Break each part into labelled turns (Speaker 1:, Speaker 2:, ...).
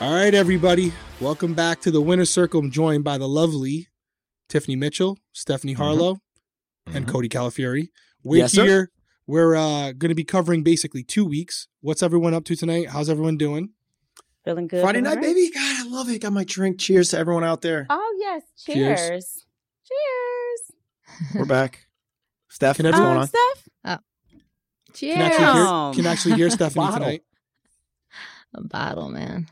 Speaker 1: All right, everybody. Welcome back to the Winner Circle. I'm joined by the lovely Tiffany Mitchell, Stephanie Harlow, and
Speaker 2: Mhm.
Speaker 1: Cody Calafieri. We're
Speaker 2: Mm-hmm. Yes, sir.
Speaker 1: here. We're uh, going to be covering basically two weeks. What's everyone up to tonight? How's everyone doing?
Speaker 3: Feeling good.
Speaker 2: Friday
Speaker 3: feeling
Speaker 2: night,
Speaker 3: right?
Speaker 2: baby. God, I love it. Got my drink. Cheers to everyone out there.
Speaker 3: Oh yes.
Speaker 1: Cheers.
Speaker 3: Cheers. Cheers.
Speaker 2: We're back. Steph,
Speaker 1: Can
Speaker 2: what's
Speaker 1: everyone-
Speaker 2: going
Speaker 3: Um,
Speaker 2: on?
Speaker 3: Steph,
Speaker 1: Can actually hear,
Speaker 3: Damn.
Speaker 1: can actually hear Stephanie
Speaker 2: Bottle.
Speaker 1: tonight.
Speaker 4: a bottle, man.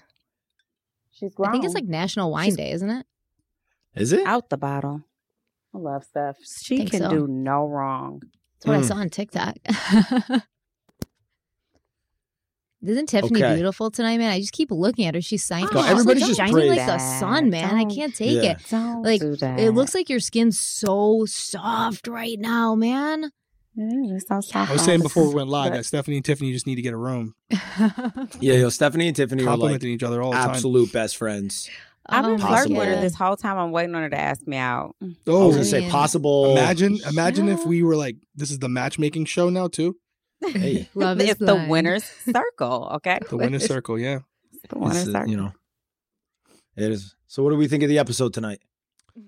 Speaker 3: she's grown.
Speaker 4: I think it's like National Wine
Speaker 3: She's-
Speaker 4: Day, isn't it?
Speaker 2: Is it?
Speaker 3: out the bottle. I love Steph. She
Speaker 4: Think
Speaker 3: can
Speaker 4: so.
Speaker 3: do no wrong.
Speaker 4: That's what I
Speaker 2: Mm.
Speaker 4: saw on TikTok. Isn't Tiffany
Speaker 2: Okay.
Speaker 4: beautiful tonight, man? I just keep looking at her. She's shining.
Speaker 3: Go-
Speaker 4: she's
Speaker 2: everybody
Speaker 4: like
Speaker 2: just
Speaker 4: shining
Speaker 2: breathe.
Speaker 4: like the sun, man. I
Speaker 3: Don't-
Speaker 4: can't take
Speaker 2: Yeah.
Speaker 4: it.
Speaker 3: Don't
Speaker 4: Like,
Speaker 3: do that.
Speaker 4: It looks like your skin's so soft right now, man.
Speaker 3: Mm, it's so soft.
Speaker 1: I was saying before we went live
Speaker 3: But-
Speaker 1: that Stephanie and Tiffany just need to get a room,
Speaker 2: Yeah, yo, Stephanie and Tiffany are like
Speaker 1: complimenting each other all the
Speaker 2: absolute best friends.
Speaker 3: I've been
Speaker 4: my
Speaker 3: flirting with her
Speaker 4: God.
Speaker 3: this whole time. I'm waiting on her to ask me out.
Speaker 1: time.
Speaker 2: I
Speaker 1: Oh,
Speaker 2: was gonna say "Oh."
Speaker 4: man.
Speaker 2: possible.
Speaker 1: imagine, imagine if
Speaker 4: Yeah.
Speaker 1: we were like, this is the matchmaking show now too,
Speaker 2: Hey,
Speaker 4: Love is
Speaker 3: it's the
Speaker 4: blind.
Speaker 3: winner's circle. Okay,
Speaker 1: the winner's circle. Yeah,
Speaker 3: It's the
Speaker 2: it's,
Speaker 3: winner's
Speaker 2: uh,
Speaker 3: circle.
Speaker 2: you know, it is. So, what do we think of the episode tonight?
Speaker 3: Oh,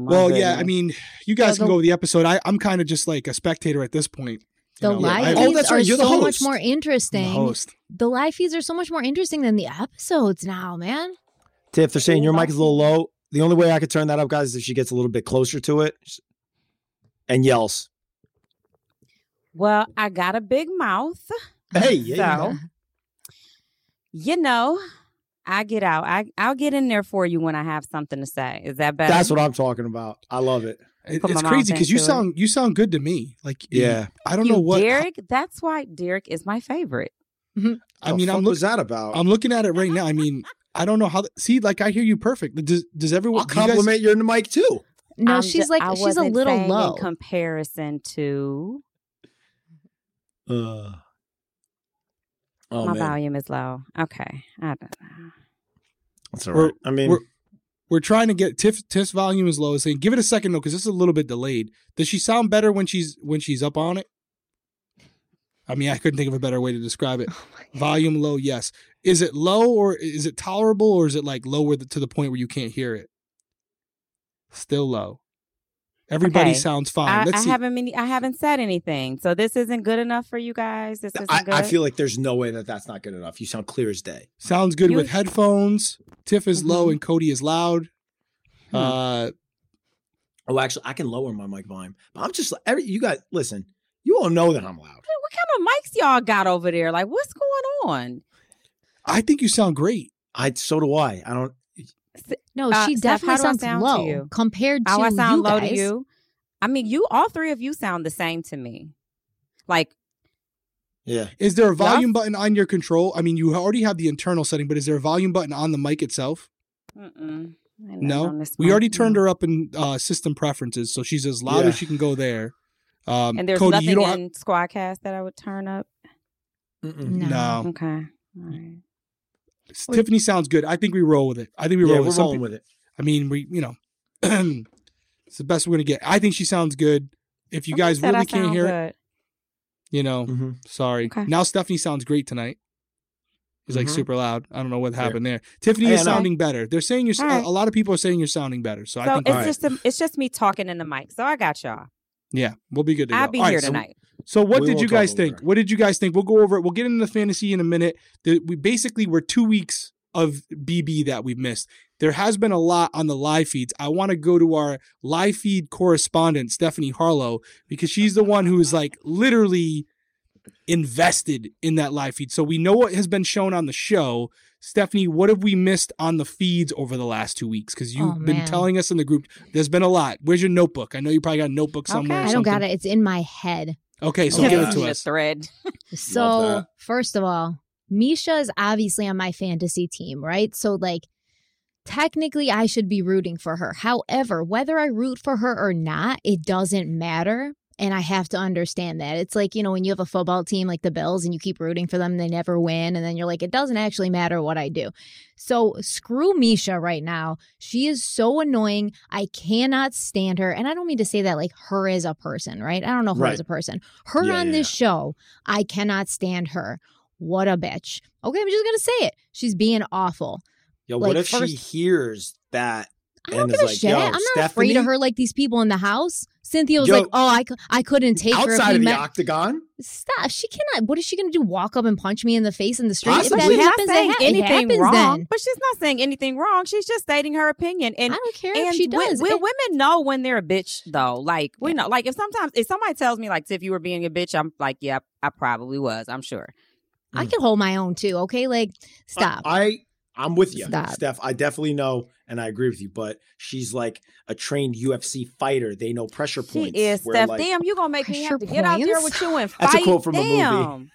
Speaker 3: my
Speaker 1: Well, yeah, I
Speaker 3: goodness.
Speaker 1: mean, you guys
Speaker 4: So
Speaker 1: can
Speaker 4: the-
Speaker 1: go with the episode. I, I'm kind of just like a spectator at this point.
Speaker 4: The
Speaker 1: know,
Speaker 4: live
Speaker 1: I-
Speaker 2: Oh,
Speaker 4: feeds
Speaker 2: that's
Speaker 4: are
Speaker 2: right, you're the
Speaker 4: so
Speaker 2: host.
Speaker 4: much more
Speaker 1: I'm the
Speaker 4: interesting.
Speaker 1: host.
Speaker 4: The live feeds are so much more interesting than the episodes now, man.
Speaker 2: Tiff, they're saying your mic is a little low. The only way I could turn that up, guys, is if she gets a little bit closer to it and yells.
Speaker 3: well, I got a big mouth.
Speaker 2: Hey, yeah, you
Speaker 3: So- You know, I get out. I I'll get in there for you when I have something to say. Is that better?
Speaker 2: that's what I'm talking about. I love it.
Speaker 1: It-
Speaker 3: Put my
Speaker 1: it's
Speaker 3: mouth
Speaker 1: crazy because you
Speaker 3: into it.
Speaker 1: sound you sound good to me. Like, you-
Speaker 2: Yeah.
Speaker 1: I don't
Speaker 3: You,
Speaker 1: know what.
Speaker 3: Derek. That's why Derek is my favorite.
Speaker 1: I
Speaker 2: The
Speaker 1: mean, I'm
Speaker 2: fuck was
Speaker 1: looking.
Speaker 2: that about?
Speaker 1: I'm looking at it right now. I mean, I don't know how. th- See, like, I hear you perfect. Does does everyone
Speaker 2: I'll
Speaker 1: do you guys-
Speaker 2: compliment your mic too.
Speaker 4: No,
Speaker 3: I'm
Speaker 4: she's
Speaker 3: ju-
Speaker 4: like
Speaker 3: Um, I
Speaker 4: she's a
Speaker 3: wasn't
Speaker 4: little
Speaker 3: saying
Speaker 4: low.
Speaker 3: in comparison to
Speaker 2: Uh, oh
Speaker 3: my
Speaker 2: man,
Speaker 3: volume is low. Okay, I don't know.
Speaker 2: that's all
Speaker 1: We're-
Speaker 2: right. I mean,
Speaker 1: we're- We're trying to get Tiff. Tiff's volume is low. Is saying, give it a second though, because this is a little bit delayed. Does she sound better when she's when she's up on it? I mean, I couldn't think of a better way to describe it.
Speaker 4: Oh my God.
Speaker 1: Volume low, yes. Is it low or is it tolerable or is it like lower th- to the point where you can't hear it? Still low. Everybody
Speaker 3: Okay.
Speaker 1: sounds fine.
Speaker 3: I,
Speaker 1: Let's
Speaker 3: I
Speaker 1: see.
Speaker 3: haven't many, I haven't said anything, so this isn't good enough for you guys. This isn't
Speaker 2: I,
Speaker 3: good.
Speaker 2: I feel like there's no way that that's not good enough. You sound clear as day.
Speaker 1: Sounds good
Speaker 3: You-
Speaker 1: with headphones. Tiff is low
Speaker 3: Mhm.
Speaker 1: and Cody is loud.
Speaker 3: Hmm.
Speaker 1: Uh,
Speaker 2: Oh, actually, I can lower my mic volume. But I'm just every you guys listen. You all know that I'm loud.
Speaker 3: what kind of mics y'all got over there? Like, what's going on?
Speaker 1: I think you sound great.
Speaker 2: I so do I. I don't.
Speaker 4: No,
Speaker 3: Uh,
Speaker 4: she
Speaker 3: Steph, how
Speaker 4: definitely
Speaker 3: do I
Speaker 4: sounds
Speaker 3: sound to
Speaker 4: low
Speaker 3: you?
Speaker 4: compared to
Speaker 3: How Oh, I sound
Speaker 4: you
Speaker 3: low
Speaker 4: guys.
Speaker 3: to you? I mean, you all three of you sound the same to me. Like,
Speaker 2: Yeah.
Speaker 1: Is there a
Speaker 3: Yeah.
Speaker 1: volume button on your control? I mean, you already have the internal setting, but is there a volume button on the mic itself?
Speaker 3: mm-mm, I know
Speaker 1: No,
Speaker 3: on this
Speaker 1: we
Speaker 2: Uh,
Speaker 3: one,
Speaker 1: already
Speaker 3: no.
Speaker 1: turned her up in uh, system preferences, so she's as loud
Speaker 2: Yeah.
Speaker 1: as she can go there. Um,
Speaker 3: And there's
Speaker 1: Cody,
Speaker 3: nothing
Speaker 1: you don't have-
Speaker 3: in Squadcast that I would turn up.
Speaker 2: Mm-mm.
Speaker 4: No.
Speaker 1: no.
Speaker 3: Okay. All right.
Speaker 1: Tiffany sounds good. I think we roll with it. I think we roll
Speaker 2: yeah,
Speaker 1: with
Speaker 2: we're
Speaker 1: some
Speaker 2: rolling
Speaker 1: peop-
Speaker 2: with it.
Speaker 1: I mean, we you know, it's the best we're gonna get. I think she sounds good. If you guys really can't hear it, you know,
Speaker 2: Mhm.
Speaker 1: sorry.
Speaker 3: Okay. Mm-hmm.
Speaker 1: Now Stephanie sounds great tonight. It's like
Speaker 2: Mhm.
Speaker 1: super loud. I don't know what
Speaker 2: Yeah.
Speaker 1: happened there. Tiffany
Speaker 2: Yeah,
Speaker 1: is
Speaker 2: I know.
Speaker 1: sounding better. They're saying you're. s-
Speaker 3: All right.
Speaker 1: A lot of people are saying you're sounding better. So, I
Speaker 3: so
Speaker 1: think
Speaker 3: it's
Speaker 2: All right.
Speaker 3: just a, it's just me talking in the mic. So I got y'all.
Speaker 1: yeah, we'll be good to go.
Speaker 3: I'll be
Speaker 1: All right,
Speaker 3: here
Speaker 1: so-
Speaker 3: tonight.
Speaker 1: So what
Speaker 2: We
Speaker 1: did
Speaker 2: won't
Speaker 1: you
Speaker 2: talk
Speaker 1: guys
Speaker 2: over
Speaker 1: think?
Speaker 2: it.
Speaker 1: What did you guys think? We'll go over it. We'll get into the fantasy in a minute. The, we basically were two weeks of BB that we've missed. There has been a lot on the live feeds. I want to go to our live feed correspondent Stephanie Harlow because she's the one who is like literally invested in that live feed. So we know what has been shown on the show. Stephanie, what have we missed on the feeds over the last two weeks? Because you've
Speaker 4: Oh,
Speaker 1: been
Speaker 4: man.
Speaker 1: telling us in the group there's been a lot. Where's your notebook? I know you probably got a notebook somewhere.
Speaker 3: Okay.
Speaker 1: or
Speaker 4: I don't got
Speaker 1: something.
Speaker 4: it. It's in my head.
Speaker 1: Okay, so
Speaker 2: Okay.
Speaker 1: give it to
Speaker 3: The
Speaker 1: us.
Speaker 3: thread.
Speaker 4: So,
Speaker 2: that.
Speaker 4: first of all, Misha is obviously on my fantasy team, right? So, like, technically, I should be rooting for her. However, whether I root for her or not, it doesn't matter. And I have to understand that. It's like, you know, when you have a football team like the Bills and you keep rooting for them, they never win. And then you're like, it doesn't actually matter what I do. So screw Misha right now. She is so annoying. I cannot stand her. And I don't mean to say that like her as a person, right? I don't know her
Speaker 2: Right.
Speaker 4: as a person. Her
Speaker 2: Yeah,
Speaker 4: on
Speaker 2: yeah,
Speaker 4: this show, I cannot stand her. What a bitch. Okay, I'm just gonna say it. She's being awful.
Speaker 2: Yo,
Speaker 4: Like,
Speaker 2: what if she
Speaker 4: first-
Speaker 2: hears that?
Speaker 4: I don't
Speaker 2: And
Speaker 4: give
Speaker 2: it's
Speaker 4: a
Speaker 2: like,
Speaker 4: shit.
Speaker 2: yo,
Speaker 4: I'm not afraid of
Speaker 2: Stephanie?
Speaker 4: her like these people in the house. Cynthia was
Speaker 2: Yo,
Speaker 4: like, "Oh, I, c- I couldn't take her if
Speaker 2: Outside
Speaker 4: he
Speaker 2: of the
Speaker 4: met."
Speaker 2: octagon?
Speaker 4: Stop. She cannot. What is she going to do? Walk up and punch me in the face in the street?
Speaker 3: But
Speaker 2: Possibly.
Speaker 4: If
Speaker 3: she's
Speaker 4: that
Speaker 3: not
Speaker 4: happens,
Speaker 3: saying
Speaker 4: that ha- it
Speaker 3: anything
Speaker 4: happens
Speaker 3: wrong.
Speaker 4: then.
Speaker 3: But she's not saying anything wrong. She's just stating her opinion. And
Speaker 4: I don't care
Speaker 3: and
Speaker 4: if she
Speaker 3: wi-
Speaker 4: does.
Speaker 3: wi-
Speaker 4: It-
Speaker 3: women know when they're a bitch though. Like we know. Like if sometimes if somebody tells me like Tiff, you were being a bitch, I'm like, yep, I probably was. I'm sure.
Speaker 4: I can hold my own too. Okay, like
Speaker 2: Uh,
Speaker 4: stop.
Speaker 2: I I'm with you,
Speaker 4: Stop.
Speaker 2: Steph. I definitely know and I agree with you, but she's like a trained UFC fighter. They know pressure
Speaker 3: She
Speaker 2: points.
Speaker 3: is
Speaker 2: where,
Speaker 3: Steph.
Speaker 2: like-
Speaker 3: damn, you gonna make me have to
Speaker 4: Pressure
Speaker 3: get out there with
Speaker 4: points?
Speaker 3: you and fight.
Speaker 2: That's a quote from a movie.
Speaker 3: damn.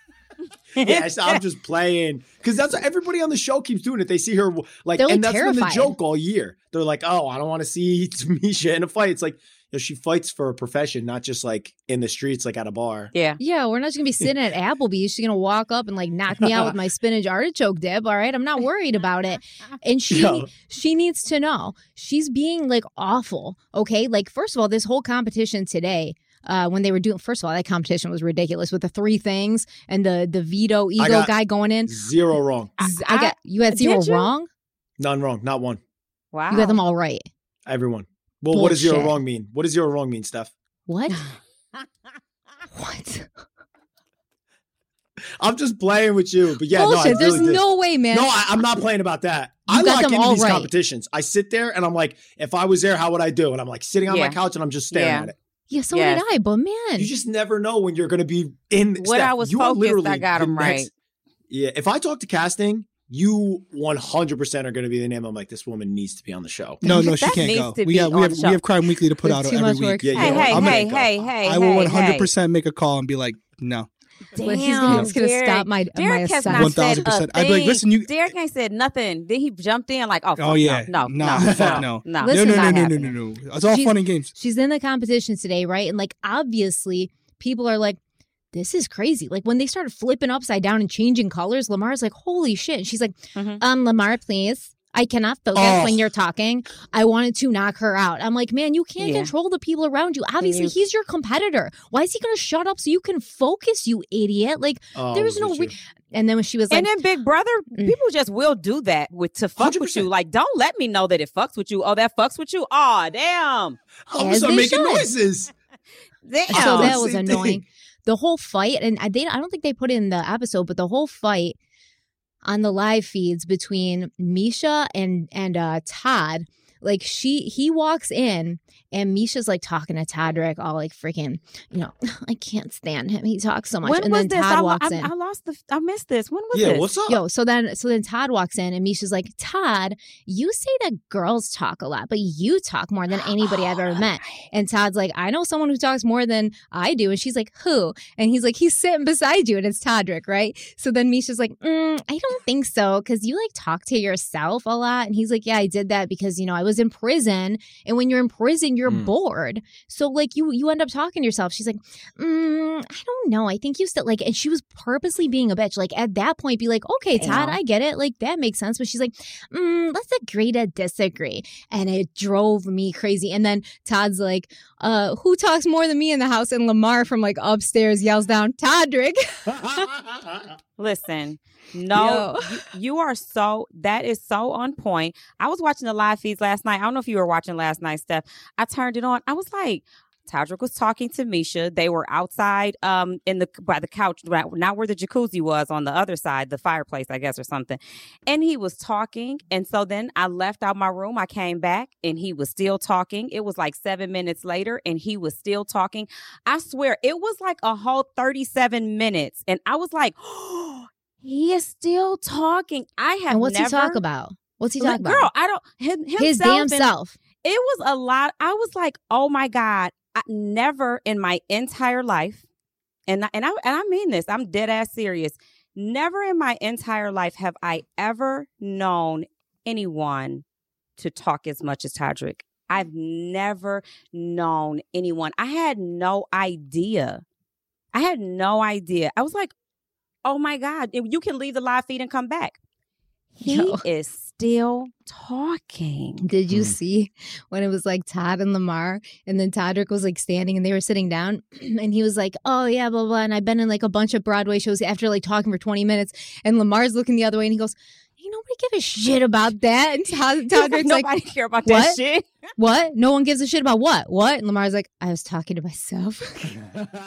Speaker 2: yeah, so I'm just playing because that's what everybody on the show keeps doing. It they see her like,
Speaker 4: They're, like,
Speaker 2: and that's been the
Speaker 4: terrified.
Speaker 2: joke all year. They're like, "Oh, I don't want to see Tamisha in a fight." It's like, you know, she fights for a profession, not just like in the streets, like at a bar.
Speaker 3: yeah.
Speaker 4: yeah, we're not just going to be sitting at Applebee's. She's going to walk up and like knock me out with my spinach artichoke dip. All right, I'm not worried about it. And she
Speaker 2: Yo.
Speaker 4: she needs to know she's being like awful. Okay, like first of all, this whole competition today. Uh, when they were doing, first of all, that competition was ridiculous with the three things and the the veto ego
Speaker 2: got-
Speaker 4: guy going in.
Speaker 2: Zero wrong,
Speaker 4: Z- I, got you had
Speaker 3: did
Speaker 4: zero
Speaker 3: you?
Speaker 4: wrong.
Speaker 2: none wrong, not one.
Speaker 3: Wow.
Speaker 4: You got them all right.
Speaker 2: Everyone. Well, what does zero
Speaker 4: Bullshit.
Speaker 2: wrong mean? What does zero wrong mean, Steph?
Speaker 4: What? what?
Speaker 2: I'm just playing with you, but yeah,
Speaker 4: Bullshit.
Speaker 2: no, I
Speaker 4: There's
Speaker 2: really did-
Speaker 4: no way, man.
Speaker 2: No, I, I'm not playing about that.
Speaker 4: You
Speaker 2: I
Speaker 4: got
Speaker 2: lock
Speaker 4: them
Speaker 2: into
Speaker 4: all
Speaker 2: these
Speaker 4: right.
Speaker 2: competitions. I sit there and I'm like, if I was there, how would I do? And I'm like sitting on
Speaker 3: Yeah.
Speaker 2: my couch and I'm just staring
Speaker 3: Yeah.
Speaker 2: at it.
Speaker 4: yeah, so
Speaker 3: Yes.
Speaker 4: did I, but man.
Speaker 2: You just never know when you're going to be in.
Speaker 3: When
Speaker 2: Steph,
Speaker 3: I was
Speaker 2: you are
Speaker 3: focused,
Speaker 2: literally
Speaker 3: I got
Speaker 2: the
Speaker 3: 'em
Speaker 2: next-
Speaker 3: right.
Speaker 2: Yeah, if I talk to casting, you 100 percent are going to be the name. I'm like, this woman needs to be on the show.
Speaker 1: No, no,
Speaker 3: That
Speaker 1: she can't
Speaker 3: needs
Speaker 1: go.
Speaker 3: to
Speaker 1: We
Speaker 3: be
Speaker 1: have,
Speaker 3: on
Speaker 1: we have,
Speaker 3: show.
Speaker 1: we have Crime Weekly to put
Speaker 4: There's
Speaker 1: out
Speaker 4: too
Speaker 1: every
Speaker 4: much
Speaker 1: week.
Speaker 4: work.
Speaker 2: Yeah, you
Speaker 3: Hey,
Speaker 2: know what?
Speaker 3: hey,
Speaker 2: I'm gonna
Speaker 3: hey,
Speaker 2: go.
Speaker 3: hey, hey.
Speaker 1: I will
Speaker 3: hey,
Speaker 1: 100% make a call and be like, no.
Speaker 3: Hey.
Speaker 4: But he's
Speaker 3: Damn,
Speaker 4: gonna, he's gonna
Speaker 3: Derek.
Speaker 4: stop my, my
Speaker 3: Derek has
Speaker 4: assignment.
Speaker 3: not said a
Speaker 1: 1000%. I'd be like,
Speaker 3: thing.
Speaker 1: listen, you-
Speaker 3: Derek ain't said nothing. Then he jumped in like, oh, fuck,
Speaker 1: Oh, yeah.
Speaker 3: no, no,
Speaker 1: Nah,
Speaker 3: no,
Speaker 1: fuck
Speaker 3: no,
Speaker 1: no.
Speaker 3: no,
Speaker 4: Listen,
Speaker 1: no, no,
Speaker 3: not
Speaker 1: no, no,
Speaker 3: happening.
Speaker 1: no, no, no. It's all
Speaker 4: She's-
Speaker 1: fun and games.
Speaker 4: She's in the competition today, right? And like obviously people are like, this is crazy. Like when they started flipping upside down and changing colors, Lamar's like, holy shit. And she's like,
Speaker 3: Mhm.
Speaker 4: um, Lamar, please. I cannot focus
Speaker 2: Oh.
Speaker 4: when you're talking. I wanted to knock her out. I'm like, man, you can't
Speaker 3: Yeah.
Speaker 4: control the people around you. Obviously,
Speaker 3: You-
Speaker 4: he's your competitor. Why is he going to shut up so you can focus, you idiot? Like,
Speaker 2: Oh,
Speaker 4: There's no
Speaker 2: look at
Speaker 4: re-
Speaker 2: you.
Speaker 4: and then when she was like,
Speaker 3: And then Big Brother,
Speaker 4: Mm.
Speaker 3: people just will do that with to fuck with
Speaker 2: 100%.
Speaker 3: you. Like, don't let me know that it fucks with you. Oh, that fucks with you. Oh, damn,
Speaker 2: I'm
Speaker 4: As
Speaker 2: just
Speaker 4: they
Speaker 2: making
Speaker 4: should.
Speaker 2: noises.
Speaker 3: damn.
Speaker 4: So that
Speaker 2: Same
Speaker 4: was
Speaker 2: thing.
Speaker 4: annoying. the whole fight, and I, they, I don't think they put it in the episode, but the whole fight on the live feeds between Misha and and uh, Todd, like she he walks in and Misha's like talking to Todrick, all like freaking, you know, I can't stand him. He talks so much,
Speaker 3: when
Speaker 4: and
Speaker 3: was
Speaker 4: then
Speaker 3: this?
Speaker 4: Todd
Speaker 3: I, lo-
Speaker 4: walks
Speaker 3: I,
Speaker 4: in.
Speaker 3: I lost the. I missed this. When was
Speaker 2: Yeah,
Speaker 3: this?
Speaker 2: what's up?
Speaker 4: Yo, so then so then Todd walks in and Misha's like, Todd, you say that girls talk a lot, but you talk more than anybody I've
Speaker 3: Oh,
Speaker 4: ever
Speaker 3: that's
Speaker 4: met.
Speaker 3: right.
Speaker 4: And Todd's like, I know someone who talks more than I do. And she's like, Who? And he's like, He's sitting beside you. And it's Todrick, right? So then Misha's like, mm, I don't think so. Cause you like talk to yourself a lot. And he's like, Yeah, I did that because, you know, I was in prison. And when you're in prison, you're
Speaker 2: Mm.
Speaker 4: bored. So like you you end up talking to yourself. She's like, mm, I don't know. I think you still like, and she was purposely being a bitch. Like at that point, be like, okay, Todd,
Speaker 3: Yeah.
Speaker 4: I get it. Like that makes sense. But she's like, mm, let's agree to disagree, and it drove me crazy. And then Todd's like, uh, who talks more than me in the house? And Lamar from like upstairs yells down, Todrick.
Speaker 3: Listen, no, you, you are so that is so on point. I was watching the live feeds last night. I don't know if you were watching last night, Steph. I turned it on. I was like, Todrick was talking to Misha. They were outside, um, in the by the couch, right, not where the jacuzzi was, on the other side, the fireplace, I guess, or something. And he was talking. And so then I left out my room. I came back, and he was still talking. It was like seven minutes later, and he was still talking. I swear it was like a whole 37 minutes. And I was like, he is still talking. I have
Speaker 4: And what's
Speaker 3: never
Speaker 4: he talk about? What's he talk about?
Speaker 3: Girl, I don't him, himself
Speaker 4: His damn
Speaker 3: and-
Speaker 4: self.
Speaker 3: It was a lot. I was like, oh my God, I never in my entire life, and I, and I and I mean this, I'm dead ass serious. Never in my entire life have I ever known anyone to talk as much as Todrick. I've never known anyone. I had no idea. I had no idea. I was like, oh my God, you can leave the live feed and come back. He
Speaker 4: Yo.
Speaker 3: is still talking.
Speaker 4: Did you
Speaker 2: Mm.
Speaker 4: see when it was like Todd and Lamar, and then Todrick was like standing and they were sitting down, and he was like, "Oh yeah, blah blah," and I've been in like a bunch of Broadway shows after like talking for twenty minutes, and Lamar's looking the other way, and he goes, "Ain't nobody give a shit about that." And Todd, Todrick's like,
Speaker 3: Nobody care about
Speaker 4: "What?"
Speaker 3: that shit.
Speaker 4: "What? No one gives a shit about what? What?" And Lamar's like, "I was talking to myself."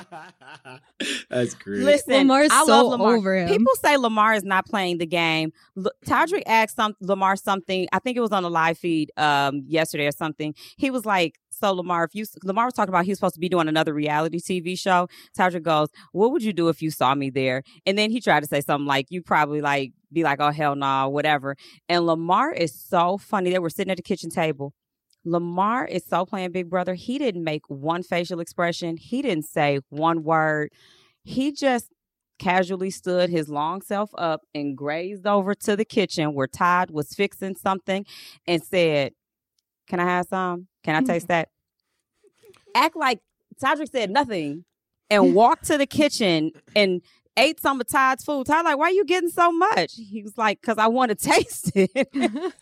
Speaker 2: That's great.
Speaker 3: Listen,
Speaker 4: Lamar's
Speaker 3: I
Speaker 4: so
Speaker 3: love Lamar.
Speaker 4: over him.
Speaker 3: People say Lamar is not playing the game. L- Todrick asked some Lamar something. I think it was on the live feed um, yesterday or something. He was like, "So Lamar, if you Lamar was talking about he was supposed to be doing another reality TV show." Todrick goes, "What would you do if you saw me there?" And then he tried to say something like, "You probably like be like, oh hell no, whatever." And Lamar is so funny. They were sitting at the kitchen table. Lamar is so playing Big Brother. He didn't make one facial expression. He didn't say one word. He just casually stood his long self up and grazed over to the kitchen where Todd was fixing something and said, Can I have some? Can I taste that? Act like Todrick said nothing and walked to the kitchen and ate some of Todd's food. Todd, like, why are you getting so much? He was like, Because I want to taste it.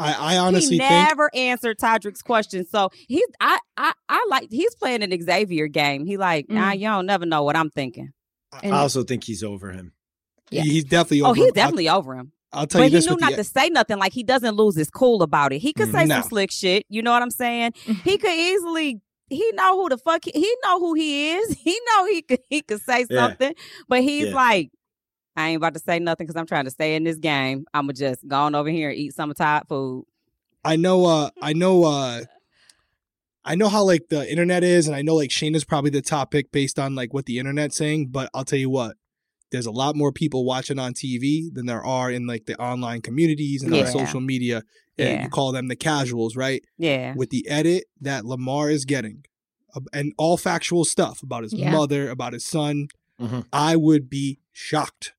Speaker 1: I, I honestly
Speaker 3: he
Speaker 1: think
Speaker 3: never answered Todrick's question. So he's I I I like he's playing an Xavier game. He like, nah, you don't never know what I'm thinking.
Speaker 4: And-
Speaker 2: I also think he's over him.
Speaker 4: Yeah.
Speaker 1: he- he's definitely over.
Speaker 3: oh, he's
Speaker 1: him.
Speaker 3: definitely over him.
Speaker 1: I'll, I'll tell
Speaker 3: But
Speaker 1: you
Speaker 3: he
Speaker 1: this
Speaker 3: knew
Speaker 1: with
Speaker 3: not
Speaker 1: the, e Mm,
Speaker 3: to say nothing. Like he doesn't lose his cool about it. He could
Speaker 2: Mhm.
Speaker 3: say
Speaker 1: No.
Speaker 3: some slick shit. You know what I'm saying?
Speaker 1: Mm-hmm.
Speaker 3: He could easily he know who the fuck he, he know who he is. He know he could he could say
Speaker 2: Yeah.
Speaker 3: something. But he's
Speaker 2: Yeah.
Speaker 3: like, I ain't about to say nothing because I'm trying to stay in this game. I'ma just go on over here and eat some of Todd food.
Speaker 1: I know uh I know uh I know how like the internet is and I know like Shane is probably the topic based on like what the internet's saying, but I'll tell you what, there's a lot more people watching on TV than there are in like the online communities and
Speaker 3: Yeah.
Speaker 1: on social media. And
Speaker 3: Yeah.
Speaker 1: you call them the casuals, right?
Speaker 3: Yeah.
Speaker 1: With the edit that Lamar is getting uh, and all factual stuff about his
Speaker 4: Yeah.
Speaker 1: mother, about his son,
Speaker 2: Mhm.
Speaker 1: I would be shocked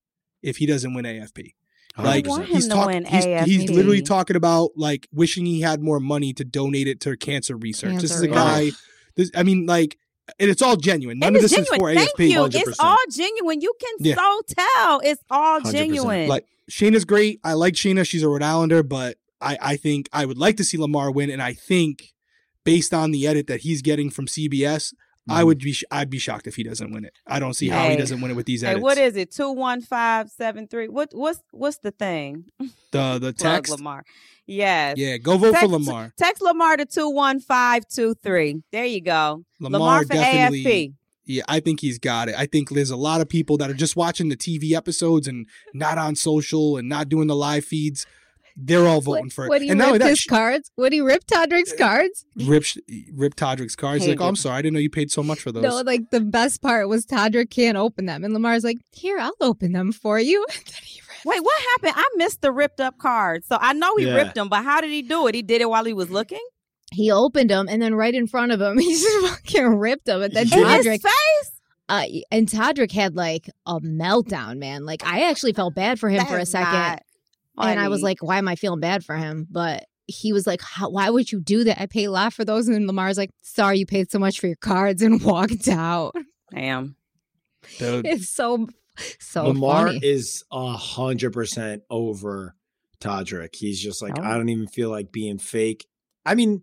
Speaker 1: if he doesn't win AFP like
Speaker 2: 100%.
Speaker 3: want him
Speaker 1: he's
Speaker 3: to
Speaker 1: talking
Speaker 3: win
Speaker 1: he's, he's
Speaker 4: AFP.
Speaker 1: literally talking about like wishing he had more money to donate it to cancer research this is
Speaker 4: Cancer
Speaker 1: a guy this i mean like and it's all genuine none
Speaker 3: And
Speaker 1: of this
Speaker 3: it's
Speaker 1: is for
Speaker 3: genuine. Thank
Speaker 1: afp
Speaker 3: you.
Speaker 2: 100%.
Speaker 3: It's all genuine. You can
Speaker 1: Yeah.
Speaker 3: so tell. It's all
Speaker 2: 100%.
Speaker 3: genuine.
Speaker 1: Like- shayna's great i like shayna she's a rhode islander but i i think i would like to see lamar win and i think based on the edit that he's getting from cbs i
Speaker 2: Mhm.
Speaker 1: would be sh- i'd be shocked if he doesn't win it i don't see how he
Speaker 3: Hey.
Speaker 1: doesn't win it with these
Speaker 3: hey,
Speaker 1: edits
Speaker 3: what is it? Two one five seven three. What what's what's the thing?
Speaker 1: the the
Speaker 3: Plug
Speaker 1: text
Speaker 3: Lamar. Yes.
Speaker 1: yeah go vote for
Speaker 3: Text-
Speaker 1: lamar
Speaker 3: Text Lamar to two one five two three. There you go.
Speaker 1: lamar,
Speaker 3: for
Speaker 1: definitely
Speaker 3: AFP.
Speaker 1: Yeah, I think he's got it. I think there's a lot of people that are just watching the TV episodes and not on social and not doing the live feeds. They're all voting
Speaker 4: What-
Speaker 1: for it.
Speaker 4: Would he
Speaker 1: and
Speaker 4: rip
Speaker 1: that
Speaker 4: his
Speaker 1: sh-
Speaker 4: cards? Would he rip Todrick's cards?
Speaker 1: rip rip Todrick's cards.
Speaker 3: Hey,
Speaker 1: like, oh, I'm
Speaker 3: dude.
Speaker 1: sorry, I didn't know you paid so much for those.
Speaker 4: No, like the best part was Todrick can't open them, and Lamar's like, "Here, I'll open them for you." And then he ripped.
Speaker 3: Wait, what happened? I missed the ripped up card. So I know he
Speaker 2: Yeah.
Speaker 3: ripped them, but how did he do it? He did it while he was looking
Speaker 4: He opened them, and then right in front of him, he just fucking ripped them. And then
Speaker 2: Yeah.
Speaker 3: in
Speaker 2: Todrick-
Speaker 3: his
Speaker 4: Todrick,
Speaker 3: face.
Speaker 4: uh, and Todrick had like a meltdown, man. Like I actually felt bad for him
Speaker 3: That
Speaker 4: for a
Speaker 3: is
Speaker 4: second,
Speaker 3: not
Speaker 4: and I was
Speaker 3: funny.
Speaker 4: like, "Why am I feeling bad for him?" But he was like, How, "Why would you do that? I pay a lot for those." And then Lamar's like, "Sorry, you paid so much for your cards," and walked out.
Speaker 3: damn.
Speaker 1: Dude,
Speaker 4: It's so so
Speaker 2: Lamar
Speaker 4: funny.
Speaker 2: is a hundred percent over Todrick. He's just like,
Speaker 3: Oh.
Speaker 2: I don't even feel like being fake. I mean,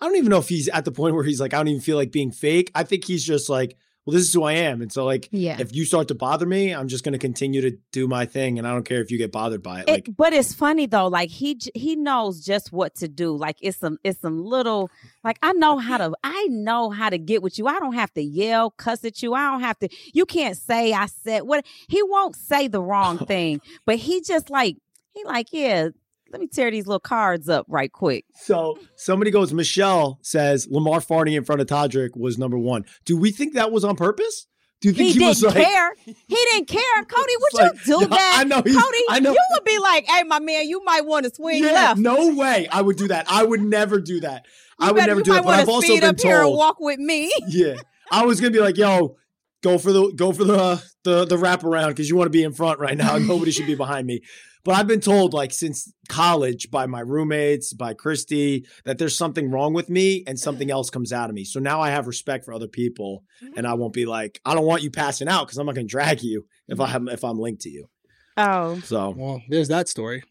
Speaker 2: I don't even know if he's at the point where he's like, I don't even feel like being fake. I think he's just like, well, this is who I am. And so like
Speaker 4: yeah,
Speaker 2: if you start to bother me, I'm just gonna continue to do my thing and I don't care if you get bothered by it.
Speaker 3: It-
Speaker 2: Like
Speaker 3: but it's funny though. Like he j- he knows just what to do. Like it's some it's some little like I know how to I know how to get with you. I don't have to yell, cuss at you. I don't have to. You can't say I said what. He won't say the wrong thing. But he just like he like yeah. Let me tear these little cards up right quick.
Speaker 2: so somebody goes, Michelle says Lamar farting in front of Todrick was number one. Do we think that was on purpose? Do you think
Speaker 3: He,
Speaker 2: he, was
Speaker 3: didn't
Speaker 2: like
Speaker 3: care. He didn't care. Cody, would
Speaker 2: It's like,
Speaker 3: you do
Speaker 2: "Yeah,
Speaker 3: that?
Speaker 2: I know he's-
Speaker 3: Cody,
Speaker 2: I know
Speaker 3: you would be like, "Hey, my man, you might want to swing left.
Speaker 2: No way. I would do that. I would never do that. I
Speaker 3: You
Speaker 2: would
Speaker 3: better-
Speaker 2: never
Speaker 3: you
Speaker 2: do
Speaker 3: might
Speaker 2: that. But
Speaker 3: wanna
Speaker 2: I've also
Speaker 3: speed
Speaker 2: been
Speaker 3: up here and
Speaker 2: told.
Speaker 3: walk with me."
Speaker 2: Yeah. I was gonna be like, yo, go for the go for the uh, the the wraparound because you want to be in front right now. Nobody should be behind me. But I've been told like since college by my roommates, by Christy, that there's something wrong with me and something else comes out of me. So now I have respect for other people and I won't be like, I don't want you passing out because I'm not
Speaker 3: Mm-hmm.
Speaker 2: gonna drag you if I have if I'm linked to you.
Speaker 3: Oh,
Speaker 2: So
Speaker 1: well, there's that story.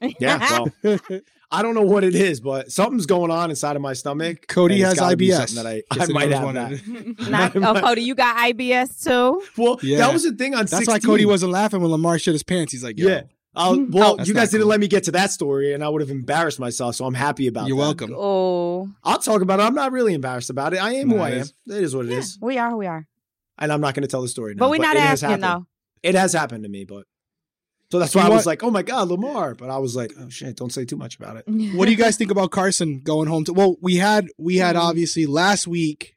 Speaker 2: Yeah. Well, I don't know what it is, but something's going on inside of my stomach.
Speaker 1: Cody
Speaker 2: and it's
Speaker 1: has
Speaker 2: gotta be
Speaker 1: IBS.
Speaker 2: something That I,
Speaker 1: In
Speaker 2: I
Speaker 1: case
Speaker 2: might
Speaker 1: anyone's
Speaker 2: have
Speaker 1: wondering.
Speaker 2: that.
Speaker 3: Not, oh, Cody, you got IBS too?
Speaker 2: Well,
Speaker 1: Yeah.
Speaker 2: that was the thing on
Speaker 1: That's
Speaker 2: 16.
Speaker 1: why Cody wasn't laughing when Lamar shit his pants. He's like, Yo,
Speaker 2: Yeah. I'll, Uh, well,
Speaker 1: That's
Speaker 2: you
Speaker 1: not
Speaker 2: guys didn't
Speaker 1: cool.
Speaker 2: let me get to that story, and I would have embarrassed myself. So I'm happy about.
Speaker 1: you're
Speaker 2: that.
Speaker 1: welcome.
Speaker 3: Oh,
Speaker 2: I'll talk about it. I'm not really embarrassed about it. I am who
Speaker 1: No,
Speaker 2: I
Speaker 1: it
Speaker 2: am.
Speaker 1: is.
Speaker 2: That is what it is,
Speaker 3: we are, we are.
Speaker 2: and I'm not going to tell the story. Now,
Speaker 3: But we're not
Speaker 2: it has
Speaker 3: asking
Speaker 2: happened.
Speaker 3: though.
Speaker 2: It has happened to me, but so that's
Speaker 1: You
Speaker 2: why I was
Speaker 1: want-
Speaker 2: like, "Oh my god, Lamar!" But I was like, "Oh shit, don't say too much about it."
Speaker 1: What do you guys think about Carson going home? To, well, we had we had
Speaker 3: Hmm.
Speaker 1: obviously last week.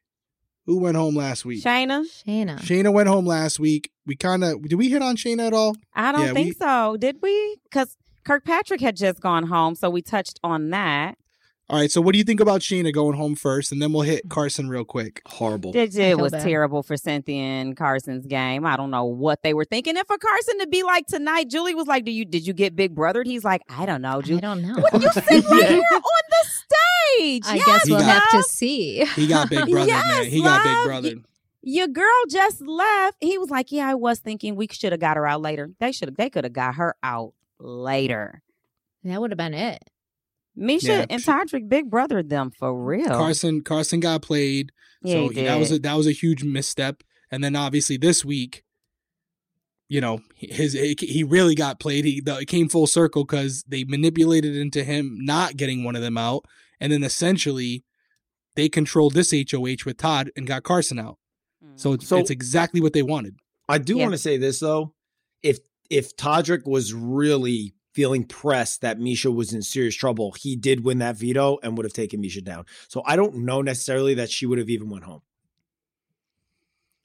Speaker 1: Who went home last week?
Speaker 3: Shayna?
Speaker 4: Shayna?
Speaker 1: Shayna went home last week. We kind of did we hit on Shayna at all?
Speaker 3: I don't
Speaker 1: Yeah,
Speaker 3: think
Speaker 1: we-
Speaker 3: so. Did we? Because Kirkpatrick had just gone home, so we touched on that.
Speaker 1: All right. So what do you think about Shayna going home first, and then we'll
Speaker 3: Mm.
Speaker 1: hit Carson real quick.
Speaker 2: Horrible.
Speaker 3: It,
Speaker 4: I
Speaker 3: it
Speaker 4: feel
Speaker 3: was
Speaker 4: bad.
Speaker 3: terrible for Cynthia and Carson's game. I don't know what they were thinking. And for Carson to be like tonight, Julie was like, "Do you did you get big brothered?" He's like, "I don't know,
Speaker 4: I
Speaker 3: Julie."
Speaker 4: don't know.
Speaker 3: What you sit right
Speaker 2: Yeah.
Speaker 3: here on the stage.
Speaker 4: I
Speaker 3: yes,
Speaker 4: guess
Speaker 1: He
Speaker 4: we'll
Speaker 1: got-
Speaker 4: have to
Speaker 3: love.
Speaker 4: see.
Speaker 1: He got big brother, man.
Speaker 3: Yes,
Speaker 1: He got
Speaker 3: love.
Speaker 1: big brother.
Speaker 3: Your girl just left. He was like, "Yeah, I was thinking we should have got her out later. They should have. They could have got her out later."
Speaker 4: That would have been it.
Speaker 3: Misha
Speaker 1: Yeah,
Speaker 3: and
Speaker 1: she-
Speaker 3: Todrick big brothered them for real.
Speaker 1: Carson Carson got played.
Speaker 3: yeah,
Speaker 1: so
Speaker 3: he
Speaker 1: he- that was a,
Speaker 3: did.
Speaker 1: that was a huge misstep. And then obviously this week, you know, his he really got played. He the, it came full circle because they manipulated into him not getting one of them out, and then essentially they controlled this HOH with Todd and got Carson out. So
Speaker 3: Mm.
Speaker 1: it's,
Speaker 2: So-
Speaker 1: it's exactly what they wanted.
Speaker 2: I do
Speaker 3: Yeah.
Speaker 2: want to say this though. If if Todrick was really feeling pressed that Misha was in serious trouble, he did win that veto and would have taken Misha down. So I don't know necessarily that she would have even went home.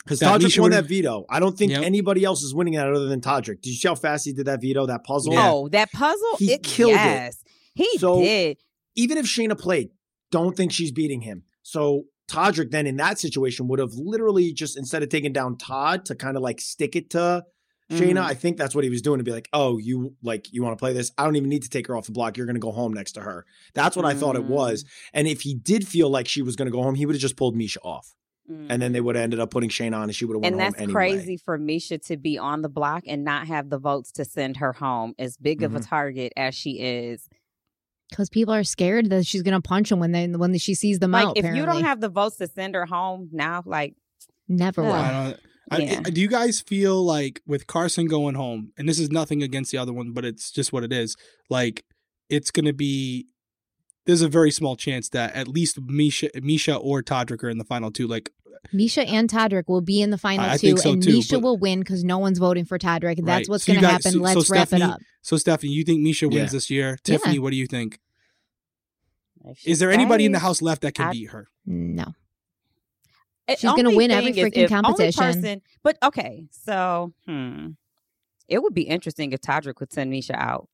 Speaker 2: Because
Speaker 1: That
Speaker 2: Todrick
Speaker 1: Misha
Speaker 2: won
Speaker 1: would've-
Speaker 2: that veto. I don't think
Speaker 1: Yep.
Speaker 2: anybody else is winning that other than Todrick. Did you see how fast he did that veto, that puzzle?
Speaker 3: oh, that puzzle
Speaker 2: He
Speaker 3: it
Speaker 2: killed it.
Speaker 3: yes. He
Speaker 2: So-
Speaker 3: did.
Speaker 2: Even if Shayna played, don't think she's beating him. So Todrick then in that situation would have literally just instead of taking down Todd to kind of like stick it to Shayna,
Speaker 3: Mhm.
Speaker 2: I think that's what he was doing to be like, oh, you like you want to play this? I don't even need to take her off the block. You're gonna go home next to her. That's what I thought it
Speaker 3: Mm.
Speaker 2: was. And if he did feel like she was gonna go home, he would have just pulled Misha off, and then they would have ended up putting Shayna on, and she would have went
Speaker 3: Mm, and
Speaker 2: home
Speaker 3: that's
Speaker 2: anyway.
Speaker 3: crazy for Misha to be on the block and not have the votes to send her home, as big of
Speaker 1: Mm-hmm.
Speaker 3: a target as she is.
Speaker 4: Because people are scared that she's gonna punch him when they when she sees them
Speaker 3: Like,
Speaker 4: out.
Speaker 3: if you don't
Speaker 4: apparently.
Speaker 3: have the votes to send her home now, like,
Speaker 4: never
Speaker 3: Yeah.
Speaker 4: will.
Speaker 1: I don't. I,
Speaker 3: Yeah.
Speaker 1: do you guys feel like with Carson going home, and this is nothing against the other one, but it's just what it is. Like it's going to be. There's a very small chance that at least Misha, Misha or Todrick are in the final two. Like
Speaker 4: Misha and Todrick will be in the final
Speaker 1: I- I
Speaker 4: two,
Speaker 1: think so
Speaker 4: and
Speaker 1: too,
Speaker 4: Misha
Speaker 1: but-
Speaker 4: will win because no one's voting for Todrick. That's
Speaker 1: Right.
Speaker 4: what's
Speaker 1: So you
Speaker 4: going to
Speaker 1: got-
Speaker 4: happen.
Speaker 1: so- so
Speaker 4: Let's wrap it
Speaker 1: Stephanie-
Speaker 4: up.
Speaker 1: so, Stephanie, you think Misha wins
Speaker 2: Yeah.
Speaker 1: this year?
Speaker 4: Yeah.
Speaker 1: Tiffany, what do you think?
Speaker 3: if she
Speaker 1: Is there anybody in the
Speaker 3: stays-
Speaker 1: house left that can
Speaker 3: I-
Speaker 1: beat her?
Speaker 4: No,
Speaker 3: It-
Speaker 4: She's gonna
Speaker 3: only
Speaker 4: win every
Speaker 3: thing is
Speaker 4: freaking
Speaker 3: if- only
Speaker 4: competition.
Speaker 3: person- but okay, so hmm, it would be interesting if Todrick would send Misha out.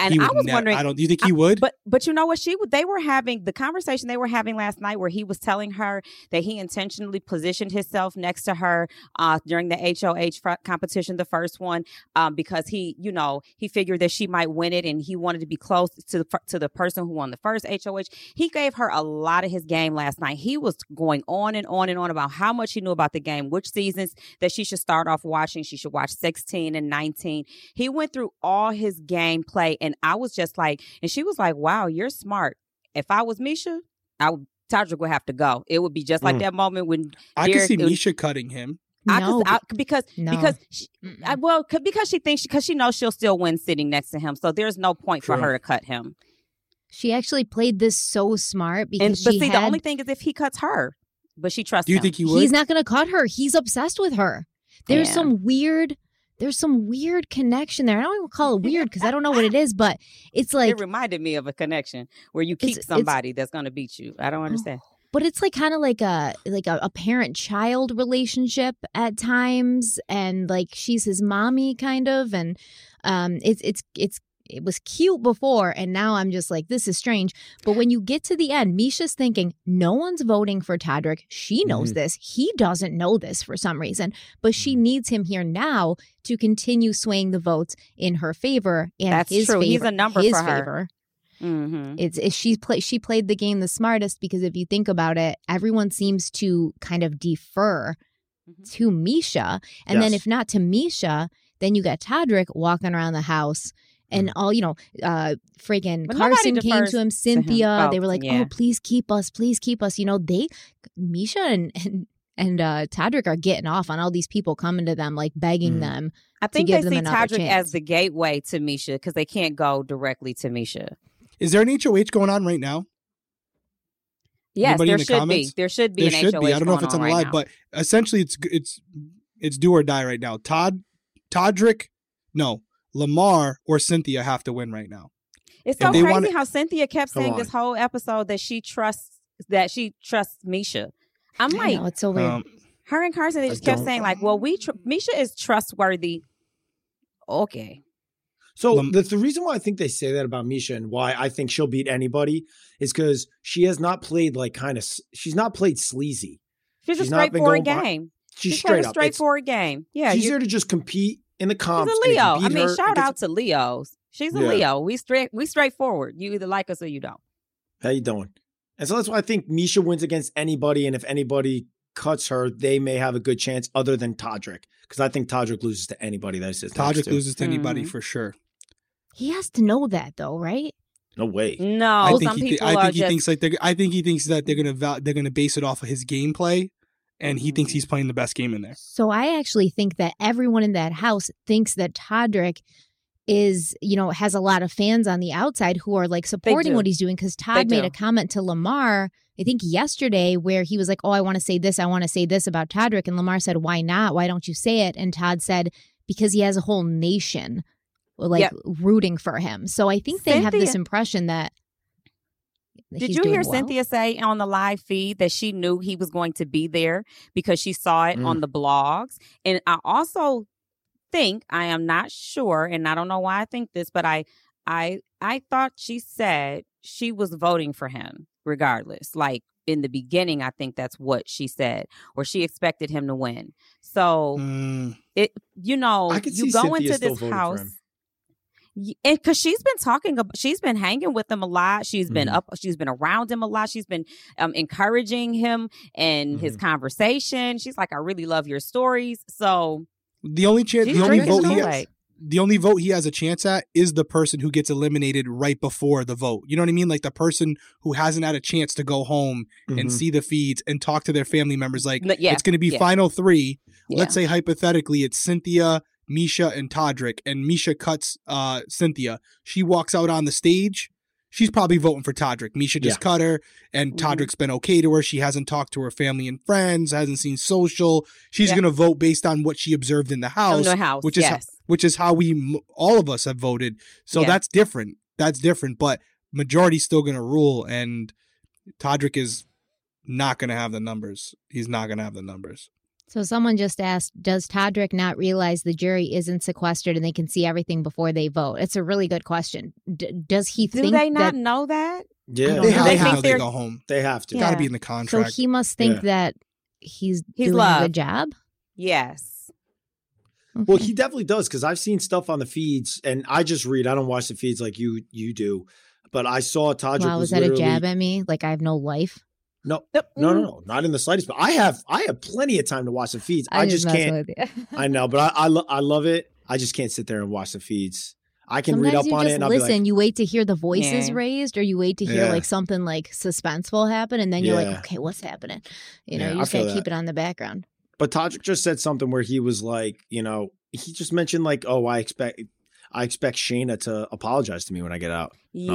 Speaker 3: And
Speaker 1: He
Speaker 3: I
Speaker 1: would
Speaker 3: was
Speaker 1: ne-
Speaker 3: wondering,
Speaker 1: I don't. Do you think he would?
Speaker 3: But but you know what she would they were having the conversation they were having last night where he was telling her that he intentionally positioned himself next to her uh, during the HOH fr- competition the first one um, because he you know he figured that she might win it and he wanted to be close to the fir- to the person who won the first HOH he gave her a lot of his game last night he was going on and on and on about how much he knew about the game which seasons that she should start off watching she should watch 16 and 19 he went through all his gameplay, and I was just like, and she was like, "Wow, you're smart." If I was Misha, I would. Todrick would have to go. It would be just like
Speaker 2: Mm.
Speaker 3: that moment when
Speaker 1: I could
Speaker 3: Derek,
Speaker 1: see
Speaker 3: it was-
Speaker 1: Misha cutting him.
Speaker 3: I,
Speaker 4: no,
Speaker 3: just, I because
Speaker 4: no.
Speaker 3: because she,
Speaker 4: Mm-mm.
Speaker 3: I, well c- because she thinks because she knows she'll still win sitting next to him, so there's no point for
Speaker 1: True.
Speaker 3: her to cut him.
Speaker 4: she actually played this so smart
Speaker 3: And
Speaker 4: because
Speaker 3: but
Speaker 4: she
Speaker 3: see,
Speaker 4: had.
Speaker 3: the only thing is if he cuts her, but she trusts
Speaker 1: Do you
Speaker 3: him.
Speaker 1: think he would?
Speaker 4: he's not going to cut her. He's obsessed with her. There's
Speaker 3: Yeah.
Speaker 4: some weird. There's some weird connection there. I don't even call it weird because I don't know what it is, but it's like
Speaker 3: it reminded me of a connection where you keep
Speaker 4: it's- Oh.
Speaker 3: somebody that's going to beat you. I don't understand.
Speaker 4: but it's like kind of like a like a, a parent child relationship at times and like she's his mommy kind of and um it's it's it's it was cute before and now i'm just like this is strange but when you get to the end misha's thinking no one's voting for todrick she
Speaker 3: Mm-hmm.
Speaker 4: knows this he doesn't know this for some reason but she needs him here now to continue swaying the votes in her favor and
Speaker 3: That's
Speaker 4: his
Speaker 3: true.
Speaker 4: favor
Speaker 3: He's a number
Speaker 4: his
Speaker 3: for her.
Speaker 4: favor
Speaker 3: Mm-hmm.
Speaker 4: it's it, she play, she played the game the smartest because if you think about it, everyone seems to kind of defer
Speaker 3: Mhm.
Speaker 4: to Misha, and then
Speaker 2: Yes.
Speaker 4: if not to Misha, then you got Todrick walking around the house and all you know, uh, friggin'
Speaker 3: But nobody
Speaker 4: Carson came
Speaker 3: defers
Speaker 4: to him. Cynthia,
Speaker 3: Oh,
Speaker 4: they were like,
Speaker 3: yeah.
Speaker 4: "Oh, please keep us, please keep us." You know, they, Misha and and and uh, Tadrick are getting off on all these people coming to them, like begging
Speaker 2: Mhm.
Speaker 4: them.
Speaker 3: I think
Speaker 4: give
Speaker 3: they
Speaker 4: them
Speaker 3: see
Speaker 4: another
Speaker 3: Todrick
Speaker 4: chance.
Speaker 3: as the gateway to Misha because they can't go directly to Misha.
Speaker 1: Is there an HOH going on right now?
Speaker 3: Yes,
Speaker 1: Anybody in
Speaker 3: there
Speaker 1: the
Speaker 3: should
Speaker 1: comments?
Speaker 3: be. There should be
Speaker 1: There
Speaker 3: an
Speaker 1: should
Speaker 3: HOH
Speaker 1: be. I don't know if
Speaker 3: going
Speaker 1: it's
Speaker 3: on
Speaker 1: on
Speaker 3: right
Speaker 1: live,
Speaker 3: now.
Speaker 1: but essentially it's it's it's do or die right now. Todd, Todrick, no Lamar or Cynthia have to win right now.
Speaker 3: It's
Speaker 1: if
Speaker 3: so
Speaker 1: they
Speaker 3: crazy
Speaker 1: wanna-
Speaker 3: how Cynthia kept
Speaker 2: Come
Speaker 3: saying this whole episode that she trusts that she trusts Misha. I'm
Speaker 4: I
Speaker 3: like,
Speaker 4: know, it's so weird.
Speaker 1: Um,
Speaker 3: her and Carson, they
Speaker 2: I
Speaker 3: just kept
Speaker 2: don't-
Speaker 3: saying like, "Well, we tr- Misha is trustworthy." Okay,
Speaker 2: So
Speaker 1: Lam-
Speaker 2: the, the reason why I think they say that about Misha and why I think she'll beat anybody is because she has not played like kind of she's not played sleazy.
Speaker 3: she's,
Speaker 2: She's
Speaker 3: a
Speaker 2: not been going
Speaker 3: straightforward
Speaker 2: behind-
Speaker 3: game.
Speaker 2: She's,
Speaker 3: She's
Speaker 2: straight
Speaker 3: playing
Speaker 2: up.
Speaker 3: a
Speaker 2: It's-
Speaker 3: straightforward game. Yeah,
Speaker 2: she's
Speaker 3: you-
Speaker 2: here to just compete in the
Speaker 3: she's
Speaker 2: comps.
Speaker 3: a
Speaker 2: and if you
Speaker 3: Leo. I
Speaker 2: beat
Speaker 3: mean,
Speaker 2: her, it
Speaker 3: shout
Speaker 2: gets-
Speaker 3: out to Leos. She's a
Speaker 2: Yeah.
Speaker 3: Leo. We straight, we straightforward. You either like us or you don't.
Speaker 2: How you doing? And so that's why I think Misha wins against anybody, and if anybody cuts her, they may have a good chance other than Todrick, because I think Todrick loses to anybody that sits next
Speaker 1: Todrick
Speaker 2: to.
Speaker 1: loses to anybody
Speaker 3: Mhm.
Speaker 1: for sure.
Speaker 4: he has to know that, though, right?
Speaker 2: No way.
Speaker 3: No,
Speaker 1: I think
Speaker 3: Oh, some
Speaker 1: he, thi-
Speaker 3: people
Speaker 1: I
Speaker 3: are
Speaker 1: think he
Speaker 3: just.
Speaker 1: thinks like they're, I think he thinks that they're gonna val- they're gonna base it off of his gameplay, and he thinks
Speaker 3: Mhm.
Speaker 1: he's playing the best game in there.
Speaker 4: So I actually think that everyone in that house thinks that Todrick is, you know, has a lot of fans on the outside who are like supporting
Speaker 3: do.
Speaker 4: what he's doing because Todd made
Speaker 3: do.
Speaker 4: a comment to Lamar, I think yesterday, where he was like, Oh, I want to say this, I want to say this about Todrick. And Lamar said, Why not? Why don't you say it? And Todd said, Because he has a whole nation like
Speaker 3: Yep.
Speaker 4: rooting for him. So I think they have this
Speaker 3: Cynthia-
Speaker 4: impression that. that
Speaker 3: Did
Speaker 4: he's
Speaker 3: you hear
Speaker 4: doing well.
Speaker 3: Cynthia say on the live feed that she knew he was going to be there because she saw it
Speaker 2: Mm.
Speaker 3: on the blogs? And I also think I am not sure, and I don't know why I think this, but I I I thought she said she was voting for him regardless. Like in the beginning, I think that's what she said, or she expected him to win. So
Speaker 1: Mm.
Speaker 3: you know,
Speaker 2: I could
Speaker 3: you
Speaker 2: see
Speaker 3: go
Speaker 2: Cynthia
Speaker 3: into
Speaker 2: still
Speaker 3: this
Speaker 2: voting for
Speaker 3: house.
Speaker 2: him.
Speaker 3: Y- And because she's been talking, ab- she's been hanging with him a lot. She's been
Speaker 2: Mhm.
Speaker 3: up, she's been around him a lot. She's been um, encouraging him and his
Speaker 2: Mm-hmm.
Speaker 3: conversation. She's like, "I really love your stories." So
Speaker 1: The only chance,
Speaker 3: she's
Speaker 1: the only
Speaker 3: drinking
Speaker 1: vote he
Speaker 3: Kool-Aid.
Speaker 1: has, the only vote he has a chance at is the person who gets eliminated right before the vote. You know what I mean? Like the person who hasn't had a chance to go home and
Speaker 4: Mm-hmm.
Speaker 2: Mhm.
Speaker 1: see the feeds and talk to their family members. Like
Speaker 3: No, yeah,
Speaker 1: it's going to be
Speaker 3: yeah.
Speaker 1: final three.
Speaker 3: yeah.
Speaker 1: Let's say hypothetically, it's Cynthia, Misha, and Todrick, and Misha cuts uh, Cynthia. She walks out on the stage. She's probably voting for Todrick. Misha just cut her, and
Speaker 3: Mhm.
Speaker 1: Todrick's been okay to her. She hasn't talked to her family and friends, hasn't seen social. She's
Speaker 3: Yeah.
Speaker 1: going to vote based on what she observed in the
Speaker 3: From
Speaker 1: house,
Speaker 3: the house,
Speaker 1: which is how-
Speaker 3: yes.
Speaker 1: which is how we m- all of us have voted. So
Speaker 3: Yeah.
Speaker 1: that's different. That's different, but majority's still going to rule, and Todrick is not going to have the numbers. He's not going to have the numbers.
Speaker 4: So someone just asked, does Todrick not realize the jury isn't sequestered and they can see everything before they vote? It's a really good question. D- does he
Speaker 3: do
Speaker 4: think
Speaker 3: they not
Speaker 4: that?
Speaker 3: know that?
Speaker 2: Yeah,
Speaker 4: don't
Speaker 1: They
Speaker 4: know.
Speaker 1: have
Speaker 4: They
Speaker 1: to
Speaker 4: think
Speaker 1: how they
Speaker 3: they're-
Speaker 1: go home.
Speaker 2: They have to.
Speaker 1: It's got to
Speaker 3: Yeah.
Speaker 1: be in the
Speaker 4: So
Speaker 1: contract.
Speaker 4: he must think
Speaker 2: Yeah.
Speaker 4: that he's,
Speaker 3: He's
Speaker 4: doing a
Speaker 3: loved.
Speaker 4: good job.
Speaker 3: Yes,
Speaker 2: Well,
Speaker 4: Okay.
Speaker 2: he definitely does because I've seen stuff on the feeds, and I just read. I don't watch the feeds like you you do, but I saw Todrick
Speaker 4: wow,
Speaker 2: was,
Speaker 4: was that a
Speaker 2: literally-
Speaker 4: jab at me? Like I have no life.
Speaker 2: No,
Speaker 3: Nope.
Speaker 2: no, no, no, not in the slightest. But I have I have plenty of time to watch the feeds. I, just
Speaker 4: mess
Speaker 2: can't.
Speaker 4: with you.
Speaker 2: I know, but I I, lo- I love it. I just can't sit there and watch the feeds. I can
Speaker 4: Sometimes
Speaker 2: read up
Speaker 4: you
Speaker 2: on
Speaker 4: just
Speaker 2: it and I'll
Speaker 4: listen.
Speaker 2: be like,
Speaker 4: you wait to hear the voices
Speaker 3: Yeah.
Speaker 4: raised, or you wait to hear
Speaker 2: Yeah.
Speaker 4: like something like suspenseful happen, and then you're like,
Speaker 2: Yeah.
Speaker 4: okay, what's happening? You know,
Speaker 2: Yeah,
Speaker 4: you
Speaker 2: I
Speaker 4: just
Speaker 2: feel
Speaker 4: gotta
Speaker 2: that.
Speaker 4: keep it on the background.
Speaker 2: but Todrick just said something where he was like, you know, he just mentioned like, oh, I expect I expect Shayna to apologize to me when I get out.
Speaker 3: Mm,
Speaker 2: And I
Speaker 3: yeah.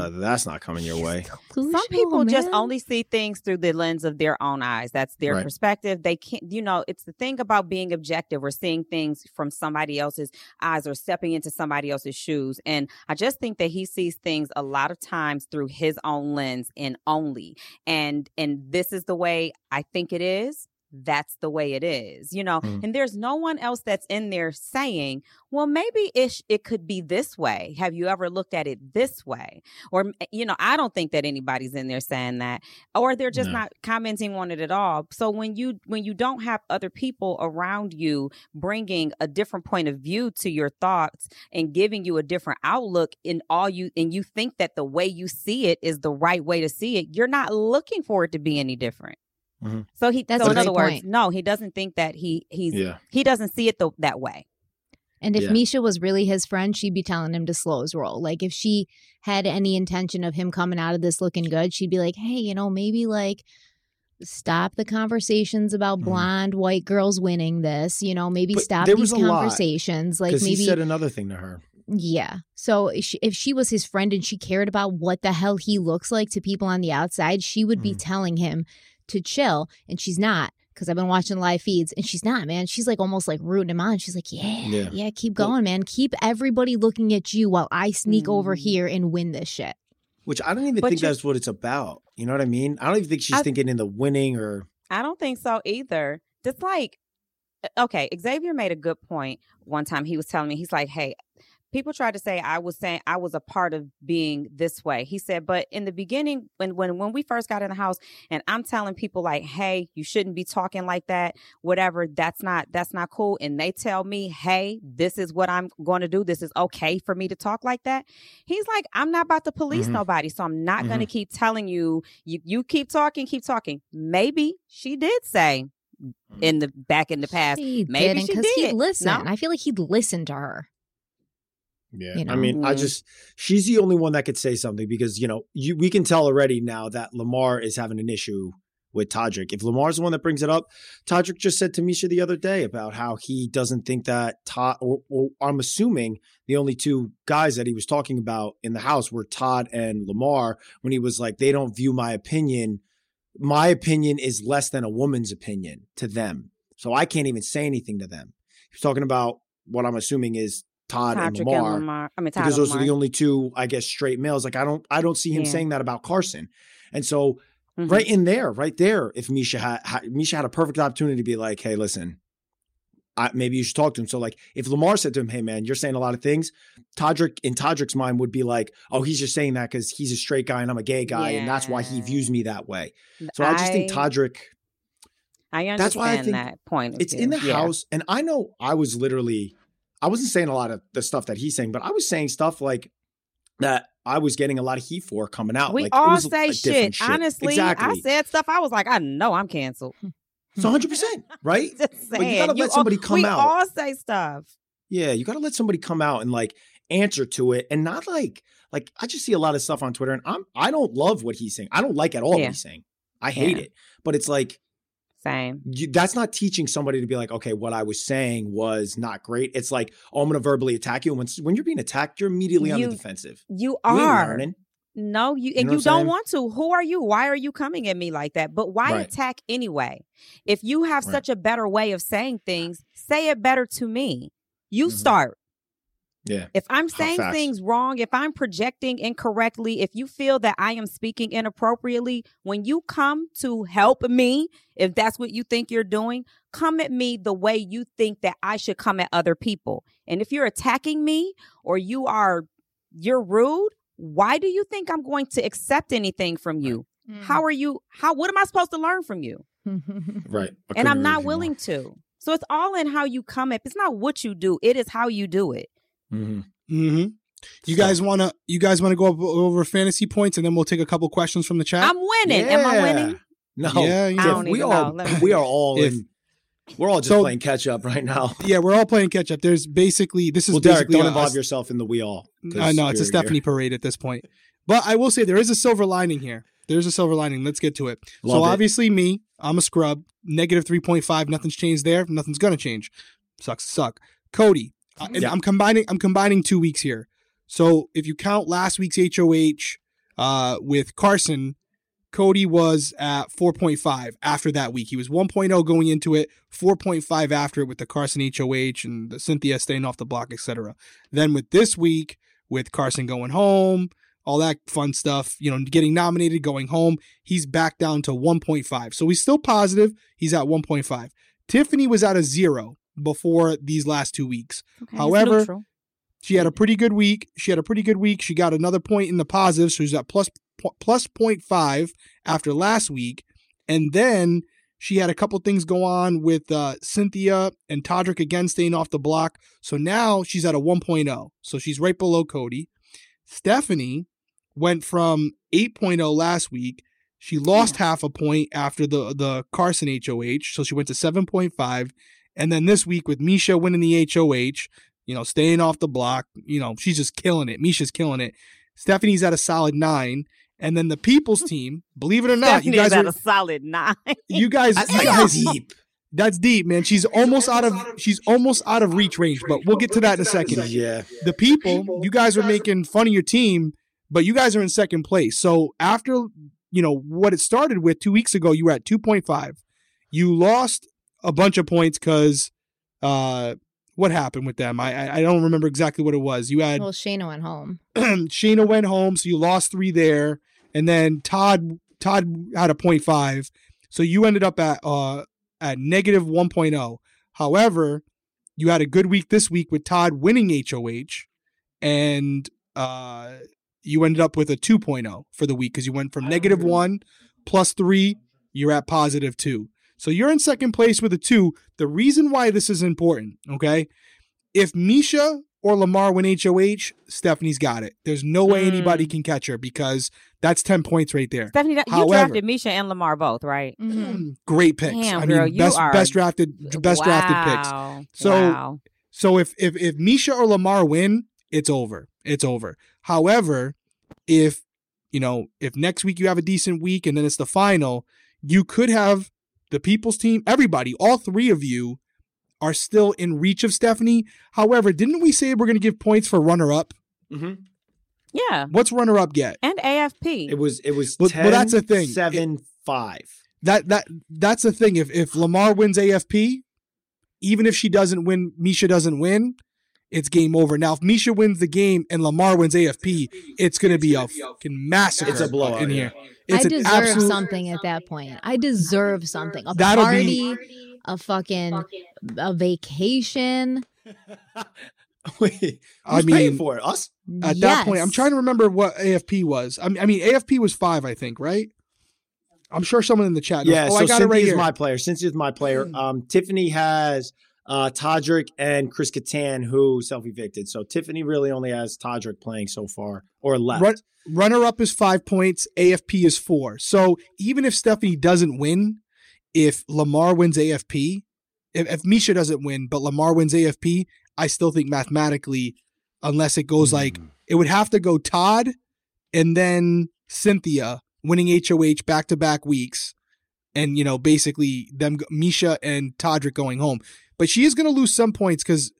Speaker 2: was like, uh, that's not coming your way.
Speaker 4: Delusional,
Speaker 3: Some people just
Speaker 4: man.
Speaker 3: only see things through the lens of their own eyes. That's their
Speaker 2: Right.
Speaker 3: perspective. They can't, you know, it's the thing about being objective or seeing things from somebody else's eyes or stepping into somebody else's shoes. And I just think that he sees things a lot of times through his own lens and only. And and this is the way I think it is. That's the way it is, you know.
Speaker 2: Mm.
Speaker 3: And there's no one else that's in there saying, "Well, maybe it sh- it could be this way." Have you ever looked at it this way? or m- eh, you know i don't think that anybody's in there saying that or they're just
Speaker 2: No.
Speaker 3: not commenting on it at all so when you when you don't have other people around you bringing a different point of view to your thoughts and giving you a different outlook in all you and you think that the way you see it is the right way to see it you're not looking for it to be any different
Speaker 2: Mhm.
Speaker 3: so he
Speaker 4: That's
Speaker 3: so
Speaker 4: a
Speaker 3: in other
Speaker 4: great
Speaker 3: words
Speaker 4: point.
Speaker 3: no he doesn't think that he he's
Speaker 2: Yeah.
Speaker 3: he doesn't see it the, that way
Speaker 4: And if
Speaker 2: Yeah.
Speaker 4: Misha was really his friend, she'd be telling him to slow his roll. Like if she had any intention of him coming out of this looking good, she'd be like, "Hey, you know, maybe like stop the conversations about
Speaker 2: Mhm.
Speaker 4: blonde white girls winning this. You know, maybe
Speaker 2: But
Speaker 4: stop
Speaker 2: there was
Speaker 4: these
Speaker 2: a lot,
Speaker 4: conversations. Like
Speaker 2: Because
Speaker 4: maybe
Speaker 2: he said another thing to her.
Speaker 4: yeah. So if she, if she was his friend and she cared about what the hell he looks like to people on the outside, she would be
Speaker 3: Mm-hmm.
Speaker 2: Mm.
Speaker 4: telling him to chill, and she's not. Because I've been watching live feeds, and she's not, man. She's like almost like rooting him on. She's like, yeah, yeah,
Speaker 2: Yeah.
Speaker 4: keep
Speaker 2: Well-
Speaker 4: going, man. Keep everybody looking at you while I sneak over
Speaker 3: Mm.
Speaker 4: here and win this shit.
Speaker 2: Which I don't even
Speaker 3: But
Speaker 2: think
Speaker 3: you-
Speaker 2: that's what it's about. You know what I mean? I don't even think she's
Speaker 3: I-
Speaker 2: thinking in the winning or
Speaker 3: I don't think so either. Just like, eh, okay, Xavier made a good point one time. He was telling me, he's like, hey, people tried to say I was saying I was a part of being this way. He said, but in the beginning, when when when we first got in the house, and I'm telling people like, hey, you shouldn't be talking like that, whatever. That's not that's not cool. And they tell me, hey, this is what I'm going to do. This is okay for me to talk like that. He's like, I'm not about to police
Speaker 2: Mhm.
Speaker 3: nobody, so I'm not going to keep telling you. You you keep talking, keep talking. Maybe she did say
Speaker 2: Mm-hmm.
Speaker 3: in the back in the past.
Speaker 4: She
Speaker 3: Maybe she
Speaker 4: because he'd
Speaker 3: did.
Speaker 4: listen.
Speaker 3: No.
Speaker 4: I feel like he'd listen to her.
Speaker 2: Yeah.
Speaker 4: You know?
Speaker 2: I mean, I
Speaker 3: Mm.
Speaker 2: just she's the only one that could say something because, you know, you, we can tell already now that Lamar is having an issue with Todrick. If Lamar's the one that brings it up, Todrick just said to Misha the other day about how he doesn't think that Todd or, or I'm assuming the only two guys that he was talking about in the house were Todd and Lamar when he was like they don't view my opinion my opinion is less than a woman's opinion to them. So I can't even say anything to them. He's talking about what I'm assuming is Todd
Speaker 3: Patrick
Speaker 2: and Lamar
Speaker 3: I mean, Todd
Speaker 2: because
Speaker 3: and
Speaker 2: those are the
Speaker 3: Lamar.
Speaker 2: only two, I guess, straight males. Like I don't, I don't see him
Speaker 3: Yeah.
Speaker 2: saying that about Carson. And so,
Speaker 3: Mhm.
Speaker 2: right in there, right there, if Misha had ha, Misha had a perfect opportunity to be like, "Hey, listen, I, maybe you should talk to him." So, like, if Lamar said to him, "Hey, man, you're saying a lot of things," Todrick in Todrick's mind would be like, "Oh, he's just saying that because he's a straight guy and I'm a gay guy, and that's why he
Speaker 3: Yeah.
Speaker 2: views me that way." So I, just think Todrick
Speaker 3: I understand
Speaker 2: that's why I think
Speaker 3: that point. of
Speaker 2: it's in
Speaker 3: view.
Speaker 2: the
Speaker 3: Yeah.
Speaker 2: house and i know i was literally i wasn't saying a lot of the stuff that he's saying but i was saying stuff like that i was getting a lot of heat for coming out
Speaker 3: We
Speaker 2: like, it
Speaker 3: all
Speaker 2: was a-
Speaker 3: say
Speaker 2: a
Speaker 3: shit.
Speaker 2: different
Speaker 3: Honestly,
Speaker 2: exactly
Speaker 3: I said stuff. I was like, I know I'm canceled.
Speaker 2: so 100% right
Speaker 3: Just
Speaker 2: Like,
Speaker 3: saying.
Speaker 2: you gotta let
Speaker 3: all-
Speaker 2: somebody come
Speaker 3: we
Speaker 2: out
Speaker 3: all say stuff.
Speaker 2: yeah you gotta let somebody come out and like answer to it and not like like i just see a lot of stuff on twitter and i'm i don't love what he's saying i don't like at all
Speaker 3: Yeah.
Speaker 2: what he's saying i hate
Speaker 3: Yeah.
Speaker 2: it but it's like
Speaker 3: Same.
Speaker 2: you, that's not teaching somebody to be like, okay, what I was saying was not great. It's like, oh, I'm going to verbally attack you. And when, when you're being attacked, you're immediately on the
Speaker 3: You
Speaker 2: defensive.
Speaker 3: You
Speaker 2: You ain't
Speaker 3: are.
Speaker 2: learning.
Speaker 3: no, you and
Speaker 2: know what I'm
Speaker 3: you, don't
Speaker 2: saying?
Speaker 3: want to. Who are you? Why are you coming at me like that? But why
Speaker 2: Right.
Speaker 3: attack anyway? If you have
Speaker 2: Right.
Speaker 3: such a better way of saying things, say it better to me. You
Speaker 2: Mhm.
Speaker 3: start.
Speaker 2: Yeah.
Speaker 3: If I'm
Speaker 2: Hot
Speaker 3: saying
Speaker 2: facts.
Speaker 3: things wrong, if I'm projecting incorrectly, if you feel that I am speaking inappropriately, when you come to help me, if that's what you think you're doing, come at me the way you think that I should come at other people. And if you're attacking me or you are you're rude, why do you think I'm going to accept anything from you?
Speaker 4: Mm-hmm.
Speaker 3: How are you how what am I supposed to learn from you?
Speaker 2: Right. I
Speaker 3: and
Speaker 2: couldn't
Speaker 3: I'm
Speaker 2: agree
Speaker 3: not
Speaker 2: with you more.
Speaker 3: willing to. So it's all in how you come up. It's not what you do, it is how you do it.
Speaker 2: Mhm.
Speaker 1: Mm-hmm. You guys want to you guys want to go up over fantasy points, and then we'll take a couple questions from the chat.
Speaker 3: I'm winning. Am I winning?
Speaker 2: Yeah. No.
Speaker 1: yeah,
Speaker 3: I
Speaker 1: yeah.
Speaker 2: Tiff,
Speaker 3: don't
Speaker 2: we
Speaker 3: even
Speaker 2: all
Speaker 3: know. Let me-
Speaker 2: we are all
Speaker 1: If-
Speaker 2: in, we're all just
Speaker 1: So-
Speaker 2: playing catch up right now.
Speaker 1: yeah, we're all playing catch up. There's basically this is
Speaker 2: Well, Derek,
Speaker 1: basically
Speaker 2: don't
Speaker 1: a-
Speaker 2: involve yourself in the we all. 'cause
Speaker 1: I know it's a
Speaker 2: you're- you're-
Speaker 1: Stephanie parade at this point, but I will say there is a silver lining here. There's a silver lining. Let's get to it. so
Speaker 2: Love it.
Speaker 1: obviously, me, I'm a scrub. Negative three point five. Nothing's changed there. Nothing's gonna change. Sucks to suck. Cody, uh, and
Speaker 2: Yeah.
Speaker 1: I'm combining. I'm combining two weeks here. So if you count last week's HOH uh, with Carson, Cody was at four point five after that week. He was 1.0 going into it, 4.5 after it with the Carson HOH and the Cynthia staying off the block, etc. Then with this week, with Carson going home, all that fun stuff, you know, getting nominated, going home, he's back down to 1.5. So he's still positive. He's at 1.5. Tiffany was at a zero before these last two weeks.
Speaker 3: Okay, it's
Speaker 1: However,
Speaker 3: neutral.
Speaker 1: She had a pretty good week. She had a pretty good week. She got another point in the positive, so she's at plus po- plus point five after last week, and then she had a couple things go on with uh, Cynthia and Todrick again staying off the block. So now she's at a 1.0, so she's right below Cody. Stephanie went from 8.0 last week. She lost half a point after the the Carson HOH, so she went to 7.5, and then this week with Misha winning the HOH you know, staying off the block. You know, she's just killing it. Misha's killing it. Stephanie's at a solid nine. And then the people's team, believe it or not, you
Speaker 3: Stephanie is
Speaker 1: guys
Speaker 3: at
Speaker 1: are
Speaker 3: a solid nine.
Speaker 1: you guys,
Speaker 2: That's
Speaker 1: you
Speaker 2: like
Speaker 1: guys
Speaker 2: deep.
Speaker 1: that's deep, man. She's almost out of she's almost out of reach range, but we'll get to that in a second.
Speaker 2: Yeah.
Speaker 1: The people, you guys are making fun of your team, but you guys are in second place. So after you know what it started with two weeks ago, you were at two point five. You lost a bunch of points because uh, what happened with them? I I- I don't remember exactly what it was. You had
Speaker 4: Well, Shayna went home.
Speaker 1: Shayna went home, so you lost three there, and then Todd Todd had a point five, so you ended up at uh at negative 1.0. However, you had a good week this week with Todd winning HOH, and uh you ended up with a 2.0 for the week because you went from negative one plus three, you're at positive two. So you're in second place with a two. The reason why this is important, okay? If Misha or Lamar win HOH, Stephanie's got it. There's no way
Speaker 3: Mm.
Speaker 1: anybody can catch her because that's 10 points right there.
Speaker 3: Stephanie, you
Speaker 1: However-
Speaker 3: drafted Misha and Lamar both, right?
Speaker 4: Mhm.
Speaker 1: Great picks.
Speaker 3: Mm-hmm. Damn,
Speaker 1: I mean,
Speaker 3: girl, you
Speaker 1: best
Speaker 3: are-
Speaker 1: best drafted best drafted picks.
Speaker 3: Wow.
Speaker 1: So-
Speaker 3: wow.
Speaker 1: So if if if Misha or Lamar win, it's over. It's over. However, if you know, if next week you have a decent week and then it's the final, you could have the people's team, everybody, all three of you are still in reach of Stephanie. However, didn't we say we're going to give points for runner up?
Speaker 2: hmm
Speaker 3: yeah,
Speaker 1: What's runner up get?
Speaker 3: and AFP.
Speaker 2: It was it was
Speaker 1: Well-
Speaker 2: 10,
Speaker 1: well, that's the thing.
Speaker 2: Seven five.
Speaker 1: That that that's the thing. If if Lamar wins AFP, even if she doesn't win, Misha doesn't win, it's game over. Now if Misha wins the game and Lamar wins AFP, it's gonna be a fucking massacre.
Speaker 2: It's a blowout,
Speaker 1: in
Speaker 2: yeah.
Speaker 1: here. It's
Speaker 4: I
Speaker 1: an
Speaker 4: deserve
Speaker 1: absolute-
Speaker 4: something at that point. I deserve something. A
Speaker 1: That'll
Speaker 4: party,
Speaker 1: be-
Speaker 4: a fucking a vacation.
Speaker 2: Wait,
Speaker 1: I
Speaker 2: who's paying
Speaker 1: mean,
Speaker 2: for it? Us?
Speaker 1: at that point, I'm trying to remember what AFP was. I mean, I mean AFP was five, I think, right? I'm sure someone in the chat. Knows.
Speaker 2: Yeah,
Speaker 1: oh,
Speaker 2: so
Speaker 1: I got
Speaker 2: Cynthia's
Speaker 1: it right here. Hmm.
Speaker 2: my player. Cynthia's my player. Um, Tiffany has uh, Todrick and Chris Kattan, who self evicted. So Tiffany really only has Todrick playing so far or left.
Speaker 1: Run- runner up is five points, AFP is four. So even if Stephanie doesn't win, if Lamar wins AFP, if, if Misha doesn't win, but Lamar wins AFP, I still think mathematically, unless it goes like it would have to go Todd and then Cynthia winning HOH back to back weeks. And, you know, basically them, Misha and Todrick going home. But she is going to lose some points because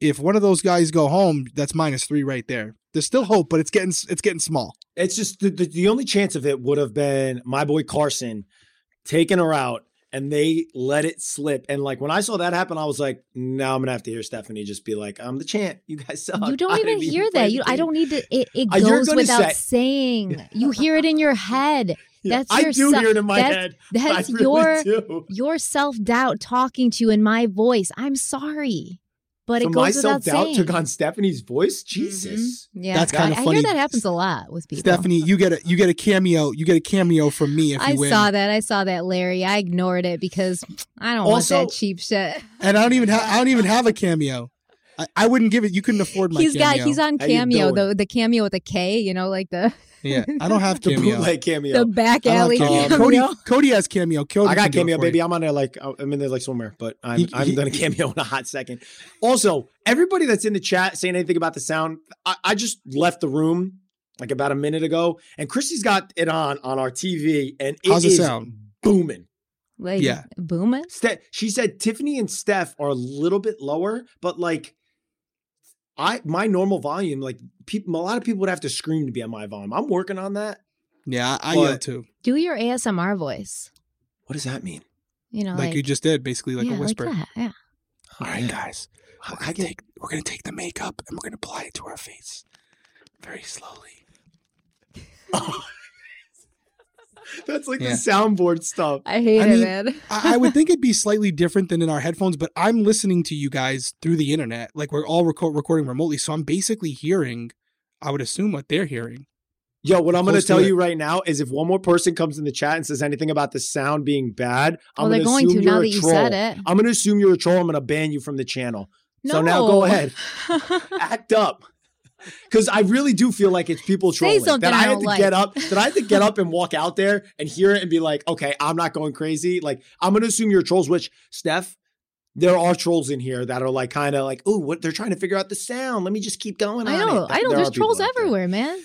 Speaker 1: if one of those guys go home, that's minus three right there. There's still hope, but it's getting it's getting small.
Speaker 2: It's just the, the, the only chance of it would have been my boy Carson taking her out and they let it slip. And like when I saw that happen, I was like, now I'm going to have to hear Stephanie just be like, I'm the champ. You guys suck.
Speaker 4: You don't
Speaker 2: I
Speaker 4: even
Speaker 2: didn't
Speaker 4: hear
Speaker 2: play
Speaker 4: that.
Speaker 2: the
Speaker 4: You, I
Speaker 2: game."
Speaker 4: don't need to. It, it
Speaker 2: Uh, you're
Speaker 4: goes
Speaker 2: gonna
Speaker 4: without
Speaker 2: say-
Speaker 4: saying. You hear it in your head.
Speaker 2: Yeah,
Speaker 4: That's
Speaker 2: I
Speaker 4: your
Speaker 2: do
Speaker 4: self-
Speaker 2: hear it in my
Speaker 4: that's-
Speaker 2: head.
Speaker 4: That's
Speaker 2: I really
Speaker 4: your
Speaker 2: do.
Speaker 4: your self doubt talking to you in my voice. I'm sorry, but
Speaker 2: So
Speaker 4: it
Speaker 2: my
Speaker 4: goes
Speaker 2: self
Speaker 4: without
Speaker 2: doubt
Speaker 4: saying. Mm-hmm.
Speaker 2: took on Stephanie's voice. Jesus.
Speaker 4: Yeah,
Speaker 1: That's
Speaker 4: I-
Speaker 1: kinda
Speaker 4: I,
Speaker 1: funny.
Speaker 4: hear that happens a lot with people.
Speaker 1: Stephanie, you get a you get a cameo. You get a cameo from me if you
Speaker 4: I
Speaker 1: win.
Speaker 4: saw that. I saw that, Larry. I ignored it because I don't
Speaker 2: Also-
Speaker 4: want that cheap shit.
Speaker 1: And I don't even have I don't even have a cameo. I, I wouldn't give it. You couldn't afford my
Speaker 4: He's
Speaker 1: cameo.
Speaker 4: got he's on
Speaker 2: How you
Speaker 4: cameo
Speaker 2: doing?
Speaker 4: the the cameo with a K, you know, like the
Speaker 1: yeah, I don't have
Speaker 2: The
Speaker 1: cameo.
Speaker 2: bootleg
Speaker 4: the
Speaker 2: cameo.
Speaker 1: I
Speaker 4: back
Speaker 1: don't
Speaker 4: alley
Speaker 1: have cameo.
Speaker 2: Cameo.
Speaker 1: Cody
Speaker 4: cameo.
Speaker 1: Cody has cameo. Cody
Speaker 2: I got
Speaker 1: can do it
Speaker 2: cameo,
Speaker 1: for Oh,
Speaker 2: baby.
Speaker 1: you.
Speaker 2: I'm on there like I'm in there like somewhere, but I'm
Speaker 1: He-
Speaker 2: I'm
Speaker 1: he-
Speaker 2: gonna cameo in a hot second. Also, everybody that's in the chat saying anything about the sound, I, I just left the room like about a minute ago, and Christy's got it on on our TV, and it is
Speaker 1: How's it sound?
Speaker 2: booming.
Speaker 4: Like
Speaker 1: Yeah.
Speaker 4: boom.
Speaker 2: Ste- she said Tiffany and Steph are a little bit lower, but like I my normal volume, like people, a lot of people would have to scream to be on my volume. I'm working on that.
Speaker 1: Yeah, I, I
Speaker 2: But-
Speaker 1: yell too,
Speaker 4: Do your ASMR voice.
Speaker 2: What does that mean?
Speaker 4: You know,
Speaker 1: like,
Speaker 4: like,
Speaker 1: you just did, basically like
Speaker 4: yeah,
Speaker 1: a whisper.
Speaker 4: that, yeah.
Speaker 1: All right, guys,
Speaker 2: I-
Speaker 1: we're
Speaker 2: I
Speaker 1: gonna
Speaker 2: get-
Speaker 1: take we're gonna take the makeup and we're gonna apply it to our face very slowly.
Speaker 2: That's like
Speaker 1: Yeah.
Speaker 2: the soundboard stuff.
Speaker 4: I hate
Speaker 1: I
Speaker 4: it,
Speaker 1: mean,
Speaker 4: man.
Speaker 1: I, I would think it'd be slightly different than in our headphones, but I'm listening to you guys through the internet. Like we're all reco- recording remotely, so I'm basically hearing. I would assume what they're hearing.
Speaker 2: Yo, what I'm going
Speaker 1: Close
Speaker 2: to
Speaker 1: to
Speaker 2: tell
Speaker 1: it.
Speaker 2: you right now is if one more person comes in the chat and says anything about the sound being bad,
Speaker 4: Well,
Speaker 2: I'm
Speaker 4: they're
Speaker 2: going to
Speaker 4: going
Speaker 2: assume
Speaker 4: to
Speaker 2: you're
Speaker 4: now
Speaker 2: a
Speaker 4: that you
Speaker 2: troll.
Speaker 4: said it.
Speaker 2: I'm going to assume you're a troll. I'm going to ban you from the channel. So now
Speaker 4: No.
Speaker 2: go ahead. Act up. Because I really do feel like it's people
Speaker 4: Say
Speaker 2: trolling.
Speaker 4: something
Speaker 2: that I
Speaker 4: I
Speaker 2: had
Speaker 4: don't
Speaker 2: to
Speaker 4: like.
Speaker 2: get up. That I had to get up and walk out there and hear it and be like, okay, I'm not going crazy. Like I'm going to assume you're trolls. Which Steph, there are trolls in here that are like kind of like, oh, what they're trying to figure out the sound. Let me just keep going.
Speaker 4: I
Speaker 2: on
Speaker 4: know,
Speaker 2: it." Th-
Speaker 4: I know.
Speaker 2: there
Speaker 4: There's
Speaker 2: are people
Speaker 4: trolls
Speaker 2: like that.
Speaker 4: everywhere, man.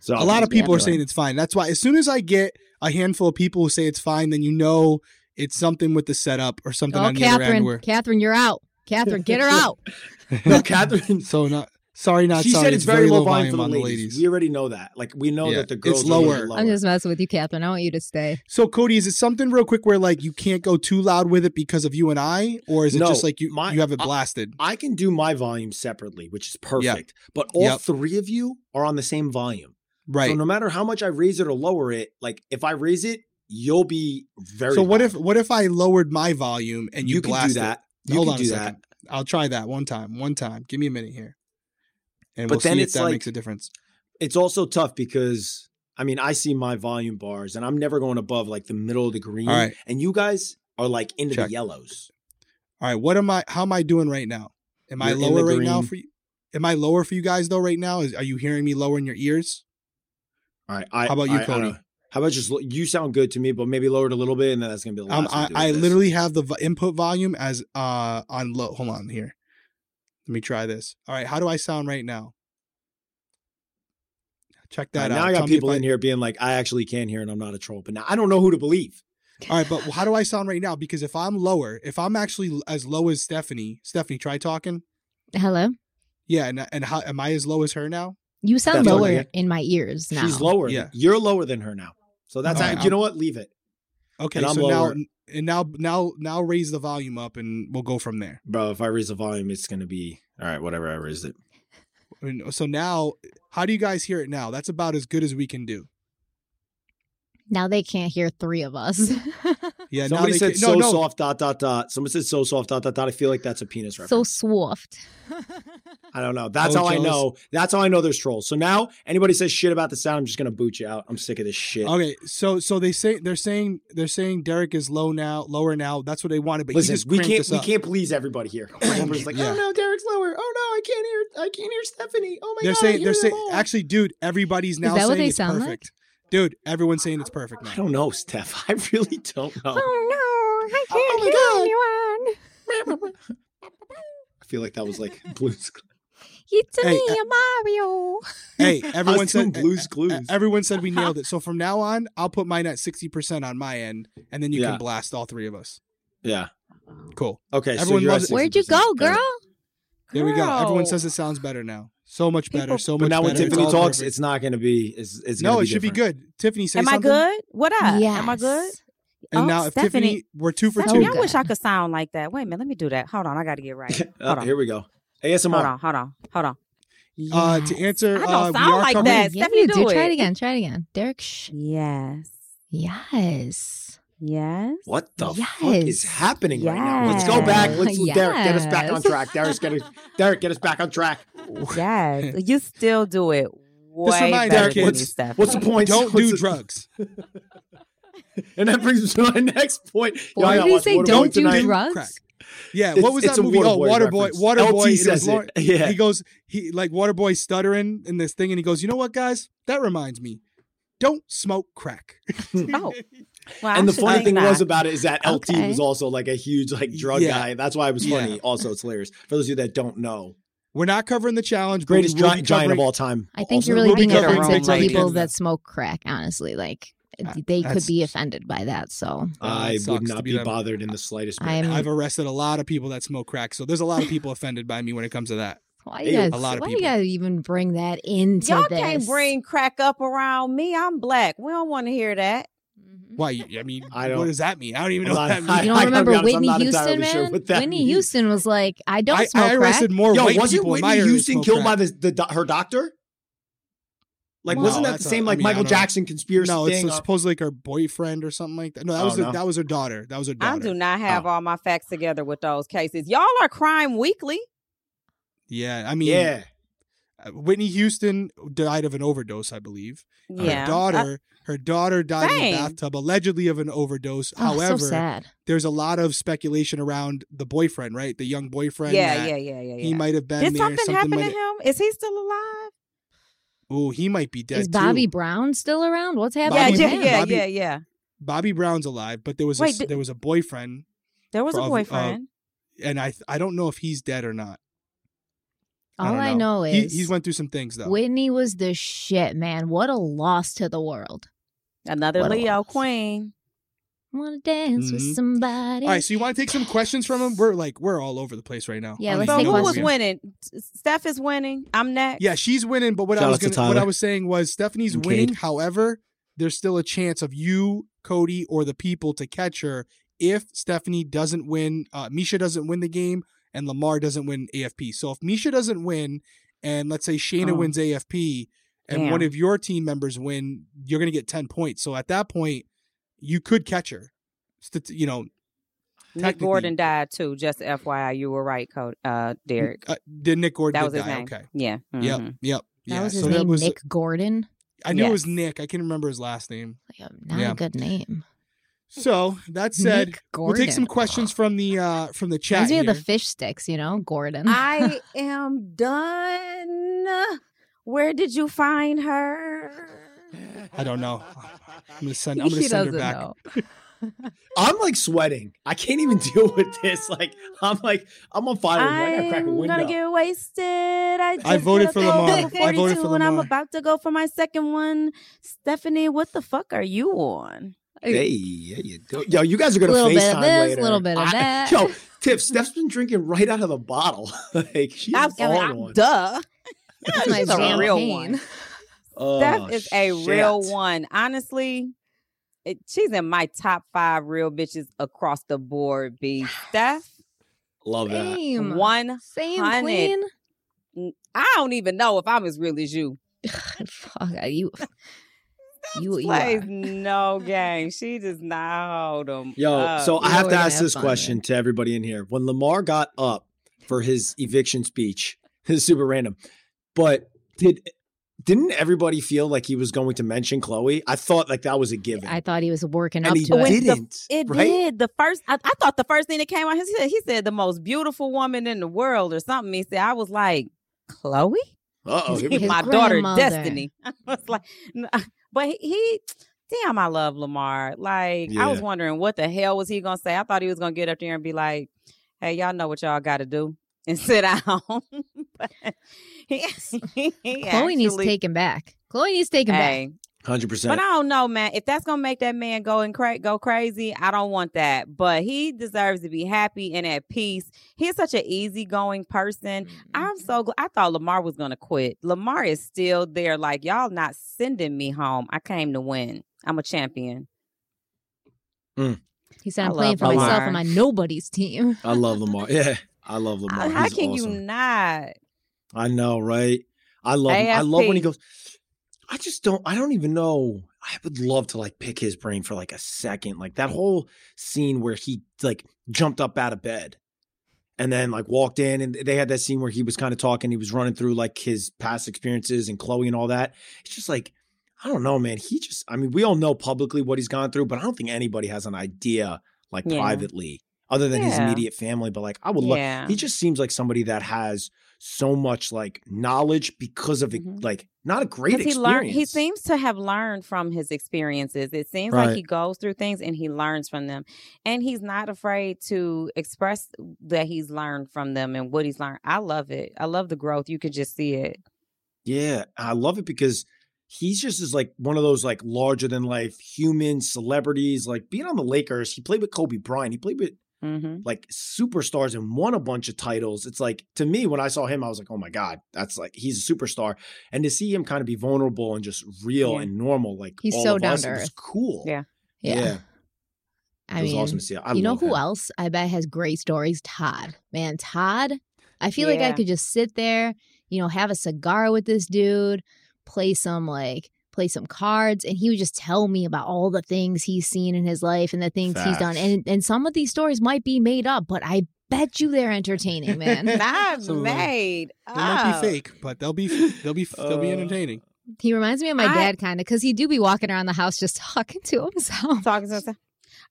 Speaker 2: So
Speaker 1: a lot of people are
Speaker 2: Yeah.
Speaker 1: saying it's fine. That's why as soon as I get a handful of people who say it's fine, then you know it's something with the setup or something
Speaker 4: Oh,
Speaker 1: on the other end.
Speaker 4: Catherine,
Speaker 1: Where
Speaker 4: Catherine, you're out. Catherine, get her out.
Speaker 2: no, Catherine.
Speaker 1: so not sorry, not
Speaker 2: she
Speaker 1: sorry.
Speaker 2: said it's very, low volume, for the ladies. We already know that. Like we know
Speaker 1: Yeah,
Speaker 2: that the
Speaker 1: it's
Speaker 2: girls are a little
Speaker 1: lower.
Speaker 2: bit
Speaker 4: I'm just messing with you, Catherine. I want you to stay.
Speaker 1: So Cody, is it something real quick where like you can't go too loud with it because of you and I, or is it
Speaker 2: No,
Speaker 1: just like you
Speaker 2: my-
Speaker 1: you have it
Speaker 2: I-
Speaker 1: blasted?
Speaker 2: I can do my volume separately, which is perfect. But all
Speaker 1: Yep.
Speaker 2: three of you are on the same volume.
Speaker 1: right.
Speaker 2: So no matter how much I raise it or lower it, like if I raise it, you'll be very.
Speaker 1: So what
Speaker 2: loud.
Speaker 1: if what if I lowered my volume and you,
Speaker 2: you can do
Speaker 1: blast
Speaker 2: that?
Speaker 1: it?
Speaker 2: You
Speaker 1: Hold
Speaker 2: can
Speaker 1: on a
Speaker 2: do
Speaker 1: second.
Speaker 2: that.
Speaker 1: I'll try that one time. One time. Give me a minute here. And
Speaker 2: But
Speaker 1: we'll
Speaker 2: then
Speaker 1: see if
Speaker 2: it's
Speaker 1: that
Speaker 2: like-
Speaker 1: makes a difference.
Speaker 2: It's also tough because I mean I see my volume bars and I'm never going above like the middle of the green,
Speaker 1: All right.
Speaker 2: and you guys are like into
Speaker 1: Check.
Speaker 2: the yellows.
Speaker 1: All right, what am I how am I doing right now? Am I
Speaker 2: You're in the
Speaker 1: lower right now
Speaker 2: green.
Speaker 1: for you? Am I lower for you guys though right now? Is, are you hearing me lower in your ears?
Speaker 2: All right. I,
Speaker 1: How about you,
Speaker 2: I- I don't
Speaker 1: Cody?
Speaker 2: know. How about just lo- you sound good to me, but maybe lower it a little bit, and then that's gonna be the
Speaker 1: Um,
Speaker 2: last. we
Speaker 1: I,
Speaker 2: do with
Speaker 1: I
Speaker 2: this.
Speaker 1: literally have the vo- input volume as uh on low. Hold on here. Let me try this. All right, how do I sound right now? Check that
Speaker 2: All right,
Speaker 1: out.
Speaker 2: now I
Speaker 1: Tell
Speaker 2: got
Speaker 1: me if
Speaker 2: people
Speaker 1: I-
Speaker 2: in here being like, I actually can hear, and I'm not a troll. But now I don't know who to believe.
Speaker 1: All right, but how do I sound right now? Because if I'm lower, if I'm actually l- as low as Stephanie, Stephanie, try talking.
Speaker 4: Hello.
Speaker 1: Yeah, and and how am I as low as her now?
Speaker 4: You sound
Speaker 2: That's
Speaker 4: lower
Speaker 2: okay.
Speaker 4: in my ears now.
Speaker 2: She's lower.
Speaker 1: Yeah.
Speaker 2: You're lower than her now. So that's
Speaker 1: All right,
Speaker 2: how, you
Speaker 1: I'm-
Speaker 2: know what? Leave it,
Speaker 1: Okay,
Speaker 2: And I'm
Speaker 1: so
Speaker 2: lower.
Speaker 1: now and now now now raise the volume up, and we'll go from there.
Speaker 2: bro. If I raise the volume, it's gonna be all right. Whatever I raised it.
Speaker 1: I mean, So now, how do you guys hear it now? That's about as good as we can do.
Speaker 4: Now they can't hear three of us.
Speaker 1: Yeah,
Speaker 2: Somebody
Speaker 1: now they
Speaker 2: said
Speaker 1: can-
Speaker 2: so
Speaker 1: no, no,
Speaker 2: soft dot dot dot. Someone said so soft dot dot dot. I feel like that's a penis
Speaker 4: so
Speaker 2: reference.
Speaker 4: swaft.
Speaker 2: I don't know. That's
Speaker 1: Oh,
Speaker 2: how I
Speaker 1: Joe's-
Speaker 2: know. That's how I know there's trolls. So now anybody says shit about the sound, I'm just gonna boot you out. I'm sick of this shit.
Speaker 1: Okay, so so they say they're saying they're saying Derek is low now, lower now. That's what they wanted, but he
Speaker 2: Listen,
Speaker 1: just
Speaker 2: we
Speaker 1: cranked
Speaker 2: can't
Speaker 1: us
Speaker 2: we
Speaker 1: up.
Speaker 2: can't please everybody here. Everyone's like,
Speaker 1: Yeah.
Speaker 2: oh no, Derek's lower. Oh no, I can't hear. I can't hear Stephanie. Oh my
Speaker 1: they're
Speaker 2: god, I
Speaker 1: saying
Speaker 2: hear
Speaker 1: they're
Speaker 2: them
Speaker 1: saying
Speaker 2: all.
Speaker 1: actually, dude, everybody's now
Speaker 4: that what
Speaker 1: saying
Speaker 4: they
Speaker 1: it's
Speaker 4: sound like?
Speaker 1: perfect. Dude, everyone's saying it's perfect now.
Speaker 2: I don't know, Steph. I really don't know.
Speaker 4: Oh no! I
Speaker 2: can't my
Speaker 4: hear anyone.
Speaker 2: I feel like that was like Blue's. Clues.
Speaker 4: It's
Speaker 1: Hey,
Speaker 4: me, Mario.
Speaker 1: Hey,
Speaker 2: I
Speaker 1: everyone
Speaker 2: was doing
Speaker 1: said
Speaker 2: Blue's
Speaker 1: e- e-
Speaker 2: Clues.
Speaker 1: Everyone said we nailed it. So from now on, I'll put mine at sixty percent on my end, and then you
Speaker 2: Yeah.
Speaker 1: can blast all three of us.
Speaker 2: yeah.
Speaker 1: Cool.
Speaker 2: Okay.
Speaker 1: Everyone
Speaker 2: so you're at
Speaker 1: loves it.
Speaker 4: Where'd you
Speaker 2: 60%.
Speaker 4: go, girl?
Speaker 1: There we go. Everyone
Speaker 3: Girl.
Speaker 1: says it sounds better now. So much better.
Speaker 3: People-
Speaker 1: so much
Speaker 2: But now when
Speaker 1: better. It's
Speaker 2: Tiffany
Speaker 1: all
Speaker 2: talks,
Speaker 1: perfect.
Speaker 2: it's not going to be. It's, it's
Speaker 1: no,
Speaker 2: gonna
Speaker 1: it should be
Speaker 2: different.
Speaker 1: good. Tiffany, say
Speaker 3: Am I
Speaker 1: something.
Speaker 3: good? What up? Am I
Speaker 4: Yes.
Speaker 3: good?
Speaker 1: And
Speaker 3: Oh,
Speaker 1: now, if
Speaker 3: Stephanie.
Speaker 1: Tiffany, we're two for
Speaker 4: So
Speaker 1: two.
Speaker 3: Stephanie, I wish I
Speaker 4: good.
Speaker 3: could sound like that. Wait a minute, let me do that. Hold on, I got to get right. Hold
Speaker 2: Oh,
Speaker 3: on,
Speaker 2: here we go. ASMR.
Speaker 3: hold on, hold on, hold on.
Speaker 1: Uh,
Speaker 4: Yes.
Speaker 1: to answer,
Speaker 3: I don't
Speaker 1: uh,
Speaker 3: sound
Speaker 1: we are
Speaker 3: like
Speaker 1: covering.
Speaker 3: that.
Speaker 4: Yeah,
Speaker 3: Stephanie,
Speaker 4: you do.
Speaker 3: do
Speaker 4: Try
Speaker 3: it.
Speaker 4: it again. Try it again. Derek. Shh.
Speaker 3: Yes, yes.
Speaker 4: Yes.
Speaker 2: What the fuck is
Speaker 4: Yes.
Speaker 2: happening right now? Let's go back. Let's
Speaker 4: Yes.
Speaker 2: Derek get us back on track. Derek's gonna Derek get us back on track.
Speaker 3: Yes, you still do it way
Speaker 1: reminds our
Speaker 3: better than
Speaker 1: kids-
Speaker 3: me, Steph.
Speaker 2: What's the point?
Speaker 1: Don't
Speaker 2: What's
Speaker 1: do
Speaker 2: the-
Speaker 1: drugs.
Speaker 2: And that brings us to my next point. Y'all
Speaker 4: What did
Speaker 2: gotta
Speaker 4: he
Speaker 2: watch
Speaker 4: say?
Speaker 2: Waterboy
Speaker 4: Don't do
Speaker 2: tonight.
Speaker 4: drugs.
Speaker 1: Crack. Yeah,
Speaker 2: It's-
Speaker 1: what was
Speaker 2: it's
Speaker 1: that
Speaker 2: a
Speaker 1: movie? Oh, Waterboy.
Speaker 2: reference.
Speaker 1: Waterboy.
Speaker 2: LT
Speaker 1: it was
Speaker 2: says
Speaker 1: Lauren-
Speaker 2: it. Yeah.
Speaker 1: He goes, he like Waterboy stuttering in this thing, and he goes, "You know what, guys? That reminds me, don't smoke crack."
Speaker 3: Oh, well, I
Speaker 2: And the
Speaker 3: should
Speaker 2: funny
Speaker 3: think
Speaker 2: thing
Speaker 3: not.
Speaker 2: was about it is that LT
Speaker 4: Okay.
Speaker 2: was also like a huge like drug
Speaker 1: Yeah.
Speaker 2: guy. That's why it was
Speaker 1: Yeah.
Speaker 2: funny. Also, it's hilarious. For those of you that don't know,
Speaker 1: We're not covering the challenge. but
Speaker 2: greatest
Speaker 1: we will
Speaker 2: gi-
Speaker 1: be
Speaker 2: giant of
Speaker 1: covering-
Speaker 2: all time.
Speaker 4: I think
Speaker 2: Also,
Speaker 4: you're
Speaker 1: we'll
Speaker 4: really
Speaker 1: be
Speaker 4: being
Speaker 1: covering
Speaker 4: offensive to
Speaker 1: big
Speaker 4: people
Speaker 1: kids.
Speaker 4: that smoke crack. Honestly, like
Speaker 1: Uh,
Speaker 4: they could
Speaker 1: that's-
Speaker 4: be offended by that. So
Speaker 1: Uh,
Speaker 2: I
Speaker 1: it
Speaker 2: would
Speaker 1: sucks to
Speaker 2: not
Speaker 1: be
Speaker 2: be
Speaker 1: them.
Speaker 2: bothered in the slightest bit.
Speaker 4: I'm.
Speaker 1: I've arrested a lot of people that smoke crack, so there's a lot of people offended by me when it comes to that.
Speaker 4: Why you
Speaker 2: Ew.
Speaker 4: guys?
Speaker 1: A lot of
Speaker 4: why you
Speaker 1: people.
Speaker 4: guys even bring that into
Speaker 3: Y'all
Speaker 4: this?
Speaker 3: can't bring crack up around me. I'm black. We don't want to hear that.
Speaker 4: Mhm.
Speaker 1: Why? I mean,
Speaker 2: I
Speaker 1: what
Speaker 2: don't-
Speaker 1: does that mean? I don't even
Speaker 2: I'm
Speaker 1: know what
Speaker 2: not-
Speaker 1: that
Speaker 2: I-
Speaker 1: means.
Speaker 4: You
Speaker 2: I
Speaker 4: don't
Speaker 2: gotta be
Speaker 4: remember
Speaker 2: honest, I'm
Speaker 4: Whitney
Speaker 2: not
Speaker 4: Houston,
Speaker 2: entirely
Speaker 4: man?
Speaker 2: sure what that
Speaker 4: Whitney
Speaker 2: means.
Speaker 4: Houston was like, "I don't
Speaker 1: I,
Speaker 4: smoke
Speaker 1: I
Speaker 4: crack."
Speaker 1: arrested more
Speaker 2: Yo,
Speaker 1: white
Speaker 2: wasn't
Speaker 1: people in
Speaker 2: Whitney
Speaker 1: my area that
Speaker 2: Houston
Speaker 1: smoke
Speaker 2: killed
Speaker 1: crack.
Speaker 2: by the, the do- her doctor? Like,
Speaker 1: No,
Speaker 2: wasn't that the
Speaker 1: that's a-
Speaker 2: same
Speaker 1: I
Speaker 2: like
Speaker 1: mean, I
Speaker 2: Michael
Speaker 1: don't know.
Speaker 2: Jackson conspiracy
Speaker 1: no, it's
Speaker 2: thing?
Speaker 1: supposedly like her boyfriend or something like that. No, that
Speaker 2: Oh,
Speaker 1: was her-
Speaker 2: no.
Speaker 1: that was her daughter. That was her daughter.
Speaker 3: I do not have
Speaker 1: Oh.
Speaker 3: all my facts together with those cases. Y'all are crime weekly.
Speaker 1: Yeah, I mean,
Speaker 2: yeah,
Speaker 1: uh, Whitney Houston died of an overdose, I believe.
Speaker 3: Yeah, Uh,
Speaker 4: uh,
Speaker 1: Her
Speaker 3: I-
Speaker 1: daughter, her daughter died in
Speaker 3: Same.
Speaker 1: the bathtub allegedly of an overdose.
Speaker 4: Oh,
Speaker 1: However,
Speaker 4: so sad.
Speaker 1: there's a lot of speculation around the boyfriend, right? The young boyfriend.
Speaker 3: yeah,
Speaker 1: that
Speaker 3: yeah, yeah, yeah,
Speaker 1: He
Speaker 3: yeah.
Speaker 1: might have been
Speaker 3: Did
Speaker 1: there.
Speaker 3: something, happen
Speaker 1: might
Speaker 3: to him? Is he still alive?
Speaker 1: Oh, he might be dead.
Speaker 4: Is Bobby
Speaker 1: too.
Speaker 4: Brown still around? What's
Speaker 1: Bobby
Speaker 4: happening?
Speaker 3: yeah,
Speaker 1: Brown.
Speaker 4: with
Speaker 3: yeah,
Speaker 4: him?
Speaker 3: yeah,
Speaker 1: Bobby-
Speaker 3: yeah, yeah.
Speaker 1: Bobby Brown's alive, but there was a,
Speaker 3: Wait,
Speaker 1: s-
Speaker 3: did-
Speaker 1: there was a boyfriend.
Speaker 3: There was a
Speaker 1: Of, uh,
Speaker 3: boyfriend.
Speaker 1: and I I don't know if he's dead or not.
Speaker 4: All
Speaker 1: don't
Speaker 4: I know,
Speaker 1: he,
Speaker 4: is
Speaker 1: he's went through some things though.
Speaker 4: Whitney was the shit, man. What a loss to the world.
Speaker 3: Another
Speaker 4: What a
Speaker 3: Leo
Speaker 4: loss.
Speaker 3: queen.
Speaker 4: Want to dance
Speaker 1: Mhm.
Speaker 4: with somebody?
Speaker 1: all right, so you want to take some questions from him? We're like we're all over the place right now. Um,
Speaker 4: Yeah,
Speaker 1: I
Speaker 4: let's
Speaker 1: don't
Speaker 3: So
Speaker 4: take
Speaker 1: even know where
Speaker 3: who
Speaker 4: one.
Speaker 3: was
Speaker 1: we are.
Speaker 3: winning? S- Steph is winning. I'm next.
Speaker 1: Yeah, she's winning, but what
Speaker 2: Shout
Speaker 1: I was
Speaker 2: out to
Speaker 1: gonna, what I
Speaker 2: Tyler.
Speaker 1: was saying was Stephanie's
Speaker 2: And
Speaker 1: winning.
Speaker 2: Cade.
Speaker 1: However, there's still a chance of you, Cody, or the people to catch her if Stephanie doesn't win. Uh, Misha doesn't win the game, and Lamar doesn't win AFP. So if Misha doesn't win, and let's say Shayna
Speaker 3: Oh.
Speaker 1: wins AFP, and one
Speaker 3: Damn.
Speaker 1: of your team members win, you're gonna get ten points. So at that point, you could catch her. Stat- you know,
Speaker 3: Nick
Speaker 1: technically-
Speaker 3: Gordon died too. Just FYI, you the right, Code, uh, Derek.
Speaker 1: uh, did Nick Gordon
Speaker 3: that
Speaker 1: did
Speaker 3: was his
Speaker 1: die.
Speaker 3: name.
Speaker 1: Okay.
Speaker 3: Yeah.
Speaker 1: Yep.
Speaker 3: mhm.
Speaker 1: Yep.
Speaker 4: That
Speaker 1: yeah.
Speaker 4: was his
Speaker 1: so
Speaker 4: name,
Speaker 1: that was
Speaker 4: Nick Gordon.
Speaker 1: I knew it was
Speaker 3: Yes.
Speaker 1: Nick. I can't remember his last name.
Speaker 4: Like, uh, not
Speaker 1: Yeah.
Speaker 4: a good name.
Speaker 1: So that said,
Speaker 4: Nick
Speaker 1: we'll
Speaker 4: Gordon.
Speaker 1: take some questions from the uh from the chat
Speaker 4: Reminds me
Speaker 1: here.
Speaker 4: of the fish sticks, you know, Gordon.
Speaker 3: I am done. Where did you find her?
Speaker 1: I don't know. I'm gonna send. I'm gonna
Speaker 4: he
Speaker 1: send her
Speaker 4: doesn't
Speaker 1: back.
Speaker 4: know.
Speaker 2: I'm like sweating. I can't even deal with this. Like I'm like I'm on fire. I gotta crack a
Speaker 3: I'm
Speaker 2: window.
Speaker 3: gonna get wasted. I, just
Speaker 1: voted
Speaker 3: got
Speaker 1: for
Speaker 3: the
Speaker 1: Lamar.
Speaker 3: vote
Speaker 1: I voted for
Speaker 3: 42, and I'm
Speaker 1: Lamar.
Speaker 3: about to go for my second one. Stephanie, what the fuck are you on?
Speaker 2: Hey, yeah, you go. Yo, you guys are gonna
Speaker 4: Little bit of
Speaker 2: FaceTime
Speaker 4: this,
Speaker 2: later.
Speaker 4: little bit of
Speaker 2: I-
Speaker 4: that.
Speaker 2: Yo, Tiff, Steph's been drinking right out of the bottle. like she's
Speaker 3: I'm,
Speaker 2: all
Speaker 3: I'm-
Speaker 2: on.
Speaker 3: duh.
Speaker 4: That's
Speaker 3: She's a real one.
Speaker 2: Oh,
Speaker 3: Steph is a real
Speaker 2: shit.
Speaker 3: one. Honestly, it, she's in my top five real bitches across the board. B Steph,
Speaker 2: Love that.
Speaker 4: Same.
Speaker 3: one.
Speaker 4: Same
Speaker 3: Hundred.
Speaker 4: queen.
Speaker 3: I don't even know if I'm as real as you.
Speaker 4: Fuck you. You, you
Speaker 3: Plays
Speaker 4: are.
Speaker 3: no game. She does not hold them.
Speaker 2: Yo, so I
Speaker 4: you Uh, know
Speaker 2: have
Speaker 4: we're
Speaker 2: to
Speaker 4: gonna
Speaker 2: ask
Speaker 4: have
Speaker 2: this
Speaker 4: fun
Speaker 2: question
Speaker 4: here.
Speaker 2: to everybody in here. When Lamar got up for his eviction speech, this is super random. But did didn't everybody feel like he was going to mention Chloe? I thought like that was a given.
Speaker 4: I thought he was working
Speaker 2: and
Speaker 4: up
Speaker 2: he
Speaker 4: to it.
Speaker 3: When the-
Speaker 2: didn't.
Speaker 3: It
Speaker 2: right?
Speaker 3: did. The first, I, I thought the first thing that came out, he said, he said the most beautiful woman in the world or something. He said, I was like, Chloe,
Speaker 2: Uh oh, here we
Speaker 4: His
Speaker 2: go.
Speaker 3: my daughter,
Speaker 4: grandmother.
Speaker 3: Destiny. I was like, n- uh, but he, damn, I love Lamar. Like, I was
Speaker 2: Yeah.
Speaker 3: wondering what the hell was he gonna say. I thought he was gonna get up there and be like, Hey, y'all know what y'all got to do and sit down. but he, he
Speaker 4: Chloe needs
Speaker 3: actually-
Speaker 4: taken back. Chloe needs taken back.
Speaker 3: Hey,
Speaker 2: Hundred
Speaker 3: but
Speaker 2: percent.
Speaker 3: I don't know, man. If that's gonna make that man go and cra- go crazy, I don't want that. But he deserves to be happy and at peace. He's such an easygoing
Speaker 2: Mm-hmm.
Speaker 3: person. I'm so glad. I thought Lamar was gonna quit. Lamar is still there. Like y'all not sending me home. I came to win. I'm a champion.
Speaker 4: He said,
Speaker 3: I
Speaker 4: I'm playing
Speaker 3: love
Speaker 4: for myself.
Speaker 3: Lamar.
Speaker 4: I'm on nobody's team.
Speaker 2: I love Lamar. Yeah, I love Lamar.
Speaker 3: How
Speaker 2: He's
Speaker 3: can
Speaker 2: awesome.
Speaker 3: you not?
Speaker 2: I know, right? I love. him. I love when he
Speaker 3: AFP.
Speaker 2: goes. I just don't. I don't even know. I would love to like pick his brain for like a second. Like that whole scene where he like jumped up out of bed, and then like walked in, and they had that scene where he was kind of talking. He was running through like his past experiences and Chloe and all that. It's just like I don't know, man. He just. I mean, we all know publicly what he's gone through, but I don't think anybody has an idea like
Speaker 3: Yeah.
Speaker 2: privately, other than his
Speaker 3: Yeah.
Speaker 2: immediate family. But like, I would love.
Speaker 3: Yeah.
Speaker 2: He just seems like somebody that has so much like knowledge because of
Speaker 3: Mhm.
Speaker 4: Mm-hmm.
Speaker 2: it, like not a great
Speaker 3: he
Speaker 2: experience.
Speaker 3: learned he seems to have learned from his experiences it seems like
Speaker 2: Right.
Speaker 3: he goes through things and he learns from them and he's not afraid to express that he's learned from them and what he's learned i love it i love the growth you could just see it
Speaker 2: yeah, I love it because he's just is like one of those like larger than life human celebrities. Like being on the Lakers, he played with Kobe Bryant. He played with
Speaker 3: mm-hmm.
Speaker 2: like superstars and won a bunch of titles. It's like to me when I saw him, I was like, oh my god, that's like he's a superstar. And to see him kind of be vulnerable and just real
Speaker 3: Yeah.
Speaker 2: and normal, like
Speaker 4: He's
Speaker 2: all
Speaker 4: so
Speaker 2: of
Speaker 4: down
Speaker 2: us,
Speaker 4: to
Speaker 2: it was
Speaker 4: earth.
Speaker 2: cool.
Speaker 3: Yeah.
Speaker 4: Yeah.
Speaker 2: Yeah.
Speaker 4: I
Speaker 2: it was
Speaker 4: mean,
Speaker 2: awesome to see. I
Speaker 4: you know
Speaker 2: love
Speaker 4: who
Speaker 2: him.
Speaker 4: else I bet has great stories? Todd. Man, Todd, I feel like I
Speaker 3: Yeah.
Speaker 4: could just sit there, you know, have a cigar with this dude, play some like play some cards and he would just tell me about all the things he's seen in his life and the things he's done.
Speaker 2: Facts.
Speaker 4: And and some of these stories might be made up, but I bet you they're entertaining, man.
Speaker 3: not
Speaker 1: Some of them-
Speaker 3: made
Speaker 1: They might
Speaker 3: up.
Speaker 1: be fake, but they'll be they'll be they'll be
Speaker 2: Oh. Uh,
Speaker 1: entertaining.
Speaker 4: he reminds me of my
Speaker 3: I-
Speaker 4: dad kind of cuz he do be walking around the house just talking to himself.
Speaker 3: talking to himself.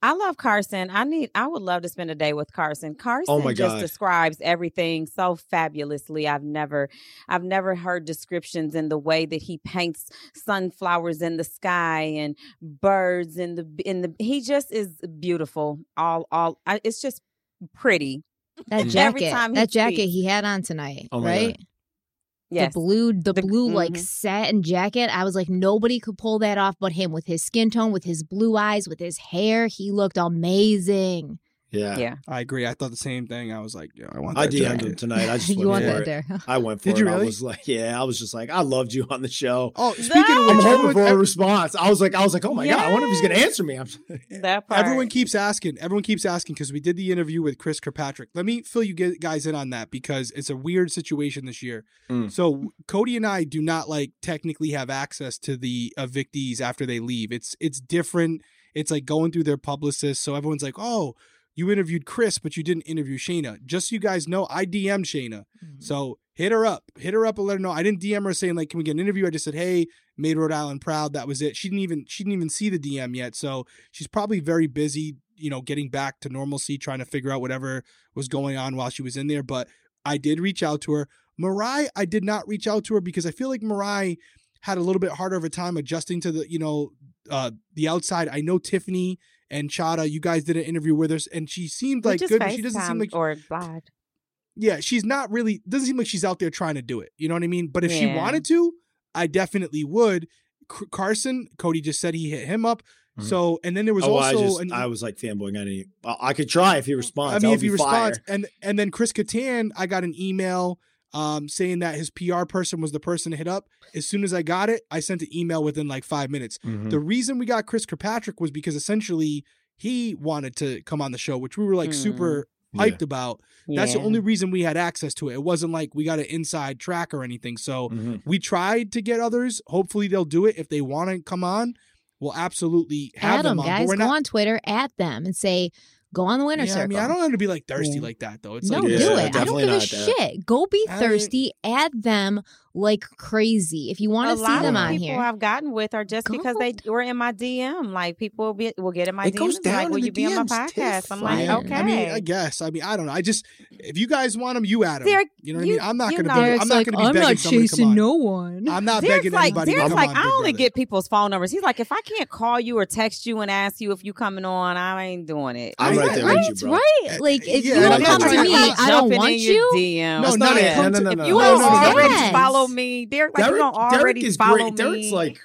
Speaker 3: I love Carson. I need. I would love to spend a day with Carson.
Speaker 1: Oh
Speaker 3: Carson
Speaker 2: my
Speaker 3: just
Speaker 2: God.
Speaker 3: describes everything so fabulously. I've never, I've never heard descriptions in the way that he paints sunflowers in the sky and birds in the in the. He just is beautiful. All all. I, it's just pretty.
Speaker 4: That
Speaker 2: Every
Speaker 4: jacket,
Speaker 3: time he
Speaker 4: that jacket
Speaker 3: tweets.
Speaker 4: he had on tonight,
Speaker 2: Oh my
Speaker 4: right?
Speaker 3: Yes.
Speaker 4: The blue, the,
Speaker 3: The-
Speaker 4: blue like
Speaker 3: mhm.
Speaker 4: satin jacket. I was like, nobody could pull that off but him. With his skin tone, with his blue eyes, with his hair, he looked amazing.
Speaker 2: Yeah.
Speaker 3: yeah.
Speaker 1: I agree. I thought the same thing. I was like, yeah, I want that
Speaker 2: I DM'd him
Speaker 1: jacket.
Speaker 2: tonight. I just
Speaker 4: you want
Speaker 2: went for
Speaker 4: that
Speaker 2: it.
Speaker 4: there? huh?
Speaker 2: I went for
Speaker 1: Did
Speaker 2: it.
Speaker 1: you
Speaker 2: I
Speaker 1: really?
Speaker 2: was like, yeah, I was just like, I loved you on the show.
Speaker 1: Oh, speaking of
Speaker 2: I'm
Speaker 1: which,
Speaker 2: hoping for a
Speaker 1: everyone,
Speaker 2: response. I was like, I was like, oh my god, I wonder if he's gonna answer me. I'm
Speaker 3: That part.
Speaker 1: E, everyone keeps asking. Everyone keeps asking because we did the interview with Chris Kirkpatrick. Let me fill you gu- guys in on that because it's a weird situation this year.
Speaker 2: Mm.
Speaker 1: So Cody and I do not like technically have access to the evictees after they leave. It's it's different. It's like going through their publicist. So everyone's like, oh. You interviewed Chris, but you didn't interview Shayna. Just so you guys know, I DM'd Shayna.
Speaker 3: Mm-hmm.
Speaker 1: So hit her up, hit her up and let her know. I didn't DM her saying like, can we get an interview? I just said, hey, made Rhode Island proud. That was it. She didn't even she didn't even see the DM yet. So she's probably very busy, you know, getting back to normalcy, trying to figure out whatever was going on while she was in there. But I did reach out to her. Mariah, I did not reach out to her because I feel like Mariah had a little bit harder of a time adjusting to the, you know, uh the outside. I know Tiffany and Chada, you guys did an interview with her, and she seemed
Speaker 3: We
Speaker 1: like
Speaker 3: just
Speaker 1: good, but she doesn't
Speaker 3: FaceTimed
Speaker 1: seem like
Speaker 3: or blog.
Speaker 1: yeah, she's not really doesn't seem like she's out there trying to do it. You know what I mean? But if she
Speaker 3: Yeah.
Speaker 1: wanted to, I definitely would. C- Carson, Cody just said he hit him up.
Speaker 2: Mhm.
Speaker 1: So and then there was
Speaker 2: oh, I
Speaker 1: also
Speaker 2: just
Speaker 1: an,
Speaker 2: I was like fanboying on any I I could try if he responds.
Speaker 1: I mean,
Speaker 2: That
Speaker 1: if he
Speaker 2: would be fire.
Speaker 1: responds, and and then Chris Kattan, I got an email um, saying that his PR person was the person to hit up. As soon as I got it, I sent an email within like five minutes.
Speaker 2: Mm-hmm. Hmm.
Speaker 1: The reason we got Chris Kirkpatrick was because essentially he wanted to come on the show, which we were like
Speaker 3: Mm.
Speaker 1: super
Speaker 2: Yeah.
Speaker 1: hyped about. That's the
Speaker 3: Yeah.
Speaker 1: only reason we had access to it. It wasn't like we got an inside track or anything. So
Speaker 2: Mhm.
Speaker 1: we tried to get others. Hopefully they'll do it. If they want to come on, we'll absolutely have
Speaker 4: Add
Speaker 1: them
Speaker 4: them,
Speaker 1: on.
Speaker 4: guys.
Speaker 1: but we're
Speaker 4: Go
Speaker 1: not,
Speaker 4: on Twitter, at them, and say, go on the winner
Speaker 1: yeah, I
Speaker 4: circle.
Speaker 1: mean, I don't want to be like thirsty
Speaker 3: Yeah.
Speaker 1: like that though. It's uh,
Speaker 4: no,
Speaker 1: like
Speaker 2: Yeah,
Speaker 4: do it. I don't
Speaker 2: definitely
Speaker 4: give a
Speaker 2: not that.
Speaker 4: shit. Go be
Speaker 1: I mean-
Speaker 4: thirsty. Add them like crazy. If you
Speaker 3: a
Speaker 4: want to see
Speaker 3: lot
Speaker 4: them
Speaker 3: of
Speaker 4: on
Speaker 3: people
Speaker 4: here,
Speaker 3: I've gotten with are just because they
Speaker 4: God.
Speaker 3: were in my DM. Like people will be will get in my
Speaker 2: It
Speaker 3: DM.
Speaker 2: goes
Speaker 3: and be
Speaker 2: down
Speaker 3: like,
Speaker 2: in
Speaker 3: will
Speaker 2: the
Speaker 3: you be on my
Speaker 2: DMs, too.
Speaker 3: podcast? I'm like,
Speaker 4: Fine.
Speaker 3: okay.
Speaker 1: I mean, I guess. I mean, I don't know. I just if you guys want them, you add them.
Speaker 3: Derek,
Speaker 1: you know what I
Speaker 3: you-
Speaker 1: mean? I'm not
Speaker 3: you
Speaker 1: going to be.
Speaker 3: know.
Speaker 1: I'm not going to be begging someone to come on.
Speaker 4: one.
Speaker 1: I'm not
Speaker 3: Derek's
Speaker 1: begging
Speaker 3: like,
Speaker 1: anybody. to
Speaker 3: Derek's
Speaker 1: come
Speaker 3: like,
Speaker 1: on,
Speaker 3: I
Speaker 1: Big
Speaker 3: only
Speaker 1: Brother.
Speaker 3: get people's phone numbers. He's like, if I can't call you or text you and ask you if you coming on, I ain't doing it.
Speaker 2: I'm
Speaker 1: Right,
Speaker 2: right there
Speaker 4: right,
Speaker 2: with you, bro.
Speaker 4: right. Like if
Speaker 1: Eh, Yeah,
Speaker 4: you
Speaker 2: like,
Speaker 4: don't come
Speaker 2: I'm
Speaker 4: to
Speaker 2: not-
Speaker 4: me,
Speaker 1: I'm not
Speaker 4: I don't
Speaker 3: jumping in
Speaker 4: want
Speaker 3: your
Speaker 4: you.
Speaker 3: DM.
Speaker 1: No,
Speaker 2: That's
Speaker 1: not
Speaker 2: not
Speaker 1: it.
Speaker 2: it. No,
Speaker 1: Come
Speaker 2: no,
Speaker 1: to-
Speaker 2: no,
Speaker 1: if
Speaker 2: no.
Speaker 3: You
Speaker 4: No,
Speaker 3: don't
Speaker 4: no,
Speaker 3: already
Speaker 4: yes.
Speaker 3: follow me, Derek. Like
Speaker 2: Derek,
Speaker 3: you don't
Speaker 2: Derek
Speaker 3: already
Speaker 2: is
Speaker 3: follow
Speaker 2: great.
Speaker 3: me.
Speaker 2: Derek's like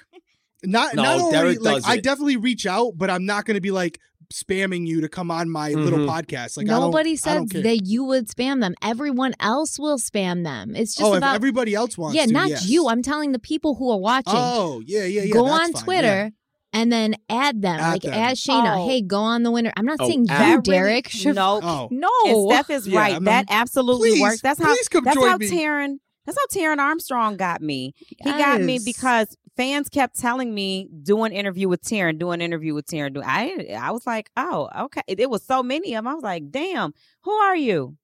Speaker 1: Not
Speaker 2: No,
Speaker 1: not only
Speaker 2: Derek
Speaker 1: like
Speaker 2: does
Speaker 1: I
Speaker 2: it.
Speaker 1: definitely reach out, but I'm not going to be like spamming you to come on my little
Speaker 2: Mhm.
Speaker 1: podcast. Like
Speaker 4: Nobody
Speaker 1: I
Speaker 4: said
Speaker 1: don't, I don't care.
Speaker 4: that you would spam them. Everyone else will spam them. It's just
Speaker 1: oh, if
Speaker 4: about
Speaker 1: everybody else wants
Speaker 4: yeah,
Speaker 1: to,
Speaker 4: not
Speaker 1: yes.
Speaker 4: you. I'm telling the people who are watching.
Speaker 1: Oh, yeah, yeah, yeah.
Speaker 4: go
Speaker 1: that's
Speaker 4: on
Speaker 1: fine,
Speaker 4: Twitter
Speaker 1: yeah.
Speaker 4: and then add them.
Speaker 1: Add
Speaker 4: like
Speaker 1: them.
Speaker 4: add Shayna.
Speaker 3: Oh.
Speaker 4: Hey, go on the winner. I'm not
Speaker 2: Oh,
Speaker 4: saying
Speaker 2: add-
Speaker 3: That
Speaker 4: you,
Speaker 3: really-
Speaker 4: Derek. Sure.
Speaker 3: No,
Speaker 1: Oh,
Speaker 4: No.
Speaker 3: And Steph is
Speaker 1: Yeah,
Speaker 3: right.
Speaker 1: I mean,
Speaker 3: that absolutely
Speaker 1: please,
Speaker 3: works. That's how
Speaker 1: please come
Speaker 3: that's
Speaker 1: join
Speaker 3: how
Speaker 1: me.
Speaker 3: Taryn that's how Taryn Armstrong got me. He got me
Speaker 4: Yes.
Speaker 3: because fans kept telling me do an interview with Taryn, do an interview with Taryn. Do I I was like, oh, okay. It, it was so many of them. I was like, damn, who are you?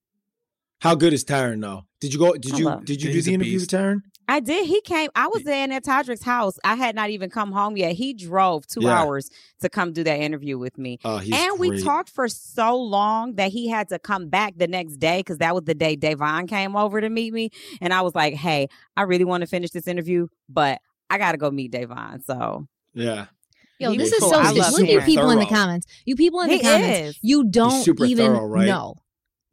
Speaker 2: how good is Taryn though? Did you go did
Speaker 3: I
Speaker 2: you
Speaker 3: love-
Speaker 2: did you do
Speaker 1: He's
Speaker 2: the
Speaker 1: a
Speaker 2: interview with
Speaker 1: beast.
Speaker 2: Taryn?
Speaker 3: I did. He came. I was there at Todrick's house. I had not even come home yet. He drove two
Speaker 2: Yeah.
Speaker 3: hours to come do that interview with me.
Speaker 2: Oh, he's
Speaker 3: and we
Speaker 2: great.
Speaker 3: talked for so long that he had to come back the next day because that was the day Davon came over to meet me. And I was like, hey, I really want to finish this interview, but I got to go meet Davon. So
Speaker 2: Yeah.
Speaker 4: Yo,
Speaker 3: He
Speaker 4: this
Speaker 3: was
Speaker 4: is
Speaker 3: cool.
Speaker 4: so
Speaker 3: I
Speaker 4: sick.
Speaker 3: love
Speaker 4: Look
Speaker 3: him.
Speaker 4: at people in the
Speaker 2: Thorough.
Speaker 4: comments. You people in the
Speaker 3: He
Speaker 4: comments.
Speaker 3: is.
Speaker 4: You don't
Speaker 2: super
Speaker 4: even
Speaker 2: thorough, right?
Speaker 4: know.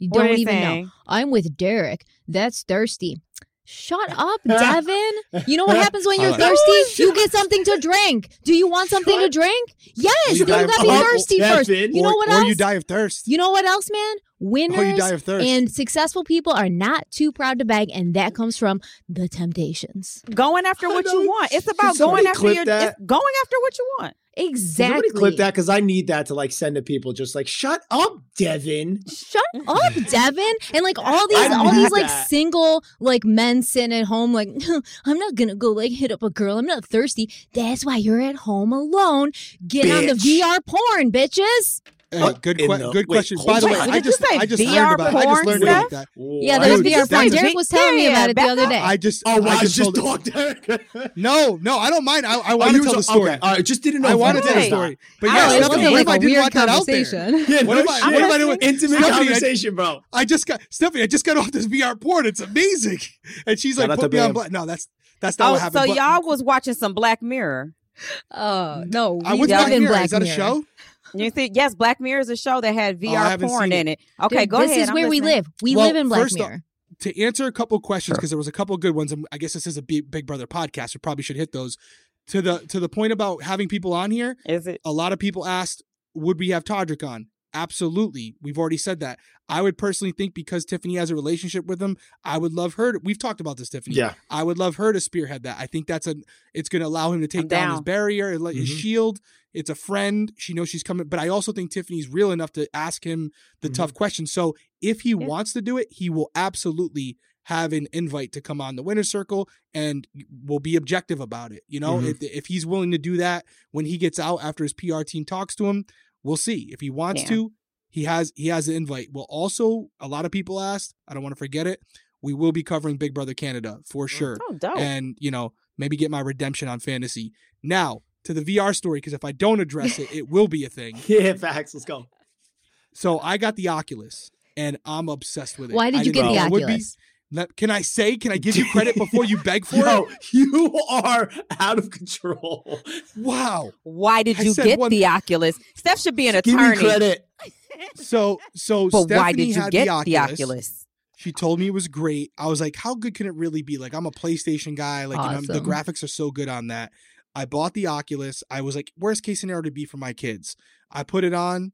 Speaker 4: You
Speaker 3: What
Speaker 4: don't
Speaker 3: are they
Speaker 4: even know.
Speaker 3: saying?
Speaker 4: I'm with Derek. That's thirsty. Shut up, Devin. You know what happens when
Speaker 1: I
Speaker 4: you're
Speaker 1: like-
Speaker 4: thirsty? You get something to drink. Do you want something to
Speaker 2: Shut
Speaker 4: drink? Yes,
Speaker 1: Or
Speaker 4: you
Speaker 1: you
Speaker 4: gotta
Speaker 1: die
Speaker 4: be
Speaker 1: of-
Speaker 4: thirsty
Speaker 2: Devin,
Speaker 4: first. You know
Speaker 1: or,
Speaker 4: what
Speaker 1: or
Speaker 4: else?
Speaker 1: you die of thirst.
Speaker 4: You know what else, man?
Speaker 1: or you die
Speaker 4: Winners
Speaker 1: of thirst.
Speaker 4: and successful people are not too proud to bag, and that comes from the temptations.
Speaker 3: Going after
Speaker 2: I
Speaker 3: what you
Speaker 2: don't-
Speaker 3: want. It's
Speaker 2: Did
Speaker 3: about
Speaker 2: somebody
Speaker 3: going after
Speaker 2: clip
Speaker 3: your
Speaker 2: that?
Speaker 3: it's going after what you want.
Speaker 2: Did somebody
Speaker 4: Exactly.
Speaker 2: clip that because I need that to like send to people. Just like shut up, Devin.
Speaker 4: Shut up, Devin. And like all these
Speaker 2: I
Speaker 4: all these
Speaker 2: need
Speaker 4: like
Speaker 2: that.
Speaker 4: single like men sitting at home like I'm not gonna go like hit up a girl. I'm not thirsty. That's why you're at home alone. Get on the
Speaker 2: Bitch.
Speaker 4: VR porn, bitches.
Speaker 1: Hey,
Speaker 2: What
Speaker 1: Uh, good,
Speaker 2: in
Speaker 1: que-
Speaker 2: the-
Speaker 1: good
Speaker 2: wait,
Speaker 1: question.
Speaker 2: hold
Speaker 1: By the
Speaker 2: on.
Speaker 1: way,
Speaker 2: Wait,
Speaker 1: I
Speaker 3: did you
Speaker 1: just,
Speaker 3: say
Speaker 1: I just
Speaker 3: VR
Speaker 1: learned about. It. I just
Speaker 3: porn
Speaker 1: learned about
Speaker 3: stuff?
Speaker 1: that.
Speaker 4: Yeah,
Speaker 2: Why
Speaker 4: there's
Speaker 2: would you
Speaker 4: VR
Speaker 2: say
Speaker 4: porn.
Speaker 2: that?
Speaker 4: Derek was telling me about it the
Speaker 3: Back
Speaker 4: other
Speaker 3: up.
Speaker 4: day.
Speaker 1: I just,
Speaker 2: Oh, wow,
Speaker 1: I
Speaker 2: I
Speaker 1: just
Speaker 2: just,
Speaker 1: told it-
Speaker 2: talked, Derek.
Speaker 1: No, no, I don't mind. I, I want
Speaker 2: you
Speaker 1: to tell the
Speaker 2: just-
Speaker 1: story.
Speaker 2: Okay, all right, just didn't know.
Speaker 1: I
Speaker 2: if
Speaker 1: want to
Speaker 2: you
Speaker 1: tell the
Speaker 2: did.
Speaker 1: story. But
Speaker 3: I
Speaker 1: yeah,
Speaker 3: don't- it
Speaker 1: Stephanie,
Speaker 3: wasn't
Speaker 1: what
Speaker 3: like
Speaker 1: if I didn't want that out there?
Speaker 2: Yeah,
Speaker 1: What
Speaker 2: no
Speaker 1: if I-
Speaker 2: shit.
Speaker 1: what if I do it-
Speaker 2: Intimate
Speaker 1: Stephanie, I-
Speaker 2: conversation, bro.
Speaker 1: I just got Stephanie. I just got off this VR porn. It's amazing. And she's
Speaker 2: Shout
Speaker 1: like,
Speaker 2: out
Speaker 1: put
Speaker 2: to
Speaker 1: me on
Speaker 2: Bam.
Speaker 1: black. No, that's that's not
Speaker 3: Oh,
Speaker 1: what
Speaker 3: so
Speaker 1: happened. but-
Speaker 3: y'all was watching some Black Mirror.
Speaker 4: Oh no,
Speaker 1: I went to
Speaker 4: love
Speaker 1: Black
Speaker 4: in
Speaker 1: Mirror. Is that a
Speaker 4: Mirror.
Speaker 1: show?
Speaker 3: You see, yes, Black Mirror is a show that had VR
Speaker 1: haven't
Speaker 3: porn
Speaker 1: seen
Speaker 3: in it. Okay,
Speaker 4: Th-
Speaker 3: go
Speaker 4: this
Speaker 3: ahead.
Speaker 4: is
Speaker 3: I'm
Speaker 4: where we
Speaker 3: listening.
Speaker 4: live. We
Speaker 1: Well,
Speaker 4: live in Black
Speaker 1: first off-
Speaker 4: Mirrors.
Speaker 1: to answer a couple questions
Speaker 3: Sure.
Speaker 1: because there was a couple good ones. and I guess this is a big, big brother podcast. We probably should hit those. To the to the point about having people on here,
Speaker 3: Is it?
Speaker 1: a lot of people asked, would we have Todrick on? Absolutely. We've already said that. I would personally think because Tiffany has a relationship with him, I would love her. To, we've talked about this, Tiffany.
Speaker 2: Yeah.
Speaker 1: I would love her to spearhead that. I think that's a. It's going to allow him to take
Speaker 3: I'm
Speaker 1: down, his
Speaker 3: down.
Speaker 1: barrier, and let- his
Speaker 2: Mhm.
Speaker 1: shield. It's a friend. She knows she's coming, but I also think Tiffany's real enough to ask him the
Speaker 2: Mhm.
Speaker 1: tough questions. So if he
Speaker 3: Yeah.
Speaker 1: wants to do it, he will absolutely have an invite to come on the winner's circle, and we'll be objective about it. You know,
Speaker 2: Mhm.
Speaker 1: if if he's willing to do that when he gets out after his PR team talks to him, we'll see if he wants
Speaker 3: Yeah.
Speaker 1: to. He has he has an invite. We'll also a lot of people asked. I don't want to forget it. We will be covering Big Brother Canada for sure
Speaker 3: Oh, dope.
Speaker 1: and you know maybe get my redemption on fantasy now to the vr story because if i don't address it it will be a thing
Speaker 2: Yeah, facts. Let's go.
Speaker 1: so i got the oculus and i'm obsessed with it
Speaker 4: Why
Speaker 1: I
Speaker 4: did you get
Speaker 1: didn't
Speaker 4: the
Speaker 1: know it would be.
Speaker 4: Oculus?
Speaker 1: Let- can i say can i give you credit before you beg for
Speaker 2: Yo,
Speaker 1: it
Speaker 2: you are out of control.
Speaker 1: wow
Speaker 3: Why did
Speaker 1: I
Speaker 3: you
Speaker 1: said
Speaker 3: get
Speaker 1: one-
Speaker 3: the Oculus? Steph should be an
Speaker 2: Give me
Speaker 3: attorney.
Speaker 2: credit.
Speaker 1: so so
Speaker 3: But
Speaker 1: Stephanie
Speaker 3: why did you
Speaker 1: had
Speaker 3: get
Speaker 1: the oculus.
Speaker 3: the Oculus?
Speaker 1: she told me it was great i was like how good can it really be like i'm a playstation guy like you know, the
Speaker 4: Awesome.
Speaker 1: graphics are so good on that i bought the oculus i was like worst case scenario to be for my kids i put it on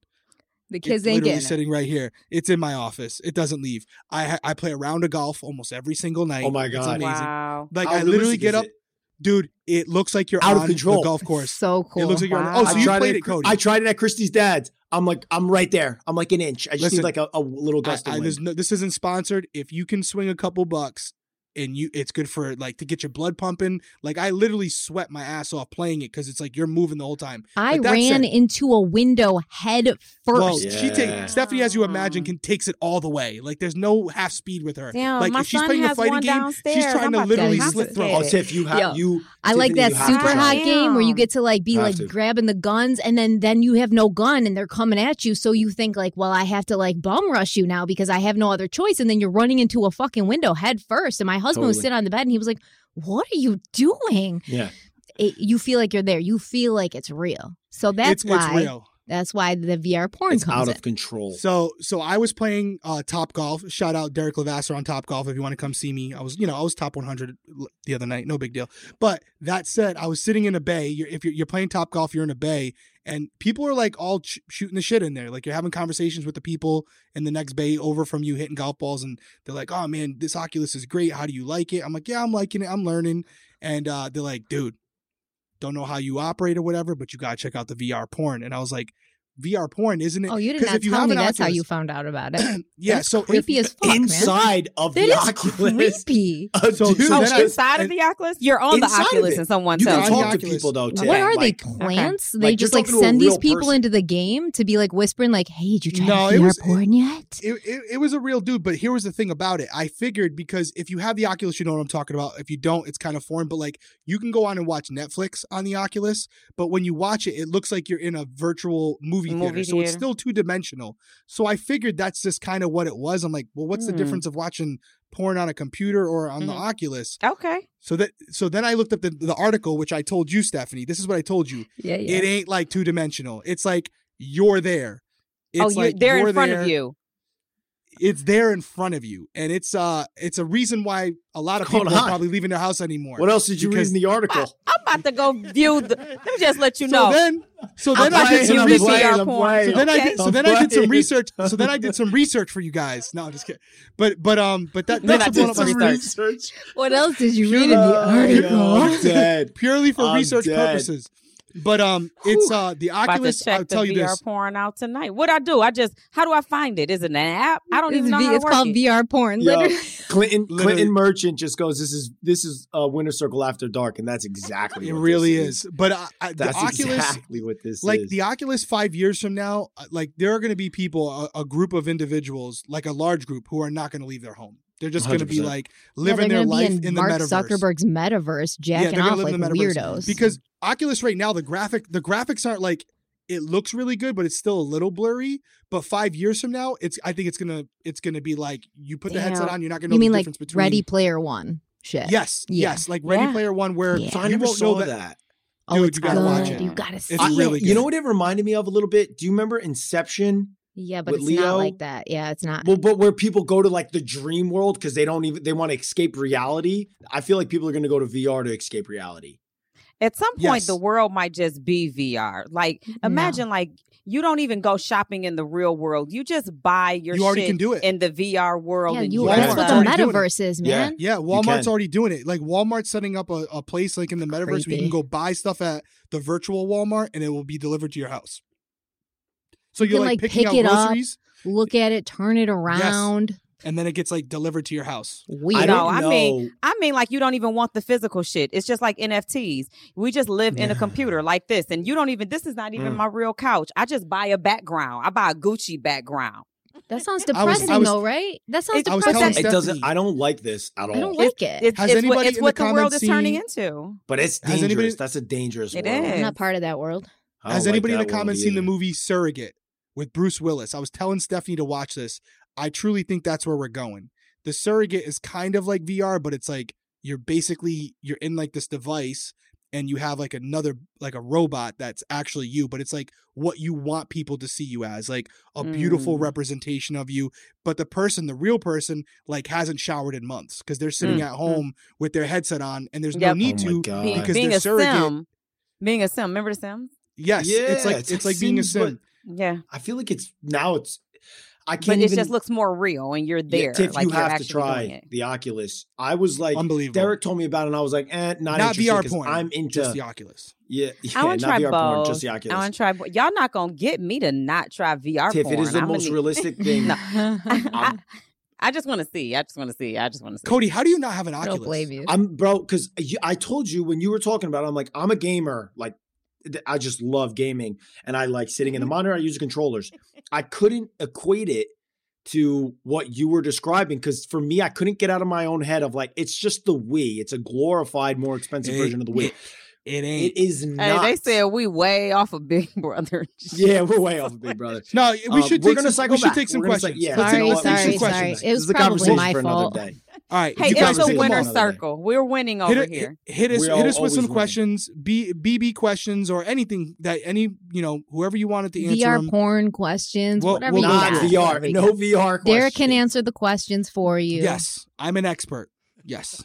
Speaker 4: The
Speaker 1: It's
Speaker 4: kids ain't
Speaker 1: literally
Speaker 4: getting it.
Speaker 1: sitting right here. It's in my office. It doesn't leave. I ha- I play a round of golf almost every single night.
Speaker 2: Oh my
Speaker 1: It's
Speaker 2: God.
Speaker 1: amazing.
Speaker 3: Wow.
Speaker 1: Like
Speaker 2: How
Speaker 1: I literally
Speaker 2: realistic
Speaker 1: get
Speaker 2: is
Speaker 1: up,
Speaker 2: it?
Speaker 1: dude. It looks like you're
Speaker 2: Out of
Speaker 1: on the
Speaker 2: control.
Speaker 1: golf course.
Speaker 4: So cool.
Speaker 1: It looks like you're. On-
Speaker 3: Wow.
Speaker 1: oh, so
Speaker 3: I
Speaker 1: you
Speaker 2: tried
Speaker 1: played
Speaker 2: at
Speaker 1: it,
Speaker 2: Chris-
Speaker 1: Cody?
Speaker 2: I tried it at Christie's dad's. I'm like, I'm right there. I'm like an inch. I just
Speaker 1: Listen,
Speaker 2: need like a, a little
Speaker 1: I,
Speaker 2: gust
Speaker 1: I,
Speaker 2: of wind.
Speaker 1: there's no, this isn't sponsored. If you can swing a couple bucks and you, it's good for like to get your blood pumping. Like I literally sweat my ass off playing it because it's like you're moving the whole time.
Speaker 4: I
Speaker 1: But that
Speaker 4: ran
Speaker 1: said-
Speaker 4: into a window head first.
Speaker 1: Well, she
Speaker 2: Yeah.
Speaker 1: takes Stephanie, as you imagine,
Speaker 3: Mm.
Speaker 1: can takes it all the way. Like there's no half speed with her.
Speaker 3: Damn,
Speaker 1: like
Speaker 3: my
Speaker 1: if she's
Speaker 3: son
Speaker 1: playing the
Speaker 3: has
Speaker 1: fighting
Speaker 3: one
Speaker 1: game,
Speaker 3: downstairs.
Speaker 1: sheys trying
Speaker 3: I'm
Speaker 1: to
Speaker 3: about
Speaker 1: literally
Speaker 3: get
Speaker 1: slip through.
Speaker 2: Oh,
Speaker 3: it.
Speaker 2: Tiff, you
Speaker 4: Yo,
Speaker 2: have you.
Speaker 4: I like
Speaker 2: Tiffany,
Speaker 4: that
Speaker 2: you have to
Speaker 4: super
Speaker 2: try
Speaker 4: hot
Speaker 2: it.
Speaker 4: game where you
Speaker 3: Damn.
Speaker 4: get to like be
Speaker 2: Have
Speaker 4: like
Speaker 2: to.
Speaker 4: grabbing the guns and then then you have no gun and they're coming at you so you think like well I have to like bum rush you now because I have no other choice and then you're running into a fucking window head first and my husband was
Speaker 2: Totally.
Speaker 4: sitting on the bed and he was like what are you doing
Speaker 2: Yeah.
Speaker 4: it, you feel like you're there you feel like it's real so that's
Speaker 1: it's,
Speaker 4: why
Speaker 1: it's real.
Speaker 4: that's why the VR porn
Speaker 2: It's
Speaker 4: comes
Speaker 2: out
Speaker 4: in
Speaker 2: of control.
Speaker 1: So so I was playing uh Top Golf. Shout out Derek Lavasser on Top Golf if you want to come see me. I was you know I was top 100 l- the other night. No big deal. But that said, I was sitting in a bay. You're, if you're, you're playing Top Golf, you're in a bay, and people are like all ch- shooting the shit in there. Like you're having conversations with the people in the next bay over from you hitting golf balls, and they're like, "Oh man, this Oculus is great. How do you like it?" I'm like, "Yeah, I'm liking it. I'm learning." And uh, they're like, "Dude, don't know how you operate or whatever, but you gotta check out the VR porn." And I was like. VR porn, isn't it?
Speaker 4: oh you did
Speaker 1: 'Cause
Speaker 4: not
Speaker 1: if you
Speaker 4: tell
Speaker 1: have
Speaker 4: me
Speaker 1: an
Speaker 4: that's how
Speaker 1: Oculus-
Speaker 4: you found out about it
Speaker 1: yeah,
Speaker 4: That's
Speaker 1: so if,
Speaker 4: creepy as fuck man
Speaker 2: Inside of
Speaker 4: that
Speaker 2: the
Speaker 4: is
Speaker 2: Oculus.
Speaker 4: creepy
Speaker 2: A
Speaker 1: So- so
Speaker 2: dude
Speaker 1: then
Speaker 3: Oh,
Speaker 1: I-
Speaker 2: just-
Speaker 3: inside of
Speaker 1: and-
Speaker 3: the Oculus? You're on the
Speaker 2: Inside of
Speaker 3: Oculus
Speaker 2: it.
Speaker 3: and someone
Speaker 2: you
Speaker 3: tells
Speaker 2: can
Speaker 1: on
Speaker 2: talk
Speaker 1: the
Speaker 2: to
Speaker 1: Oculus.
Speaker 2: people though. Tiff.
Speaker 4: What are
Speaker 2: Like,
Speaker 4: they plants? They
Speaker 2: Like,
Speaker 4: just
Speaker 2: you're
Speaker 4: like
Speaker 2: talking to a
Speaker 4: send these
Speaker 2: real
Speaker 4: people
Speaker 2: person.
Speaker 4: into the game to be like whispering, like, "Hey, did you try
Speaker 1: No,
Speaker 4: to
Speaker 1: it
Speaker 4: VR
Speaker 1: was-
Speaker 4: porn yet?"
Speaker 1: it, it, it was a real dude, but here was the thing about it. I figured because if you have the Oculus, you know what I'm talking about. If you don't, it's kind of foreign, but like you can go on and watch Netflix on the Oculus, but when you watch it, it looks like you're in a virtual movie theater.
Speaker 3: Movie
Speaker 1: So it's
Speaker 3: theater.
Speaker 1: still two dimensional. So I figured that's just kind of what it was. I'm like, well, what's the
Speaker 3: Hmm. Mm-hmm.
Speaker 1: difference of watching porn on a computer or on the Oculus?
Speaker 3: Okay.
Speaker 1: So that so then I looked up the, the article, which I told you, Stephanie. This is what I told you.
Speaker 4: Yeah,
Speaker 1: It ain't like two dimensional. It's like you're there. It's
Speaker 3: oh, you're, they're
Speaker 1: you're
Speaker 3: in front
Speaker 1: there
Speaker 3: of you.
Speaker 1: it's there in front of you, and it's uh it's a reason why a lot of
Speaker 2: Hold
Speaker 1: people are
Speaker 2: on.
Speaker 1: probably leaving their house anymore.
Speaker 2: What else did you read
Speaker 1: Because-
Speaker 2: in the article?
Speaker 3: I'm about to go view. The, let me just let you
Speaker 1: so
Speaker 3: know.
Speaker 1: then, so
Speaker 2: I'm
Speaker 1: then I did
Speaker 2: playing,
Speaker 1: some
Speaker 2: I'm
Speaker 1: research.
Speaker 2: playing,
Speaker 3: VR
Speaker 2: I'm
Speaker 3: porn.
Speaker 2: playing.
Speaker 1: So then I did, so
Speaker 2: I'm
Speaker 1: then I did some
Speaker 2: playing.
Speaker 1: research. So then I did some research for you guys. No, I'm just kidding. But but um but that
Speaker 3: Then
Speaker 1: that's
Speaker 3: I
Speaker 1: the
Speaker 3: did
Speaker 1: one of
Speaker 3: some
Speaker 1: my
Speaker 3: research.
Speaker 4: What else did you read in
Speaker 2: Oh,
Speaker 4: the
Speaker 2: yeah, I'm
Speaker 4: article?
Speaker 2: dead.
Speaker 1: purely for
Speaker 2: I'm
Speaker 1: research
Speaker 2: dead.
Speaker 1: purposes. But um it's
Speaker 4: Whew.
Speaker 1: uh the
Speaker 3: about to
Speaker 1: Oculus.
Speaker 3: check
Speaker 1: I'll tell
Speaker 3: the
Speaker 1: you
Speaker 3: VR
Speaker 1: this.
Speaker 3: porn out tonight. What I do? I just how do I find it? Is it an app? I don't
Speaker 4: It's
Speaker 3: even know
Speaker 4: V-
Speaker 3: how to
Speaker 4: it's
Speaker 3: work
Speaker 4: called
Speaker 3: it.
Speaker 4: VR porn.
Speaker 2: Yo,
Speaker 4: Literally,
Speaker 2: Clinton
Speaker 1: Literally.
Speaker 2: Clinton Merchant just goes. This is this is uh, Winter Circle After Dark, and that's exactly.
Speaker 1: It
Speaker 2: what
Speaker 1: really
Speaker 2: this
Speaker 1: is. But uh, I, the
Speaker 2: That's
Speaker 1: Oculus
Speaker 2: exactly what this
Speaker 1: like
Speaker 2: is.
Speaker 1: the Oculus five years from now, uh, like there are going to be people, a, a group of individuals, like a large group, who are not going to leave their home. They're just going to be
Speaker 2: 100%.
Speaker 1: like
Speaker 4: Yeah,
Speaker 1: living
Speaker 4: they're
Speaker 1: their
Speaker 4: gonna
Speaker 1: life
Speaker 4: be
Speaker 1: in,
Speaker 4: in,
Speaker 1: the
Speaker 4: Mark
Speaker 1: metaverse.
Speaker 4: Zuckerberg's metaverse,
Speaker 1: yeah,
Speaker 4: jacking
Speaker 1: they're
Speaker 4: off
Speaker 1: going to
Speaker 4: like
Speaker 1: live in the metaverse
Speaker 4: weirdos.
Speaker 1: because Oculus right now the graphic the graphics aren't like it looks really good, but it's still a little blurry. But five years from now, it's I think it's gonna it's gonna be like you put the headset
Speaker 3: Damn.
Speaker 1: on, you're not gonna know
Speaker 4: you mean
Speaker 1: the
Speaker 4: like
Speaker 1: difference between
Speaker 4: Ready Player One shit?
Speaker 1: Yes,
Speaker 4: Yeah.
Speaker 1: yes, like Ready
Speaker 3: Yeah.
Speaker 1: Player One, where
Speaker 4: Yeah.
Speaker 2: so I
Speaker 1: you
Speaker 2: never
Speaker 1: won't know
Speaker 2: saw
Speaker 1: that
Speaker 2: that.
Speaker 4: Oh,
Speaker 1: Dude,
Speaker 4: it's
Speaker 1: you
Speaker 4: good.
Speaker 1: gotta watch it.
Speaker 4: You gotta see
Speaker 1: It's
Speaker 4: it.
Speaker 1: really
Speaker 2: You know
Speaker 1: good.
Speaker 2: what it reminded me of a little bit? Do you remember Inception?
Speaker 4: yeah, but
Speaker 2: with
Speaker 4: it's not
Speaker 2: Leo-
Speaker 4: like that. Yeah, it's not.
Speaker 2: Well, but where people go to like the dream world because they don't even they want to escape reality. I feel like people are going to go to VR to escape reality.
Speaker 3: At some point, the
Speaker 1: Yes.
Speaker 3: world might just be VR. Like, imagine like you don't even go shopping in the real world. You just buy your
Speaker 1: You already
Speaker 3: shit
Speaker 1: can do it.
Speaker 3: in the VR world.
Speaker 4: yeah,
Speaker 3: and
Speaker 4: you.
Speaker 2: you
Speaker 4: That's
Speaker 2: are
Speaker 4: what the
Speaker 1: already doing it.
Speaker 4: metaverse is,
Speaker 2: Yeah.
Speaker 4: man.
Speaker 1: Yeah, Walmart's
Speaker 2: can.
Speaker 1: already doing it. Like Walmart's setting up a, a place like in the metaverse where you
Speaker 4: Creepy.
Speaker 1: can go buy stuff at the virtual Walmart and it will be delivered to your house. So
Speaker 4: You
Speaker 1: you're
Speaker 4: can,
Speaker 1: like
Speaker 4: like,
Speaker 1: picking
Speaker 4: pick
Speaker 1: out
Speaker 4: it up.
Speaker 1: groceries
Speaker 4: Look at it, turn it around.
Speaker 1: and then it gets like delivered to your house.
Speaker 4: Weird.
Speaker 2: I
Speaker 3: know,
Speaker 2: don't
Speaker 3: I
Speaker 2: know.
Speaker 3: mean, I mean, like you don't even want the physical shit. It's just like NFTs. We just live in a
Speaker 2: Yeah.
Speaker 3: computer like this, and you don't even. This is not even
Speaker 2: Mm.
Speaker 3: my real couch. I just buy a background. I buy a Gucci background.
Speaker 4: That sounds
Speaker 1: I was- I
Speaker 4: depressing,
Speaker 1: was-
Speaker 4: though, right? That sounds
Speaker 3: It- I
Speaker 1: was
Speaker 4: depressing.
Speaker 1: telling
Speaker 2: it
Speaker 1: Stephanie.
Speaker 2: doesn't. I don't like this at all.
Speaker 4: I don't like it.
Speaker 3: It's,
Speaker 1: Has
Speaker 3: it's what,
Speaker 1: anybody
Speaker 3: it's
Speaker 1: in
Speaker 3: what
Speaker 1: the
Speaker 3: the, world is
Speaker 1: comments
Speaker 3: turning
Speaker 1: seen-
Speaker 3: into.
Speaker 2: but it's
Speaker 1: Has
Speaker 2: dangerous.
Speaker 1: anybody-
Speaker 2: That's a dangerous
Speaker 3: It
Speaker 2: world.
Speaker 3: is.
Speaker 4: I'm not part of that world.
Speaker 2: I don't
Speaker 1: Has
Speaker 2: like
Speaker 1: anybody in
Speaker 2: that
Speaker 1: the
Speaker 2: world
Speaker 1: comments seen the
Speaker 2: either.
Speaker 1: movie Surrogate with Bruce Willis? I was telling Stephanie to watch this. I truly think that's where we're going. The surrogate is kind of like VR, but it's like you're basically you're in like this device and you have like another like a robot that's actually you, but it's like what you want people to see you as, like a beautiful
Speaker 3: Mm.
Speaker 1: representation of you. But the person, the real person, like hasn't showered in months because they're sitting
Speaker 3: Mm,
Speaker 1: at home with their headset on and there's
Speaker 3: Yep.
Speaker 1: no need
Speaker 2: oh
Speaker 1: to.
Speaker 2: My God.
Speaker 3: Being,
Speaker 1: because
Speaker 3: being
Speaker 1: they're
Speaker 3: a
Speaker 1: surrogate.
Speaker 3: sim, being a sim. Remember the Sims?
Speaker 1: Yes, it's like
Speaker 2: Yes,
Speaker 1: it's like being a
Speaker 2: Sims, but
Speaker 1: sim.
Speaker 3: Yeah,
Speaker 2: I feel like it's now. It's I
Speaker 3: but
Speaker 2: can't
Speaker 3: it
Speaker 2: even.
Speaker 3: just looks more real, and you're there.
Speaker 2: Yeah, Tiff,
Speaker 3: like
Speaker 2: you
Speaker 3: you're
Speaker 2: have to
Speaker 3: actually doing
Speaker 2: try
Speaker 3: it.
Speaker 2: the Oculus. I was like,
Speaker 1: Unbelievable.
Speaker 2: Derek told me about it, and I was like, eh, not,
Speaker 1: Not
Speaker 2: interested
Speaker 1: VR
Speaker 2: 'cause
Speaker 1: porn,
Speaker 2: I'm into
Speaker 1: just the Oculus.
Speaker 2: yeah,
Speaker 3: I
Speaker 2: yeah
Speaker 3: wanna
Speaker 2: not
Speaker 3: try
Speaker 2: VR porn,
Speaker 3: both.
Speaker 2: just the Oculus.
Speaker 3: I want to try. but Y'all not gonna get me to not try VR
Speaker 2: Tiff,
Speaker 3: porn.
Speaker 2: it is the
Speaker 3: I'ma
Speaker 2: most
Speaker 3: need-
Speaker 2: realistic thing.
Speaker 3: No. I,
Speaker 2: I'm-
Speaker 3: I just want to see. I just want to see. I just want to see.
Speaker 1: Cody, how do you not have an
Speaker 4: I
Speaker 1: Oculus?
Speaker 4: don't blame you.
Speaker 2: I'm bro, because I told you when you were talking about, it, I'm like, I'm a gamer. Like, th- I just love gaming, and I like sitting in the monitor. I use controllers. I couldn't equate it to what you were describing because for me, I couldn't get out of my own head of like, it's just the Wii. It's a glorified, more expensive
Speaker 1: It-
Speaker 2: version of the Wii.
Speaker 1: It
Speaker 2: It
Speaker 1: ain't.
Speaker 2: is
Speaker 3: Hey,
Speaker 2: not.
Speaker 3: they said we way off of Big Brother.
Speaker 2: yeah, we're way off, Big Brother.
Speaker 1: no, we
Speaker 2: Um,
Speaker 1: should.
Speaker 2: we're
Speaker 1: take
Speaker 2: gonna
Speaker 1: some,
Speaker 2: cycle
Speaker 1: We should
Speaker 2: back.
Speaker 1: take some
Speaker 2: We're gonna cy-
Speaker 1: questions.
Speaker 2: yeah,
Speaker 1: Let's take-
Speaker 4: Sorry,
Speaker 1: let's take some
Speaker 4: sorry, sorry.
Speaker 1: questions.
Speaker 4: It
Speaker 2: This
Speaker 4: was
Speaker 2: is a
Speaker 4: probably
Speaker 2: conversation
Speaker 4: my
Speaker 2: for another
Speaker 4: fault.
Speaker 2: day.
Speaker 1: All right,
Speaker 3: Hey,
Speaker 1: you
Speaker 3: it's
Speaker 1: guys
Speaker 3: a
Speaker 1: take
Speaker 2: conversation
Speaker 1: them
Speaker 3: winner
Speaker 1: all.
Speaker 2: another day.
Speaker 3: circle. We're winning
Speaker 1: Hit,
Speaker 3: over
Speaker 1: it-
Speaker 3: here.
Speaker 1: hit us,
Speaker 2: We
Speaker 1: hit
Speaker 2: all
Speaker 1: us with
Speaker 2: always
Speaker 1: some
Speaker 2: win.
Speaker 1: questions, B, BB questions, or anything that any you know whoever you wanted to answer.
Speaker 4: VR
Speaker 1: 'em.
Speaker 4: porn questions,
Speaker 1: Well,
Speaker 4: whatever
Speaker 1: well,
Speaker 4: you
Speaker 2: Not
Speaker 4: got. Whatever
Speaker 2: VR.
Speaker 4: you
Speaker 2: No
Speaker 4: got.
Speaker 2: VR.
Speaker 4: Derek can
Speaker 2: question.
Speaker 4: answer the questions for you.
Speaker 1: Yes, I'm an expert. Yes,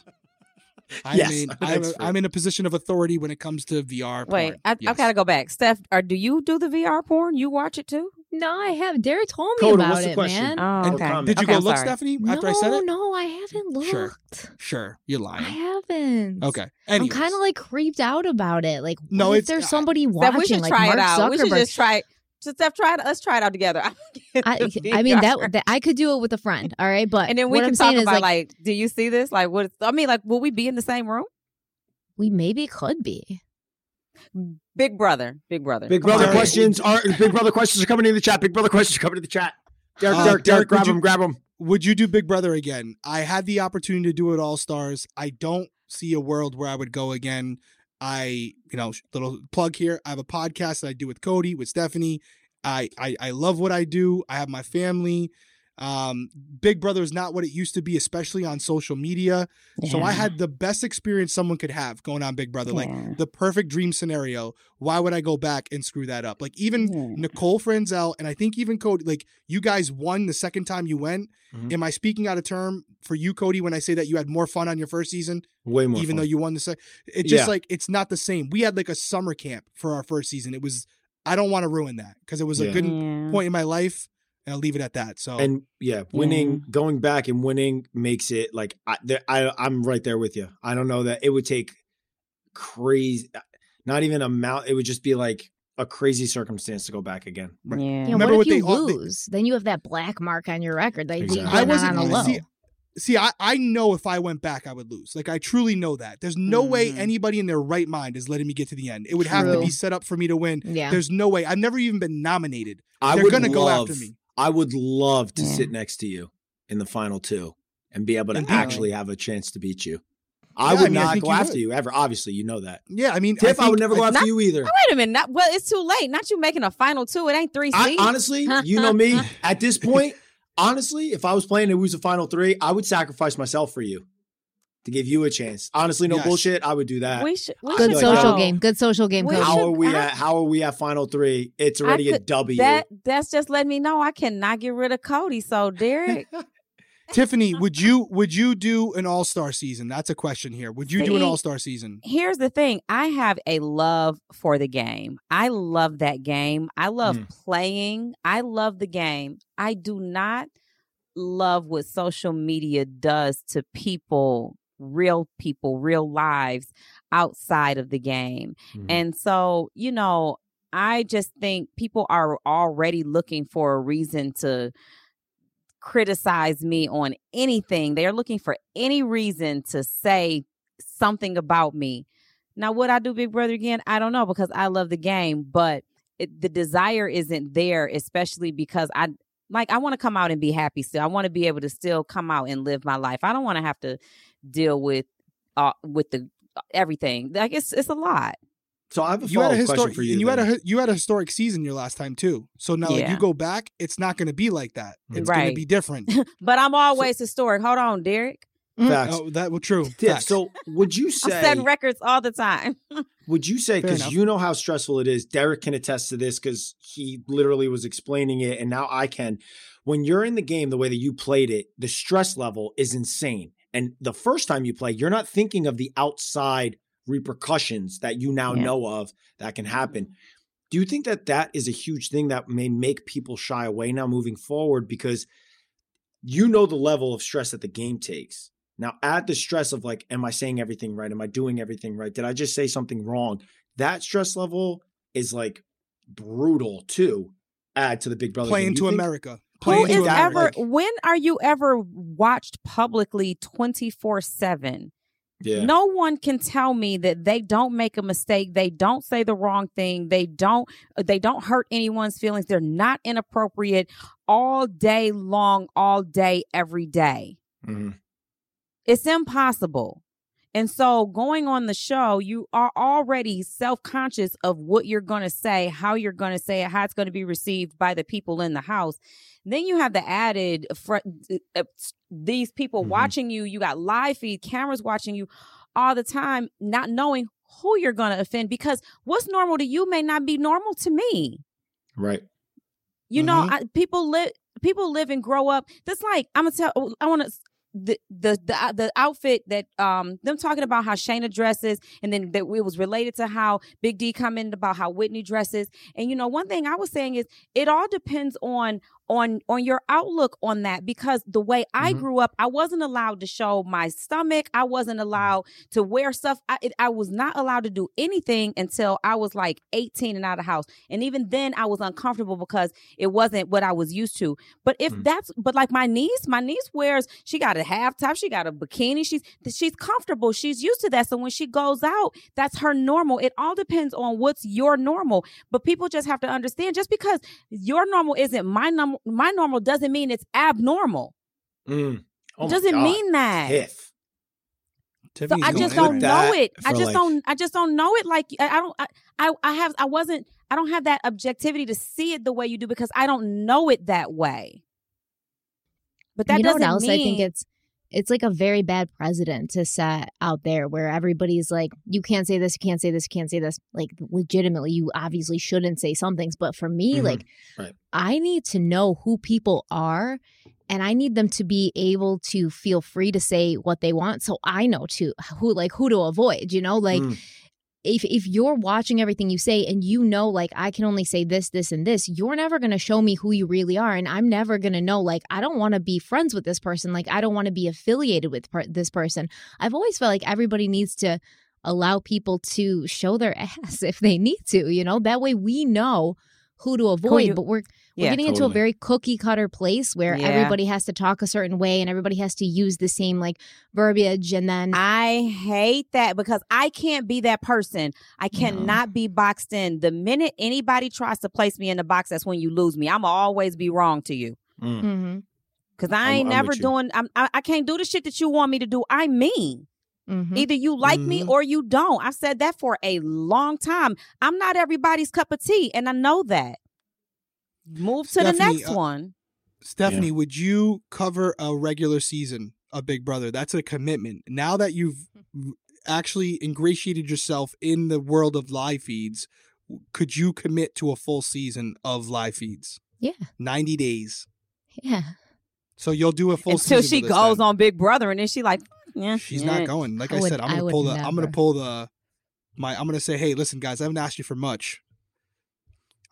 Speaker 1: I
Speaker 2: Yes,
Speaker 1: mean,
Speaker 2: I'm an
Speaker 1: I'm, a,
Speaker 2: expert.
Speaker 1: I'm in a position of authority when it comes to VR.
Speaker 3: Wait,
Speaker 1: porn.
Speaker 3: I, I've
Speaker 1: Yes.
Speaker 3: got to go back. Steph, or do you do the VR porn? You watch it too?
Speaker 4: No, I have. Derek told me
Speaker 2: Coda,
Speaker 4: about
Speaker 2: what's the
Speaker 4: it,
Speaker 2: question?
Speaker 4: man.
Speaker 3: Oh,
Speaker 1: And
Speaker 3: okay.
Speaker 2: comment.
Speaker 1: Did you
Speaker 3: Okay,
Speaker 1: go
Speaker 3: I'm
Speaker 1: look,
Speaker 3: sorry.
Speaker 1: Stephanie?
Speaker 4: no,
Speaker 1: After I said it,
Speaker 4: no, Um, I haven't looked.
Speaker 1: Sure. sure, you're
Speaker 4: I
Speaker 1: lying.
Speaker 4: haven't.
Speaker 1: Okay,
Speaker 4: I'm
Speaker 1: Anyways.
Speaker 4: kind of like creeped out about it. Like,
Speaker 1: No,
Speaker 4: no, uh, if
Speaker 1: it's-
Speaker 4: there's
Speaker 1: I-
Speaker 4: somebody
Speaker 3: Steph,
Speaker 4: watching,
Speaker 3: we should
Speaker 4: like
Speaker 3: try
Speaker 4: Mark
Speaker 3: it out. We should
Speaker 4: Zuckerberg.
Speaker 3: just try it. So Steph, try it. Let's try it out together. I'm
Speaker 4: I,
Speaker 3: getting the
Speaker 4: I mean,
Speaker 3: VR.
Speaker 4: that, that I could do it with a friend. All right, but
Speaker 3: And then we
Speaker 4: what
Speaker 3: can
Speaker 4: I'm
Speaker 3: talk
Speaker 4: saying is
Speaker 3: about
Speaker 4: like,
Speaker 3: like, do you see this? Like, what? I mean, like, will we be in the same room?
Speaker 4: we maybe could be.
Speaker 3: Big Brother, Big Brother,
Speaker 2: Big
Speaker 1: Come on,
Speaker 2: Brother
Speaker 1: Derek.
Speaker 2: questions are Big Brother questions are coming in the chat. Big Brother questions are coming in the chat. Derek,
Speaker 1: Uh, Derek,
Speaker 2: Derek, Derek,
Speaker 1: would
Speaker 2: grab
Speaker 1: you-
Speaker 2: him, grab him.
Speaker 1: Would you do Big Brother again? I had the opportunity to do it All Stars. I don't see a world where I would go again. I, you know, sh- little plug here. I have a podcast that I do with Cody, with Stephanie. I, I, I love what I do. I have my family. Um, Big Brother is not what it used to be, especially on social media. So I had the best experience someone could have going on Big Brother. Like the perfect dream scenario. Why would I go back and screw that up? Like even Nicole Franzel and I think even Cody, like you guys won the second time you went.
Speaker 2: Mhm.
Speaker 1: Am I speaking out of term for you, Cody, when I say that you had more fun on your first season,
Speaker 2: Way more.
Speaker 1: even
Speaker 2: fun.
Speaker 1: though you won the second? It's just
Speaker 2: Yeah.
Speaker 1: like it's not the same. We had like a summer camp for our first season. It was I don't want to ruin that because it was a
Speaker 2: Yeah.
Speaker 1: good
Speaker 4: Mm-hmm.
Speaker 1: point in my life, and I'll leave it at that. So
Speaker 2: and yeah, winning,
Speaker 1: Mm-hmm.
Speaker 2: going back and winning makes it like I, there, I, I'm right there with you. I don't know that it would take crazy, not even amount. It would just be like a crazy circumstance to go back again.
Speaker 1: Right.
Speaker 3: Yeah.
Speaker 4: Yeah,
Speaker 1: Remember
Speaker 4: what
Speaker 1: what
Speaker 4: if
Speaker 1: they
Speaker 4: you
Speaker 1: all- they-
Speaker 4: lose? then you have that black mark on your record. Like
Speaker 2: Exactly.
Speaker 4: you're
Speaker 1: I
Speaker 4: not
Speaker 1: wasn't-
Speaker 4: on a low.
Speaker 1: see, See, I, I know if I went back, I would lose. Like, I truly know that. There's no way
Speaker 3: Mhm.
Speaker 1: anybody in their right mind is letting me get to the end. It would have to
Speaker 4: Mm-hmm. True.
Speaker 1: be set up for me to win.
Speaker 4: yeah,
Speaker 1: There's no way. I've never even been nominated.
Speaker 2: I
Speaker 1: They're
Speaker 2: would
Speaker 1: gonna
Speaker 2: love,
Speaker 1: go after me.
Speaker 2: I would love to
Speaker 3: Yeah.
Speaker 2: sit next to you in the final two and be able to
Speaker 1: And beat me.
Speaker 2: actually have a chance to beat you. I
Speaker 1: Yeah, I
Speaker 2: would
Speaker 1: mean, I
Speaker 2: not
Speaker 1: think
Speaker 2: go
Speaker 1: you
Speaker 2: after
Speaker 1: would.
Speaker 2: you ever. Obviously, you know that.
Speaker 1: Yeah, I mean,
Speaker 2: Tiff, I,
Speaker 1: think-
Speaker 2: would never go
Speaker 1: I-
Speaker 2: after
Speaker 3: Not-
Speaker 2: you either.
Speaker 3: Wait a minute. Not, well, it's too late. Not you making a final two. It ain't three
Speaker 2: I,
Speaker 3: seeds.
Speaker 2: honestly, you know me. At this point, honestly, if I was playing and it was the final three, I would sacrifice myself for you. to give you a chance. Honestly, no
Speaker 1: Yes.
Speaker 2: bullshit. I would do that.
Speaker 3: we should. We
Speaker 4: Good
Speaker 2: like
Speaker 3: should
Speaker 4: social
Speaker 3: go.
Speaker 4: game. Good social game.
Speaker 3: We
Speaker 4: Cody.
Speaker 2: how
Speaker 3: should-
Speaker 2: are we
Speaker 3: I-
Speaker 2: at? How are we at final three? It's
Speaker 3: I
Speaker 2: already a
Speaker 3: could-
Speaker 2: W.
Speaker 3: That that's just letting me know I cannot get rid of Cody. So Derek,
Speaker 1: Tiffany, would you would you do an all star season? That's a question here. Would you do an
Speaker 3: See?
Speaker 1: all star season?
Speaker 3: Um, here's the thing: I have a love for the game. I love that game. I love playing. I love the game. I do not love what social media does to people, real people, real lives outside of the game. And so, you know, I just think people are already looking for a reason to criticize me on anything. They're looking for any reason to say something about me. Now, would I do Big Brother again? I don't know because I love the game, but it, the desire isn't there, especially because I like I want to come out and be happy still. I want to be able to still come out and live my life. I don't want to have to deal with uh, with the everything. Like it's it's a lot.
Speaker 2: so I have a
Speaker 1: You had
Speaker 2: follow
Speaker 1: a
Speaker 2: up question
Speaker 1: historic
Speaker 2: for you.
Speaker 1: and you had a
Speaker 2: then.
Speaker 1: hi- you had a historic season your last time too. So now like,
Speaker 3: Yeah.
Speaker 1: you go back, it's not going to be like that.
Speaker 2: Hmm.
Speaker 1: It's going
Speaker 3: Right.
Speaker 1: to be different.
Speaker 3: But I'm always historic. Hold on, Derek.
Speaker 2: Facts.
Speaker 1: Oh, that well, true.
Speaker 2: yeah.
Speaker 1: Facts.
Speaker 2: So would you
Speaker 3: I'm
Speaker 2: say
Speaker 3: setting records all the time.
Speaker 2: Would you say
Speaker 1: Fair
Speaker 2: because
Speaker 1: enough.
Speaker 2: you know how stressful it is? Derek can attest to this because he literally was explaining it, and now I can. When you're in the game, the way that you played it, the stress level is insane. And the first time you play, you're not thinking of the outside repercussions that you now
Speaker 3: Yeah.
Speaker 2: know of that can happen. Do you think that that is a huge thing that may make people shy away now moving forward because you know the level of stress that the game takes? Now, add the stress of like, am I saying everything right? Am I doing everything right? Did I just say something wrong? That stress level is like brutal too. Add to the Big Brother.
Speaker 1: playing
Speaker 2: thing. Do
Speaker 1: to
Speaker 2: you think-
Speaker 1: America.
Speaker 3: Who
Speaker 1: Playing
Speaker 2: Playing
Speaker 1: to
Speaker 3: is
Speaker 2: that,
Speaker 1: America.
Speaker 3: ever?
Speaker 2: like-
Speaker 3: When are you ever watched publicly twenty four seven?
Speaker 2: Yeah.
Speaker 3: No one can tell me that they don't make a mistake. They don't say the wrong thing. They don't. uh, They don't hurt anyone's feelings. They're not inappropriate all day long, all day, every day.
Speaker 2: Mhm.
Speaker 3: It's impossible. And so going on the show, you are already self-conscious of what you're going to say, how you're going to say it, how it's going to be received by the people in the house. Then you have the added fr- uh, these people
Speaker 2: Mhm.
Speaker 3: watching you, you got live feed, cameras watching you all the time, not knowing who you're going to offend because what's normal to you may not be normal to me.
Speaker 2: Right.
Speaker 3: You know,
Speaker 1: Mhm.
Speaker 3: I, people live people live and grow up. That's like I'm gonna tell. I want to the the the uh, the outfit that um them talking about how Shayna dresses, and then that it was related to how Big D commented about how Whitney dresses. And you know, one thing I was saying is it all depends on on on your outlook on that because the way I
Speaker 2: Mhm.
Speaker 3: grew up, I wasn't allowed to show my stomach. I wasn't allowed to wear stuff. I it, I was not allowed to do anything until I was like 18 and out of the house. And even then, I was uncomfortable because it wasn't what I was used to. But if
Speaker 2: Mm.
Speaker 3: that's but like my niece, my niece wears she got a half top, she got a bikini, she's she's comfortable, she's used to that. So when she goes out, that's her normal. It all depends on what's your normal. But people just have to understand just because your normal isn't my normal, my normal doesn't mean it's abnormal.
Speaker 2: Mm. Oh my
Speaker 3: doesn't
Speaker 2: God.
Speaker 3: mean that.
Speaker 2: Tiff.
Speaker 3: So
Speaker 1: Tiffany's
Speaker 3: I
Speaker 1: going
Speaker 3: just
Speaker 1: in
Speaker 2: with
Speaker 3: don't
Speaker 1: right
Speaker 2: that.
Speaker 1: now.
Speaker 3: know it. I
Speaker 2: for,
Speaker 3: just
Speaker 2: like-
Speaker 3: don't. I just don't know it. Like I, I don't. I, I. I have. I wasn't. I don't have that objectivity to see it the way you do because I don't know it that way. But that
Speaker 4: you know
Speaker 3: doesn't
Speaker 4: what else
Speaker 3: mean
Speaker 4: I think it's it's like a very bad precedent to set out there where everybody's like, you can't say this, you can't say this, you can't say this. Like legitimately, you obviously shouldn't say some things. But for me,
Speaker 1: Mm-hmm.
Speaker 2: Mhm.
Speaker 4: like
Speaker 2: Right.
Speaker 4: I need to know who people are and I need them to be able to feel free to say what they want. So I know to who like who to avoid, you know, like
Speaker 2: Mm.
Speaker 4: if if you're watching everything you say and you know like I can only say this this and this, you're never going to show me who you really are and I'm never going to know like I don't want to be friends with this person, like I don't want to be affiliated with per- this person. I've always felt like everybody needs to allow people to show their ass if they need to, you know? That way we know who to avoid,
Speaker 3: you-
Speaker 4: but we're we're
Speaker 3: Yeah.
Speaker 4: getting into a
Speaker 2: Totally.
Speaker 4: very cookie cutter place where
Speaker 3: Yeah.
Speaker 4: everybody has to talk a certain way and everybody has to use the same like verbiage and then
Speaker 3: I hate that because I can't be that person. I
Speaker 4: No.
Speaker 3: cannot be boxed in. The minute anybody tries to place me in the box, that's when you lose me. I'ma always be wrong to you
Speaker 2: Mm.
Speaker 4: Mhm.
Speaker 3: because I
Speaker 2: I'm-
Speaker 3: ain't
Speaker 2: I'm
Speaker 3: never
Speaker 2: with you.
Speaker 3: doing. I'm, I I can't do the shit that you want me to do. I mean.
Speaker 1: Mm-hmm.
Speaker 4: Mhm.
Speaker 3: Either you like me
Speaker 1: Mhm.
Speaker 3: or you don't. I've said that for a long time. I'm not everybody's cup of tea, and I know that. Move to the
Speaker 1: Stephanie,
Speaker 3: next
Speaker 1: uh,
Speaker 3: one.
Speaker 1: Stephanie, would you cover a regular season a Big Brother. That's a commitment. Now that you've actually ingratiated yourself in the world of live feeds, could you commit to a full season of live feeds?
Speaker 4: Yeah.
Speaker 1: 90 days.
Speaker 4: Yeah.
Speaker 1: So you'll do a full
Speaker 3: until
Speaker 1: season
Speaker 3: she
Speaker 1: with us
Speaker 3: goes
Speaker 1: then.
Speaker 3: on Big Brother, and then she like, "Mm, yeah,
Speaker 1: She's
Speaker 3: yeah.
Speaker 1: not going. Like I,
Speaker 4: I would-
Speaker 1: said, I'm
Speaker 4: I
Speaker 1: gonna
Speaker 4: would
Speaker 1: pull the. I'm gonna
Speaker 4: never.
Speaker 1: pull the. My. I'm gonna say, hey, listen, guys, I haven't asked you for much.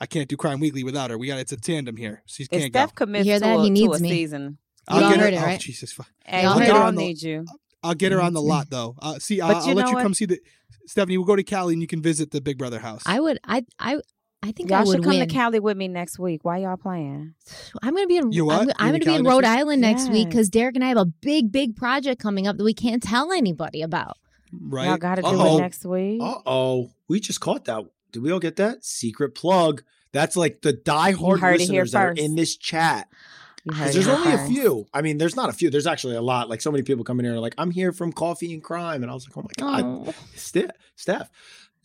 Speaker 1: I can't do Crime Weekly without her. We got it's a tandem here. She
Speaker 3: If
Speaker 1: can't go.
Speaker 3: Steph commits
Speaker 4: You hear
Speaker 3: to,
Speaker 4: that?
Speaker 3: a,
Speaker 4: He
Speaker 3: to
Speaker 4: needs
Speaker 3: a
Speaker 4: me.
Speaker 3: season,
Speaker 1: I'll
Speaker 3: y'all
Speaker 1: get her.
Speaker 4: heard it,
Speaker 1: oh,
Speaker 4: right?
Speaker 1: Jesus fuck.
Speaker 3: hey,
Speaker 4: Y'all
Speaker 3: y'all,
Speaker 4: heard it
Speaker 1: on the-
Speaker 3: need you.
Speaker 1: I'll get her on the
Speaker 4: That's
Speaker 1: lot though. Uh, see, I,
Speaker 3: Mm-hmm. But
Speaker 1: I'll
Speaker 3: you
Speaker 1: let
Speaker 3: know
Speaker 1: you
Speaker 3: what?
Speaker 1: come see the. Stephanie, we'll go to Cali and you can visit the Big Brother house.
Speaker 4: I would. I. I. I think I
Speaker 3: Y'all
Speaker 4: would
Speaker 3: should come
Speaker 4: win.
Speaker 3: to Cali with me next week. Why y'all playing?
Speaker 4: I'm gonna be in.
Speaker 1: You what?
Speaker 4: I'm,
Speaker 1: You're
Speaker 4: I'm
Speaker 1: in
Speaker 4: gonna
Speaker 1: Cali
Speaker 4: be in
Speaker 1: next
Speaker 4: Rhode
Speaker 1: week?
Speaker 4: Island next week
Speaker 3: Yes.
Speaker 4: because Derek and I have a big, big project coming up that we can't tell anybody about.
Speaker 3: Y'all
Speaker 1: right?
Speaker 3: got to do
Speaker 2: Uh-oh.
Speaker 3: it next week.
Speaker 2: Uh oh, we just caught that. Did we all get that secret plug? That's like the diehard
Speaker 3: You heard it here
Speaker 2: listeners that are
Speaker 3: first.
Speaker 2: in this chat.
Speaker 3: You
Speaker 4: I
Speaker 3: heard
Speaker 2: 'Cause
Speaker 3: it
Speaker 2: There's
Speaker 3: here
Speaker 2: only a
Speaker 3: first.
Speaker 2: few. I mean, there's not a few. There's actually a lot. Like so many people come in here and are like, I'm here from Coffee and Crime, and I was like, Oh my god, Steph, Steph.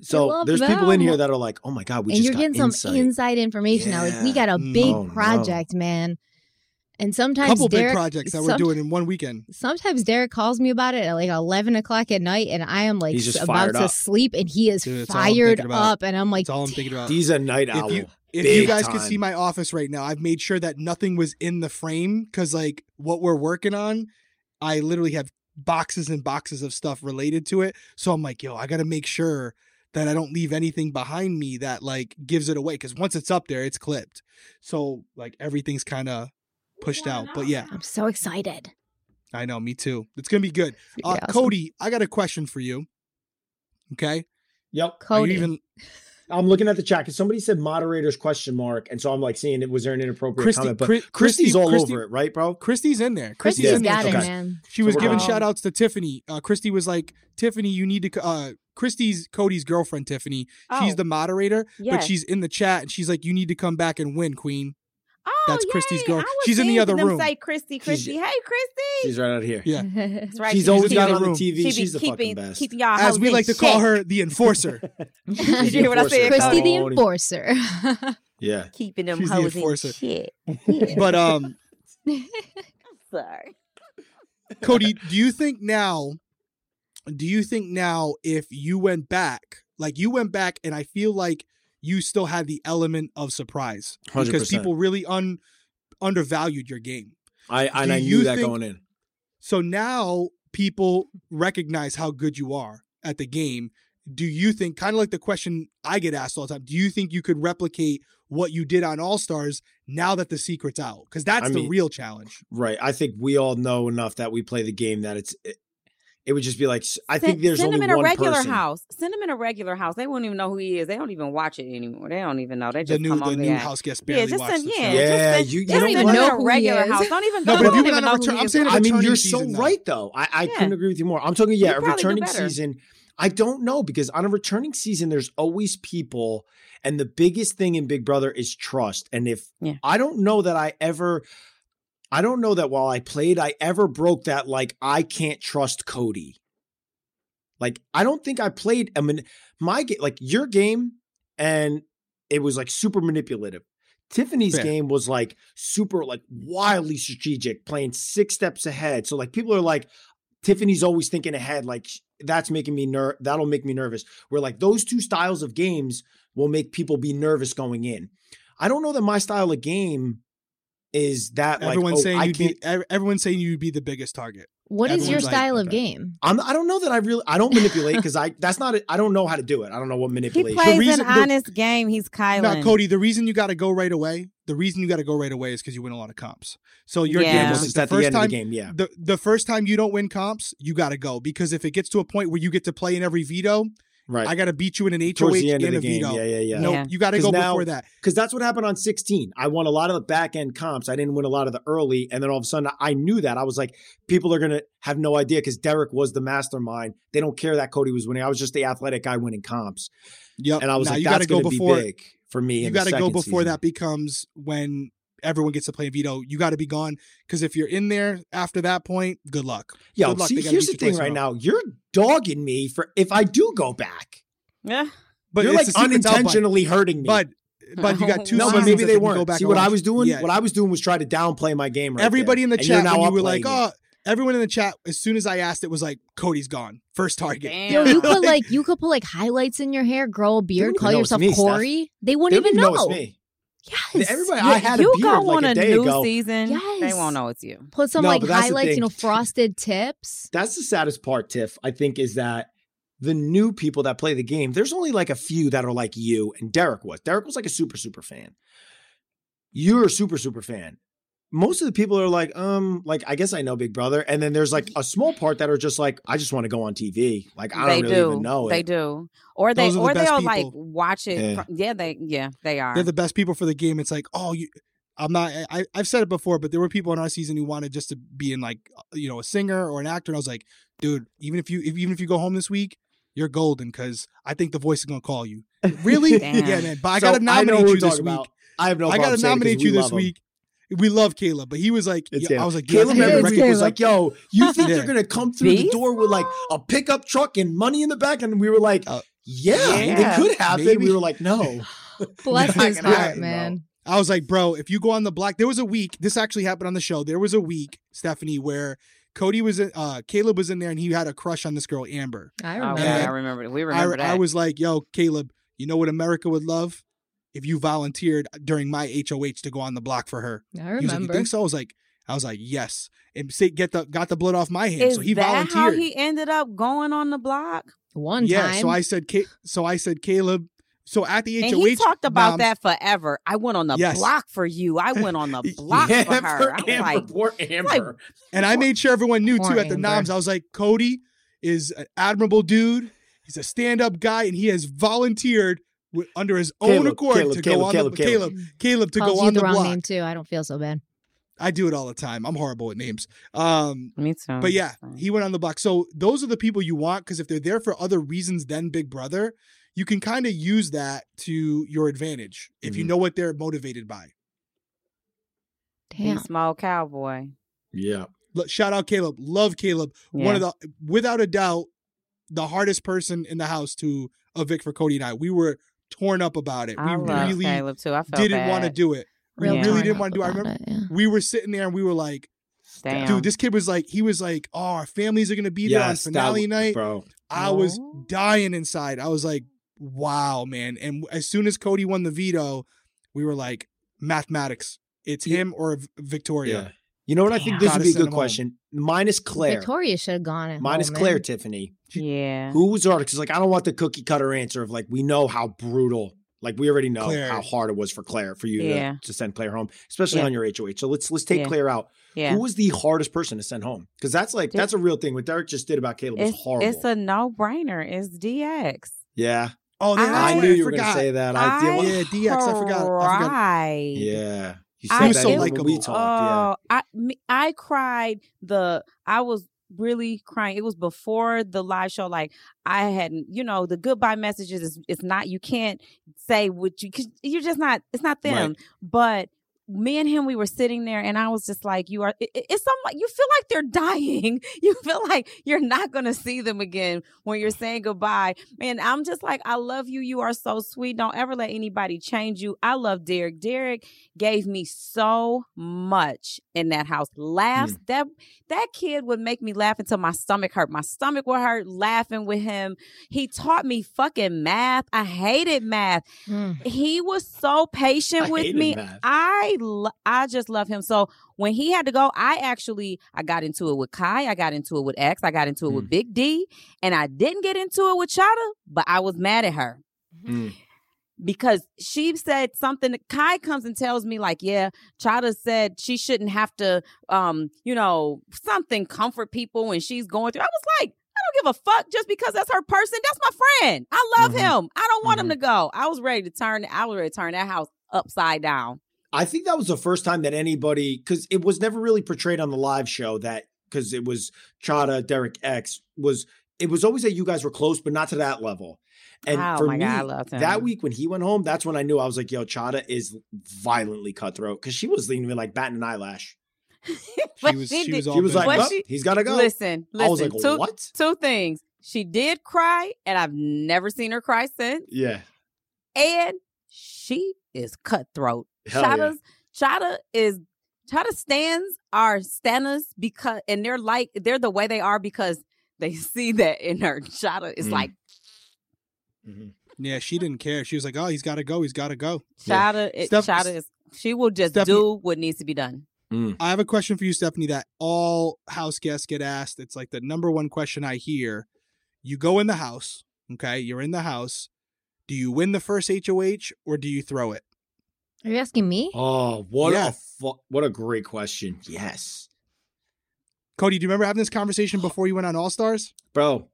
Speaker 2: So
Speaker 4: love
Speaker 2: there's people in
Speaker 4: them.
Speaker 2: here that are like, Oh my god, we
Speaker 4: and
Speaker 2: just
Speaker 4: you're
Speaker 2: got
Speaker 4: getting
Speaker 2: insight.
Speaker 4: some inside information now. Like we
Speaker 1: Yeah.
Speaker 4: got a
Speaker 1: Mm.
Speaker 4: big
Speaker 2: Oh, no.
Speaker 4: project, man. And sometimes
Speaker 1: couple
Speaker 4: Derek,
Speaker 1: big projects that we're
Speaker 4: some-
Speaker 1: doing in one weekend.
Speaker 4: Sometimes Derek calls me about it at like eleven o'clock at night, and I am like
Speaker 2: He's just
Speaker 4: s-
Speaker 2: fired
Speaker 4: about to
Speaker 2: up.
Speaker 4: sleep, and he is
Speaker 1: Dude, that's all I'm
Speaker 4: fired
Speaker 1: thinking about.
Speaker 4: up, and I'm like,
Speaker 1: That's all I'm thinking about.
Speaker 2: These are night
Speaker 1: If you-
Speaker 2: owl.
Speaker 1: if
Speaker 2: Big
Speaker 1: you guys could
Speaker 2: time.
Speaker 1: see my office right now, I've made sure that nothing was in the frame because like what we're working on, I literally have boxes and boxes of stuff related to it. So I'm like, yo, I gotta make sure that I don't leave anything behind me that like gives it away. Cause once it's up there, it's clipped. So like everything's kind of pushed out. But yeah,
Speaker 4: I'm so excited.
Speaker 1: I know, me too. It's gonna be good.
Speaker 4: It's
Speaker 1: Uh,
Speaker 4: gonna be awesome.
Speaker 1: Cody, I got a question for you. Okay.
Speaker 2: Yep.
Speaker 1: Are you
Speaker 4: Cody,
Speaker 1: even
Speaker 2: I'm looking at the chat because somebody said moderators question mark, and so I'm like seeing it was there an inappropriate
Speaker 1: Christy-
Speaker 2: comment, but
Speaker 1: Chris-
Speaker 2: Christie's all
Speaker 1: Christy-
Speaker 2: over it, right, bro?
Speaker 1: Christy's in there. Christy's
Speaker 4: Christy's
Speaker 1: in there.
Speaker 4: got it,
Speaker 2: Okay.
Speaker 4: man.
Speaker 1: She was
Speaker 2: So we're
Speaker 1: giving
Speaker 2: good.
Speaker 1: shout outs to Tiffany. Uh, Christy was like, Tiffany, you need to. c- Uh, Christy's Cody's girlfriend, Tiffany. She's
Speaker 3: Oh,
Speaker 1: the moderator, but
Speaker 3: yes.
Speaker 1: she's in the chat and she's like, you need to come back and win, Queen.
Speaker 3: Oh,
Speaker 1: that's Christy's
Speaker 3: yay.
Speaker 1: girl.
Speaker 3: I was
Speaker 1: She's in the
Speaker 3: seeing
Speaker 1: other
Speaker 3: them
Speaker 1: room.
Speaker 3: Say Christy, Christy. Hey, Christy.
Speaker 2: She's right out here.
Speaker 1: Yeah.
Speaker 3: That's right.
Speaker 2: She's
Speaker 1: She's
Speaker 2: always
Speaker 1: in the
Speaker 2: got
Speaker 1: other
Speaker 2: on the
Speaker 1: room.
Speaker 2: TV.
Speaker 3: She be
Speaker 2: She's the fucking
Speaker 3: keeping,
Speaker 2: best.
Speaker 3: keeping y'all
Speaker 1: As
Speaker 3: hoes
Speaker 1: we
Speaker 3: in
Speaker 1: like to call
Speaker 3: check.
Speaker 1: her, the enforcer.
Speaker 2: She's
Speaker 3: Did you hear what I
Speaker 2: enforcer.
Speaker 3: said,
Speaker 4: Christy the
Speaker 2: Tony.
Speaker 4: enforcer.
Speaker 2: Yeah.
Speaker 3: keeping them
Speaker 1: She's the
Speaker 3: hoes in
Speaker 1: enforcer.
Speaker 3: check.
Speaker 1: but um,
Speaker 3: I'm sorry.
Speaker 1: Cody, do you think now? Do you think now if you went back, like you went back, and I feel like you still had the element of surprise because
Speaker 2: 100%.
Speaker 1: people really un undervalued your game.
Speaker 2: I and
Speaker 1: Do
Speaker 2: I
Speaker 1: you
Speaker 2: knew that
Speaker 1: think-
Speaker 2: going in.
Speaker 1: So now people recognize how good you are at the game. Do you think, kind of like the question I get asked all the time, do you think you could replicate what you did on All Stars now that the secret's out? Because that's
Speaker 2: I
Speaker 1: the
Speaker 2: mean-
Speaker 1: real challenge.
Speaker 2: Right. I think we all know enough that we play the game that it's it, it would just be like I think
Speaker 3: Send-
Speaker 2: there's
Speaker 3: send
Speaker 2: only
Speaker 3: them in a
Speaker 2: one
Speaker 3: regular
Speaker 2: person.
Speaker 3: house. Send them in a regular house. They won't even know who he is. They don't even watch it anymore. They don't even know. They
Speaker 1: The
Speaker 3: just
Speaker 1: new,
Speaker 3: come
Speaker 1: the
Speaker 3: on
Speaker 1: new
Speaker 3: there.
Speaker 1: house guest
Speaker 3: Yeah,
Speaker 1: barely
Speaker 3: just
Speaker 1: watched
Speaker 3: send-
Speaker 1: this
Speaker 3: yeah,
Speaker 1: show.
Speaker 2: Yeah,
Speaker 3: just-
Speaker 2: you, you
Speaker 3: They
Speaker 2: know
Speaker 3: don't even
Speaker 2: what?
Speaker 3: know
Speaker 4: know who
Speaker 3: a
Speaker 4: he
Speaker 3: regular
Speaker 4: is.
Speaker 3: house. Don't even
Speaker 1: No,
Speaker 3: go.
Speaker 1: but if
Speaker 3: They
Speaker 1: you
Speaker 3: don't
Speaker 1: put
Speaker 3: even
Speaker 1: on a
Speaker 3: know who
Speaker 1: return,
Speaker 3: he
Speaker 1: I'm
Speaker 3: is.
Speaker 1: saying a
Speaker 2: I mean,
Speaker 1: returning
Speaker 2: you're so
Speaker 1: season, though.
Speaker 2: right though. I, I couldn't
Speaker 3: Yeah.
Speaker 2: agree with you more. I'm talking yeah,
Speaker 3: You
Speaker 2: a
Speaker 3: probably do
Speaker 2: returning
Speaker 3: better.
Speaker 2: season. I don't know because on a returning season, there's always people, and the biggest thing in Big Brother is trust. And if
Speaker 3: Yeah.
Speaker 2: I don't know that I ever, I don't know that while I played, I ever broke that like I can't trust Cody. Like I don't think I played. I mean, my game, like your game, and it was like super manipulative. Tiffany's
Speaker 1: Fair.
Speaker 2: game was like super, like wildly strategic, playing six steps ahead. So like people are like, Tiffany's always thinking ahead. Like sh- that's making me ner. That'll make me nervous. Where like those two styles of games will make people be nervous going in. I don't know that my style of game is that
Speaker 1: Everyone's
Speaker 2: like oh,
Speaker 1: saying
Speaker 2: I
Speaker 1: you'd
Speaker 2: can't.
Speaker 1: be, ev- everyone's saying you'd be the biggest target.
Speaker 4: What is your
Speaker 1: Everyone's like,
Speaker 4: style of
Speaker 1: okay.
Speaker 4: game?
Speaker 2: I'm, I don't know that I really. I don't manipulate because I. That's not. I don't know how to do it. I don't know what
Speaker 3: He
Speaker 2: manipulation.
Speaker 3: plays
Speaker 1: reason-
Speaker 3: an
Speaker 1: the-
Speaker 3: honest game. He's Kylan.
Speaker 1: Now, Cody, the reason you got to go right away, the reason you got to go right away is because you win a lot of comps. So your
Speaker 3: Yeah.
Speaker 1: game
Speaker 2: Well,
Speaker 1: was
Speaker 2: since
Speaker 1: the
Speaker 2: at the
Speaker 1: first
Speaker 2: end of
Speaker 1: time
Speaker 2: the game, yeah.
Speaker 1: the the first time you don't win comps, you got to go because if it gets to a point where you get to play in every veto,
Speaker 2: Right.
Speaker 1: I got to beat you in an HOH
Speaker 2: Towards the end of
Speaker 1: and
Speaker 2: the
Speaker 1: a
Speaker 2: game.
Speaker 1: veto.
Speaker 2: Yeah, yeah, yeah.
Speaker 1: Nope,
Speaker 3: Yeah.
Speaker 1: you got to
Speaker 2: 'Cause
Speaker 1: go
Speaker 2: now-
Speaker 1: before that.
Speaker 2: Because that's what happened on 16. I won a lot of the back end comps. I didn't win a lot of the early. And then all of a sudden, I knew that. I was like, people are going to have no idea because Derek was the mastermind. They don't care that Cody was winning. I was just the athletic guy winning comps.
Speaker 1: Yep.
Speaker 2: And I was
Speaker 1: Oh, now you
Speaker 2: like, that's
Speaker 1: gotta go
Speaker 2: going to be
Speaker 1: before
Speaker 2: big for me.
Speaker 1: you
Speaker 2: got to
Speaker 1: go before that becomes when everyone gets to play veto. You got to be gone because if you're in there after that point, good luck.
Speaker 2: Yo,
Speaker 1: Good luck.
Speaker 2: see,
Speaker 1: They gotta
Speaker 2: here's
Speaker 1: beat
Speaker 2: the
Speaker 1: you
Speaker 2: thing
Speaker 1: twice in a
Speaker 2: right
Speaker 1: row.
Speaker 2: now. You're dogging me for if I do go back.
Speaker 3: Yeah.
Speaker 1: But
Speaker 2: you're
Speaker 1: it's
Speaker 2: like
Speaker 1: the secret's out, bud.
Speaker 2: unintentionally hurting me.
Speaker 1: But but you got two.
Speaker 2: no, but
Speaker 1: seasons
Speaker 2: maybe
Speaker 1: that
Speaker 2: they
Speaker 1: you can Go
Speaker 2: weren't.
Speaker 1: back
Speaker 2: See what
Speaker 1: and
Speaker 2: I
Speaker 1: watch.
Speaker 2: was doing?
Speaker 1: Yeah.
Speaker 2: What I was doing was try to downplay my game. Right
Speaker 1: Everybody
Speaker 2: there.
Speaker 1: in the
Speaker 2: And you're
Speaker 1: chat
Speaker 2: now
Speaker 1: when you were
Speaker 2: upplaying
Speaker 1: like,
Speaker 2: it.
Speaker 1: oh. Everyone in the chat, as soon as I asked, it was like, Cody's gone. First target.
Speaker 3: Damn.
Speaker 4: Yo, you could like you could put like highlights in your hair, grow a
Speaker 2: They
Speaker 4: beard,
Speaker 2: wouldn't
Speaker 4: call
Speaker 2: even know it's
Speaker 4: yourself
Speaker 2: me, Steph.
Speaker 4: Corey. They wouldn't
Speaker 2: They
Speaker 4: even
Speaker 2: wouldn't
Speaker 4: know.
Speaker 2: It's me.
Speaker 4: Yes.
Speaker 2: Everybody,
Speaker 3: You-
Speaker 2: I had a
Speaker 3: you
Speaker 2: beard
Speaker 3: go
Speaker 2: like
Speaker 3: on
Speaker 2: a
Speaker 3: a,
Speaker 2: day
Speaker 3: new
Speaker 2: ago.
Speaker 3: season. They
Speaker 4: Yes.
Speaker 3: won't know it's you.
Speaker 4: Put some
Speaker 2: No,
Speaker 4: like
Speaker 2: but that's the
Speaker 4: highlights,
Speaker 2: thing.
Speaker 4: you know, frosted tips.
Speaker 2: That's the saddest part, Tiff. I think is that the new people that play the game. There's only like a few that are like you and Derek was. Derek was like a super super fan. You're a super super fan. Most of the people are like, um, like I guess I know Big Brother, and then there's like a small part that are just like, I just want to go on TV. Like I don't
Speaker 3: they
Speaker 2: really
Speaker 3: do.
Speaker 2: even know
Speaker 3: They
Speaker 2: it.
Speaker 3: do. Or they
Speaker 1: Those are the
Speaker 3: or
Speaker 1: best
Speaker 3: they'll
Speaker 1: people.
Speaker 3: like watch it.
Speaker 2: Yeah.
Speaker 3: Yeah. yeah, they yeah, they are.
Speaker 1: They're the best people for the game. It's like, oh, you. I'm not. I, I've said it before, but there were people in our season who wanted just to be in like, you know, a singer or an actor, and I was like, dude, even if you, if, even if you go home this week, you're golden because I think the voice is gonna call you. Really?
Speaker 3: Damn.
Speaker 1: Yeah, man. But I
Speaker 2: So
Speaker 1: gotta
Speaker 2: know
Speaker 1: nominate
Speaker 2: who we're
Speaker 1: you this
Speaker 2: talking
Speaker 1: week.
Speaker 2: about. I have no.
Speaker 1: I
Speaker 2: problem
Speaker 1: gotta
Speaker 2: saying it 'cause
Speaker 1: nominate
Speaker 2: we
Speaker 1: you this
Speaker 2: love 'em.
Speaker 1: week. We love Caleb, but he was like,
Speaker 2: It's
Speaker 1: yeah,
Speaker 2: him.
Speaker 1: I was like,
Speaker 2: Caleb
Speaker 1: yeah, Uh-uh.
Speaker 4: It's
Speaker 2: remember Ricky was
Speaker 4: Caleb.
Speaker 2: like, "Yo, you think
Speaker 1: Yeah.
Speaker 2: they're gonna come through the
Speaker 3: Beast
Speaker 2: door with like a pickup truck and money in the back?" And we were like,
Speaker 1: Uh,
Speaker 2: "Yeah,
Speaker 3: yeah,
Speaker 2: it could happen."
Speaker 1: maybe.
Speaker 2: We were like, "No,
Speaker 4: Bless
Speaker 2: Not
Speaker 4: his
Speaker 2: gonna
Speaker 4: heart,
Speaker 2: happen,
Speaker 4: man.
Speaker 1: I was like, bro, if you go on the block, there was a week. This actually happened on the show. There was a week, Stephanie, where Cody was, in, uh, Caleb was in there, and he had a crush on this girl, Amber.
Speaker 4: I
Speaker 3: Oh,
Speaker 4: remember.
Speaker 3: yeah, I remember. We
Speaker 1: I,
Speaker 3: remember that.
Speaker 1: I was like, yo, Caleb, you know what America would love? If you volunteered during my HOH to go on the block for her. He
Speaker 4: I
Speaker 1: was like, you
Speaker 4: remember.
Speaker 1: think so? I was like, I was like, yes. And say, get the got the blood off my hands.
Speaker 3: Is
Speaker 1: so he
Speaker 3: that
Speaker 1: volunteered.
Speaker 3: how he ended up going on the block?
Speaker 4: One
Speaker 1: yeah.
Speaker 4: time.
Speaker 1: So I said, Ca- so I said, Caleb. So at the
Speaker 3: And
Speaker 1: HOH,
Speaker 3: he talked about
Speaker 1: Dom-
Speaker 3: that forever. I went on the
Speaker 1: um, Yes.
Speaker 3: block for you. I went on the block for her. I was
Speaker 2: Amber,
Speaker 3: like,
Speaker 2: poor Amber.
Speaker 1: And I made sure everyone knew
Speaker 4: Poor
Speaker 1: too at the
Speaker 4: Amber.
Speaker 1: noms. I was like, Cody is an admirable dude. He's a stand-up guy, and he has volunteered with, under his own
Speaker 2: Caleb,
Speaker 1: accord
Speaker 2: Caleb,
Speaker 1: to
Speaker 2: Caleb,
Speaker 1: go on
Speaker 2: Caleb,
Speaker 1: the
Speaker 2: Caleb.
Speaker 1: Caleb, Caleb to
Speaker 4: Called
Speaker 1: go
Speaker 4: you
Speaker 1: on
Speaker 4: the,
Speaker 1: the
Speaker 4: wrong
Speaker 1: block.
Speaker 4: name too. I don't feel so bad.
Speaker 1: I do it all the time. I'm horrible at names. Um,
Speaker 3: me
Speaker 2: Oh,
Speaker 3: too.
Speaker 1: but yeah, he went on the block. So those are the people you want because if they're there for other reasons than Big Brother, you can kind of use that to your advantage if you
Speaker 2: Mhm.
Speaker 1: know what they're motivated by.
Speaker 4: Damn.
Speaker 3: small cowboy.
Speaker 2: Yeah,
Speaker 1: Lo- Shout out Caleb. Love Caleb. One of the without a doubt the hardest person in the house to evict for Cody and I. We were torn up about it.
Speaker 3: I
Speaker 1: we
Speaker 3: love
Speaker 1: really
Speaker 3: Caleb too. I felt
Speaker 1: didn't want to
Speaker 3: bad.
Speaker 1: do it. We
Speaker 3: Real
Speaker 1: really
Speaker 3: torn
Speaker 1: didn't want to do. it. I remember we were sitting there and we were like,
Speaker 3: Damn.
Speaker 1: dude, this kid was like, he was like, oh, our families are gonna be there
Speaker 2: Yes,
Speaker 1: on
Speaker 2: that
Speaker 1: finale
Speaker 2: w-
Speaker 1: night.
Speaker 2: bro.
Speaker 1: I was
Speaker 3: Oh.
Speaker 1: dying inside. I was like, wow, man. And as soon as Cody won the veto, we were like, mathematics. It's him or V- Victoria.
Speaker 2: Yeah. You know what? I think this
Speaker 1: Gotta
Speaker 2: would be a
Speaker 1: send
Speaker 2: good
Speaker 1: him
Speaker 2: question. Minus Claire,
Speaker 4: Victoria should have gone. At
Speaker 2: minus
Speaker 4: home,
Speaker 2: Claire,
Speaker 4: man.
Speaker 2: Tiffany.
Speaker 3: eh? yeah.
Speaker 2: Who was the artist? 'Cause, like, I don't want the cookie cutter answer of like we know how brutal. Like we already know
Speaker 1: Claire.
Speaker 2: how hard it was for Claire for you
Speaker 3: Yeah.
Speaker 2: to, to send Claire home, especially
Speaker 3: Yeah.
Speaker 2: on your HOH. So let's let's take
Speaker 3: Yeah.
Speaker 2: Claire out.
Speaker 3: Yeah.
Speaker 2: Who was the hardest person to send home? Because that's like
Speaker 3: Dude.
Speaker 2: that's a real thing. What Derek just did about Caleb was
Speaker 3: It's,
Speaker 2: horrible.
Speaker 3: it's a no brainer. It's DX.
Speaker 2: yeah,
Speaker 1: Oh, then I,
Speaker 2: I,
Speaker 3: I
Speaker 2: knew you were
Speaker 1: forgot.
Speaker 2: gonna say that. I,
Speaker 3: I
Speaker 2: did.
Speaker 1: Yeah, DX. I forgot. I forgot.
Speaker 3: cried.
Speaker 2: Yeah, you
Speaker 3: I-
Speaker 2: said that
Speaker 3: so
Speaker 2: even when
Speaker 1: likable.
Speaker 2: we talked.
Speaker 3: Oh, I me- I cried. The I was really crying. It was before the live show. Like I hadn't, you know, the goodbye messages. Is, it's not you can't say what you because you're just not. It's not
Speaker 2: Right.
Speaker 3: them. But me and him, we were sitting there, and I was just like, "You are." It, it- it's somewhat. You feel like they're dying. You feel like you're not gonna see them again when you're saying goodbye. And I'm just like, "I love you. You are so sweet. Don't ever let anybody change you. I love Derek. Derek gave me so much in that house. Laughs that that kid would make me laugh until my stomach hurt. My stomach would hurt laughing with him. He taught me fucking math. I hated math.
Speaker 4: Mm.
Speaker 3: He was so patient
Speaker 2: Yeah, I
Speaker 3: with
Speaker 2: hated
Speaker 3: me.
Speaker 2: Matt.
Speaker 3: I lo- I just love him. So when he had to go, I actually I got into it with Kai, I got into it with X, I got into it
Speaker 2: Mm.
Speaker 3: with Big D, and I didn't get into it with Chata, but I was mad at her
Speaker 2: Mm.
Speaker 3: because she said something kai comes and tells me like yeah chada said she shouldn't have to um you know something comfort people when she's going through i was like i don't give a fuck just because that's her person that's my friend i love
Speaker 2: Mhm.
Speaker 3: him i don't want him to go i was ready to turn i was ready to turn that house upside down
Speaker 2: I think that was the first time that anybody because it was never really portrayed on the live show that because it was Chada, Derek X was it was always that you guys were close, but not to that level. And
Speaker 3: oh
Speaker 2: for
Speaker 3: my
Speaker 2: me,
Speaker 3: god i loved him
Speaker 2: That week when he went home, that's when I knew I was like, yo, Chada is violently cutthroat because she was even like batting an eyelash.
Speaker 3: But
Speaker 1: She was,
Speaker 3: she
Speaker 1: she
Speaker 3: did-
Speaker 1: was all
Speaker 2: She was
Speaker 1: bent
Speaker 2: like,
Speaker 1: up.
Speaker 3: Was
Speaker 2: "Well,
Speaker 3: she-
Speaker 2: he's got to go.
Speaker 3: listen listen
Speaker 2: I was like,
Speaker 3: two,
Speaker 2: what?
Speaker 3: two things she did cry and i've never seen her cry since
Speaker 2: Yeah.
Speaker 3: and she is cutthroat
Speaker 2: Hell yeah.
Speaker 3: Shada's Shada is Chata stands are standers because, and they're like they're the way they are because they see that in her. Chata is
Speaker 5: Mm.
Speaker 3: like
Speaker 1: Yeah, she didn't care. She was like, "Oh, he's got to go. He's got to go."
Speaker 5: Yeah.
Speaker 3: Chata. It,
Speaker 1: Steph-
Speaker 3: Chata is she will just
Speaker 1: Stephanie-
Speaker 3: do what needs to be done.
Speaker 1: I have a question for you, Stephanie. That all house guests get asked. It's like the number one question I hear. You go in the house. Okay, you're in the house. Do you win the first HOH or do you throw it?
Speaker 4: Are you asking me?
Speaker 2: Oh, what
Speaker 1: Yeah.
Speaker 2: a fu- what a great question. Yes,
Speaker 1: Cody, do you remember having this conversation before you went on All Stars?
Speaker 2: bro.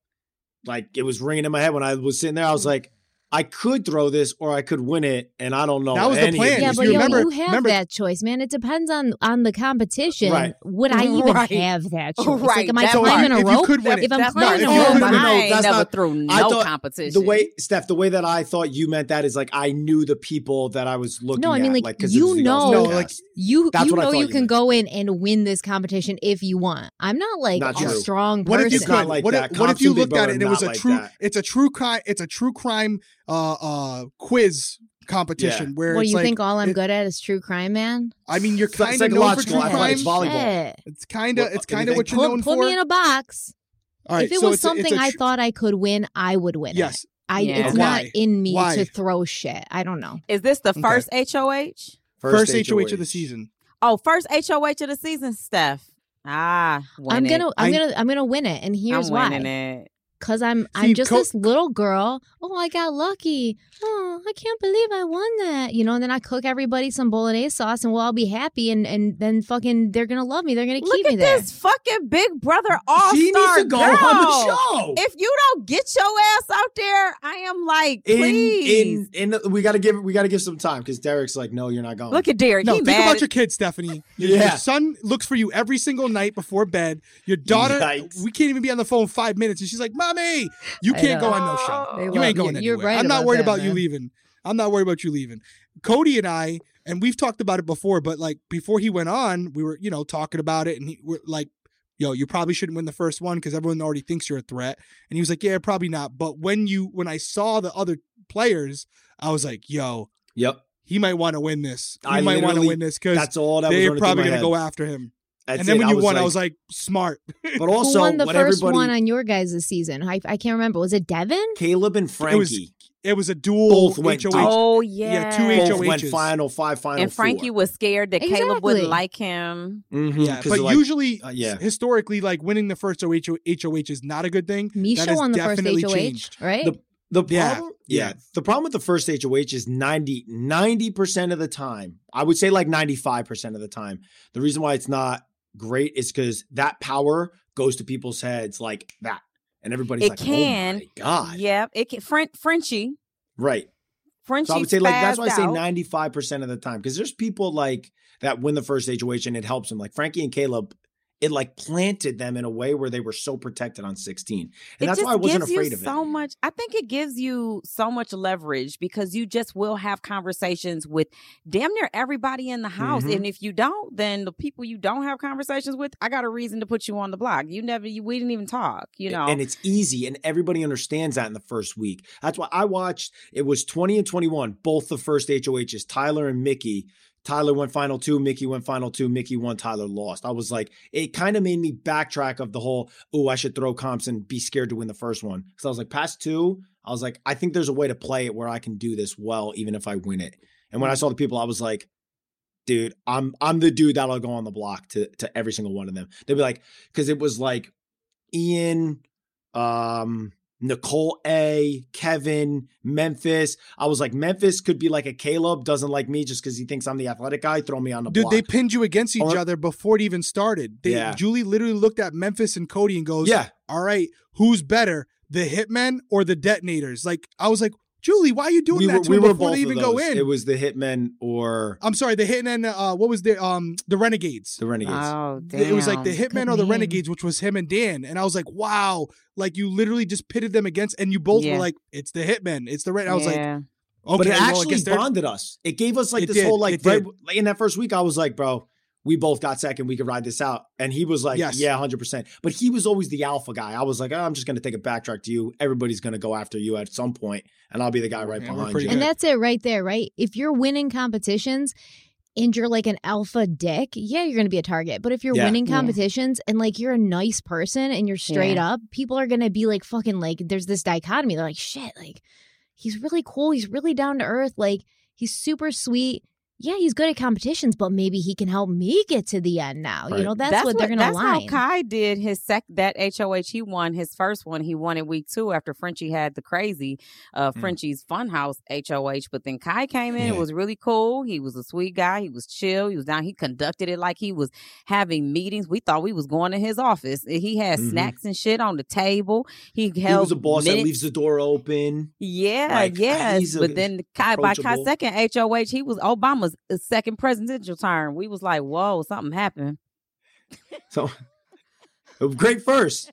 Speaker 2: Like it was ringing in my head when I was sitting there. I was like, I could throw this or I could win it, and I don't know.
Speaker 1: That was the
Speaker 2: any of
Speaker 1: plan.
Speaker 4: yeah,
Speaker 1: you
Speaker 2: these.
Speaker 4: but
Speaker 1: you
Speaker 4: yo,
Speaker 1: remember-
Speaker 4: you have
Speaker 1: remember-
Speaker 4: that choice, man. It depends on on the competition.
Speaker 2: Right.
Speaker 4: Would I even
Speaker 3: Right.
Speaker 4: have that choice?
Speaker 3: Right,
Speaker 4: Like, am I
Speaker 3: that
Speaker 4: climbing
Speaker 1: if
Speaker 4: a rope?
Speaker 1: you could win
Speaker 4: If
Speaker 1: it,
Speaker 4: I'm
Speaker 3: That's
Speaker 4: climbing
Speaker 2: not- if
Speaker 4: a
Speaker 2: you
Speaker 4: rope,
Speaker 2: could
Speaker 4: I
Speaker 2: win it, no,
Speaker 4: ain't
Speaker 3: I
Speaker 2: that's
Speaker 3: never
Speaker 2: not-
Speaker 3: threw
Speaker 2: I
Speaker 3: no
Speaker 2: thought
Speaker 3: competition.
Speaker 2: the way Steph, the way that I thought you meant that is like I knew the people that I was looking.
Speaker 4: No, I mean,
Speaker 2: at,
Speaker 4: like,
Speaker 2: 'cause it
Speaker 4: you
Speaker 2: was the All-Star
Speaker 1: No,
Speaker 4: No,
Speaker 1: like
Speaker 2: cast.
Speaker 4: You
Speaker 2: That's
Speaker 4: you
Speaker 2: what I
Speaker 4: know
Speaker 2: thought
Speaker 4: you
Speaker 2: you
Speaker 4: can
Speaker 2: meant.
Speaker 4: go in and win this competition if you want. I'm not like
Speaker 2: Not
Speaker 4: a
Speaker 2: true.
Speaker 4: strong
Speaker 1: What
Speaker 4: person.
Speaker 1: if you
Speaker 2: It's not
Speaker 1: could?
Speaker 2: like
Speaker 1: what,
Speaker 2: that.
Speaker 1: if, what if
Speaker 2: Cops
Speaker 1: you
Speaker 2: and Big
Speaker 1: looked at
Speaker 2: Brother
Speaker 1: it and it
Speaker 2: are
Speaker 1: was a
Speaker 2: not like
Speaker 1: true?
Speaker 2: that.
Speaker 1: It's a true crime. It's a true crime uh, uh, quiz competition where
Speaker 4: What
Speaker 1: it's
Speaker 4: do you
Speaker 1: like,
Speaker 4: think all I'm
Speaker 1: it-
Speaker 4: good at is true crime, man?
Speaker 1: I mean, you're
Speaker 2: Psy-
Speaker 1: kind of known for
Speaker 2: psychological
Speaker 1: true crime.
Speaker 2: athletics, volleyball.
Speaker 4: Shit.
Speaker 1: It's kind of
Speaker 2: What-
Speaker 4: uh,
Speaker 1: it's kind of what
Speaker 2: anything?
Speaker 1: you're known
Speaker 4: Put, put
Speaker 1: for.
Speaker 4: me in a box.
Speaker 1: All right,
Speaker 4: if it
Speaker 1: so
Speaker 4: was
Speaker 1: it's a- it's
Speaker 4: something
Speaker 1: a
Speaker 4: I
Speaker 1: tr-
Speaker 4: thought I could win, I would win. it.
Speaker 1: yes,
Speaker 4: I,
Speaker 3: Yeah.
Speaker 4: It's
Speaker 1: Okay.
Speaker 4: not
Speaker 1: Why?
Speaker 4: in me
Speaker 1: Why?
Speaker 4: to throw shit. I don't know.
Speaker 3: is this the
Speaker 1: Okay.
Speaker 3: first HOH?
Speaker 1: first, HOH of the season.
Speaker 3: Oh, first HOH of the season, Steph. Ah, win
Speaker 4: I'm
Speaker 3: it.
Speaker 4: gonna I'm
Speaker 1: I-
Speaker 4: gonna I'm gonna win it, and here's
Speaker 3: I'm
Speaker 4: why.
Speaker 3: winning it.
Speaker 4: Cause I'm
Speaker 1: See,
Speaker 4: I'm just
Speaker 1: co-
Speaker 4: this little girl. Oh, I got lucky. Oh, I can't believe I won that. You know, and then I cook everybody some bolognese sauce, and we'll all be happy. And and then fucking, they're gonna love me. They're gonna
Speaker 3: Look
Speaker 4: keep me
Speaker 3: at
Speaker 4: there.
Speaker 3: this fucking Big Brother All Star
Speaker 2: she needs to go
Speaker 3: girl.
Speaker 2: on the show.
Speaker 3: If you don't get your ass out there, I am like, please.
Speaker 2: in, in, in, we gotta give we gotta give some time because Derek's like, no, you're not going.
Speaker 3: Look at Derek.
Speaker 1: No,
Speaker 3: he
Speaker 1: think
Speaker 3: mad.
Speaker 1: about your kids, Stephanie. Your, your
Speaker 2: Yeah.
Speaker 1: son looks for you every single night before bed. Your daughter,
Speaker 2: Yikes.
Speaker 1: we can't even be on the phone five minutes, and she's like, "Mommy, you
Speaker 4: I
Speaker 1: can't
Speaker 4: know.
Speaker 1: go on no show.
Speaker 4: They
Speaker 1: You
Speaker 4: love
Speaker 1: ain't going
Speaker 4: you. You're
Speaker 1: anywhere.
Speaker 4: right
Speaker 1: I'm not
Speaker 4: about
Speaker 1: worried
Speaker 4: that,
Speaker 1: about you
Speaker 4: man.
Speaker 1: leaving. I'm not worried about you leaving." Cody and I, and we've talked about it before, but like before he went on, we were you know talking about it, and he, we're like, "Yo, you probably shouldn't win the first one because everyone already thinks you're a threat." And he was like, "Yeah, probably not." But when you when I saw the other players, I was like, "Yo."
Speaker 2: yep,
Speaker 1: He might want to win this. He
Speaker 2: I
Speaker 1: might want to
Speaker 2: literally-
Speaker 1: win this because
Speaker 2: that's all that was
Speaker 1: they're
Speaker 2: running
Speaker 1: probably
Speaker 2: through
Speaker 1: going
Speaker 2: my
Speaker 1: to go
Speaker 2: head.
Speaker 1: after him.
Speaker 2: That's
Speaker 1: and then
Speaker 2: it.
Speaker 1: when you won, I was like, smart.
Speaker 2: but
Speaker 4: Who
Speaker 2: also
Speaker 4: won the
Speaker 2: when
Speaker 4: first
Speaker 2: everybody,
Speaker 4: one on your guys' season? I I can't remember. Was it Devin?
Speaker 2: Caleb and Frankie
Speaker 1: It was a dual
Speaker 2: Both went
Speaker 1: HOH.
Speaker 2: down.
Speaker 3: oh
Speaker 1: Yeah,
Speaker 3: yeah,
Speaker 1: two
Speaker 2: both
Speaker 1: HOH.
Speaker 2: went
Speaker 1: HOHs.
Speaker 2: final five, final
Speaker 3: And Frankie was scared that Caleb wouldn't
Speaker 4: Exactly.
Speaker 3: like him.
Speaker 2: Mm-hmm,
Speaker 1: Yeah, but usually,
Speaker 2: uh, yeah.
Speaker 1: historically, like winning the first HOH, HOH is not a good thing.
Speaker 4: Misha
Speaker 1: has
Speaker 4: won the first
Speaker 1: definitely
Speaker 4: HOH,
Speaker 1: changed.
Speaker 4: right?
Speaker 2: The- the
Speaker 1: Yeah.
Speaker 2: problem, yeah.
Speaker 1: Yeah.
Speaker 2: the problem with the first HOH is 90 percent of the time. I would say like ninety five percent of the time. The reason why it's not great is because that power goes to people's heads like that, and everybody's
Speaker 3: It
Speaker 2: like,
Speaker 3: can.
Speaker 2: oh my god,
Speaker 3: Yep. It can, Fren- Frenchie.
Speaker 2: right.
Speaker 3: Frenchie.
Speaker 2: So I would say like that's
Speaker 3: spazzed
Speaker 2: why I say
Speaker 3: out.
Speaker 2: ninety five percent of the time because there's people like that win the first HOH and it helps them. Like Frankie and Caleb, it like planted them in a way where they were so protected on sixteen, and
Speaker 3: it
Speaker 2: that's
Speaker 3: just
Speaker 2: why I wasn't
Speaker 3: gives
Speaker 2: afraid
Speaker 3: you
Speaker 2: of it.
Speaker 3: so much. I think it gives you so much leverage because you just will have conversations with damn near everybody in the house.
Speaker 2: Mhm.
Speaker 3: And if you don't, then the people you don't have conversations with, I got a reason to put you on the block. You never, you, we didn't even talk. You know,
Speaker 2: and it's easy and everybody understands that in the first week that's why i watched it was 20 and 21 both the first hohs tyler and mickey tyler went final two mickey went final two mickey won tyler lost i was like it kind of made me backtrack of the whole oh i should throw comps and be scared to win the first one so i was like past two i was like i think there's a way to play it where i can do this well even if i win it and
Speaker 3: Mm.
Speaker 2: when i saw the people i was like dude i'm i'm the dude that'll go on the block to to every single one of them they'll be like because it was like Ian, um, Nicole A, Kevin, Memphis. I was like, Memphis could be like a Caleb, doesn't like me just because he thinks I'm the athletic guy. Throw me on the
Speaker 1: Dude,
Speaker 2: block.
Speaker 1: they pinned you against each
Speaker 2: Or-
Speaker 1: other before it even started. They,
Speaker 2: Yeah.
Speaker 1: Julie literally looked at Memphis and Cody and goes,
Speaker 2: yeah,
Speaker 1: all right, who's better, the hitmen or the detonators? Like, I was like, Julie, why are you doing
Speaker 2: we
Speaker 1: that
Speaker 2: were
Speaker 1: to
Speaker 2: we
Speaker 1: him
Speaker 2: were
Speaker 1: before
Speaker 2: both
Speaker 1: they
Speaker 2: of
Speaker 1: even
Speaker 2: those.
Speaker 1: go in?
Speaker 2: It was the Hitmen or
Speaker 1: I'm sorry, the hitmen. Uh, what was the um the renegades?
Speaker 2: the Renegades.
Speaker 3: oh damn,
Speaker 1: It was like the Hitman
Speaker 4: good
Speaker 1: or the
Speaker 4: name.
Speaker 1: Renegades, which was him and Dan. And I was like, wow, like you literally just pitted them against, and you both
Speaker 3: Yeah.
Speaker 1: were like, it's the Hitman, it's the Ren. I was like, okay,
Speaker 3: Yeah.
Speaker 2: but
Speaker 1: well,
Speaker 2: it
Speaker 1: I guess
Speaker 2: actually
Speaker 1: they're-
Speaker 2: bonded us. It gave us like
Speaker 1: It
Speaker 2: this
Speaker 1: did,
Speaker 2: whole like
Speaker 1: it did.
Speaker 2: right- like, in that first week, I was like, bro, we both got second. We could ride this out. And he was like,
Speaker 1: Yes.
Speaker 2: yeah, hundred percent. But he was always the alpha guy. I was like, oh, I'm just gonna take a backtrack to you. Everybody's gonna go after you at some point, and I'll be the guy right
Speaker 1: Yeah, we're
Speaker 2: behind
Speaker 1: pretty
Speaker 2: you.
Speaker 1: good.
Speaker 4: and that's it right there, right? If you're winning competitions, and you're like an alpha dick, yeah, you're going to be a target. But if you're
Speaker 2: Yeah.
Speaker 4: winning
Speaker 3: Yeah.
Speaker 4: competitions and like you're a nice person and you're straight
Speaker 3: Yeah.
Speaker 4: up, people are going to be like fucking like there's this dichotomy. They're like, "Shit, like he's really cool. He's really down to earth. Like he's super sweet." Yeah, he's good at competitions, but maybe he can help me get to the end now. You
Speaker 2: Right.
Speaker 4: know, that's, what, they're going to
Speaker 3: That's
Speaker 4: line.
Speaker 3: how Kai did his sec. That HOH he won his first one. He won in week two after Frenchie had the crazy uh,
Speaker 5: Mm.
Speaker 3: Frenchie's Funhouse HOH. But then Kai came in.
Speaker 2: Yeah.
Speaker 3: It was really cool. He was a sweet guy. He was chill. He was down. He conducted it like he was having meetings. We thought we was going to his office. He had
Speaker 2: Mhm.
Speaker 3: snacks and shit on the table. He held.
Speaker 2: He was a boss that
Speaker 3: minutes-
Speaker 2: leaves the door open.
Speaker 3: Yeah,
Speaker 2: Like,
Speaker 3: yes.
Speaker 2: he's a-
Speaker 3: But then Kai, by Kai's
Speaker 2: approachable.
Speaker 3: second HOH, he was Obama's uh, second presidential term. We was like, whoa, something happened.
Speaker 2: So great first.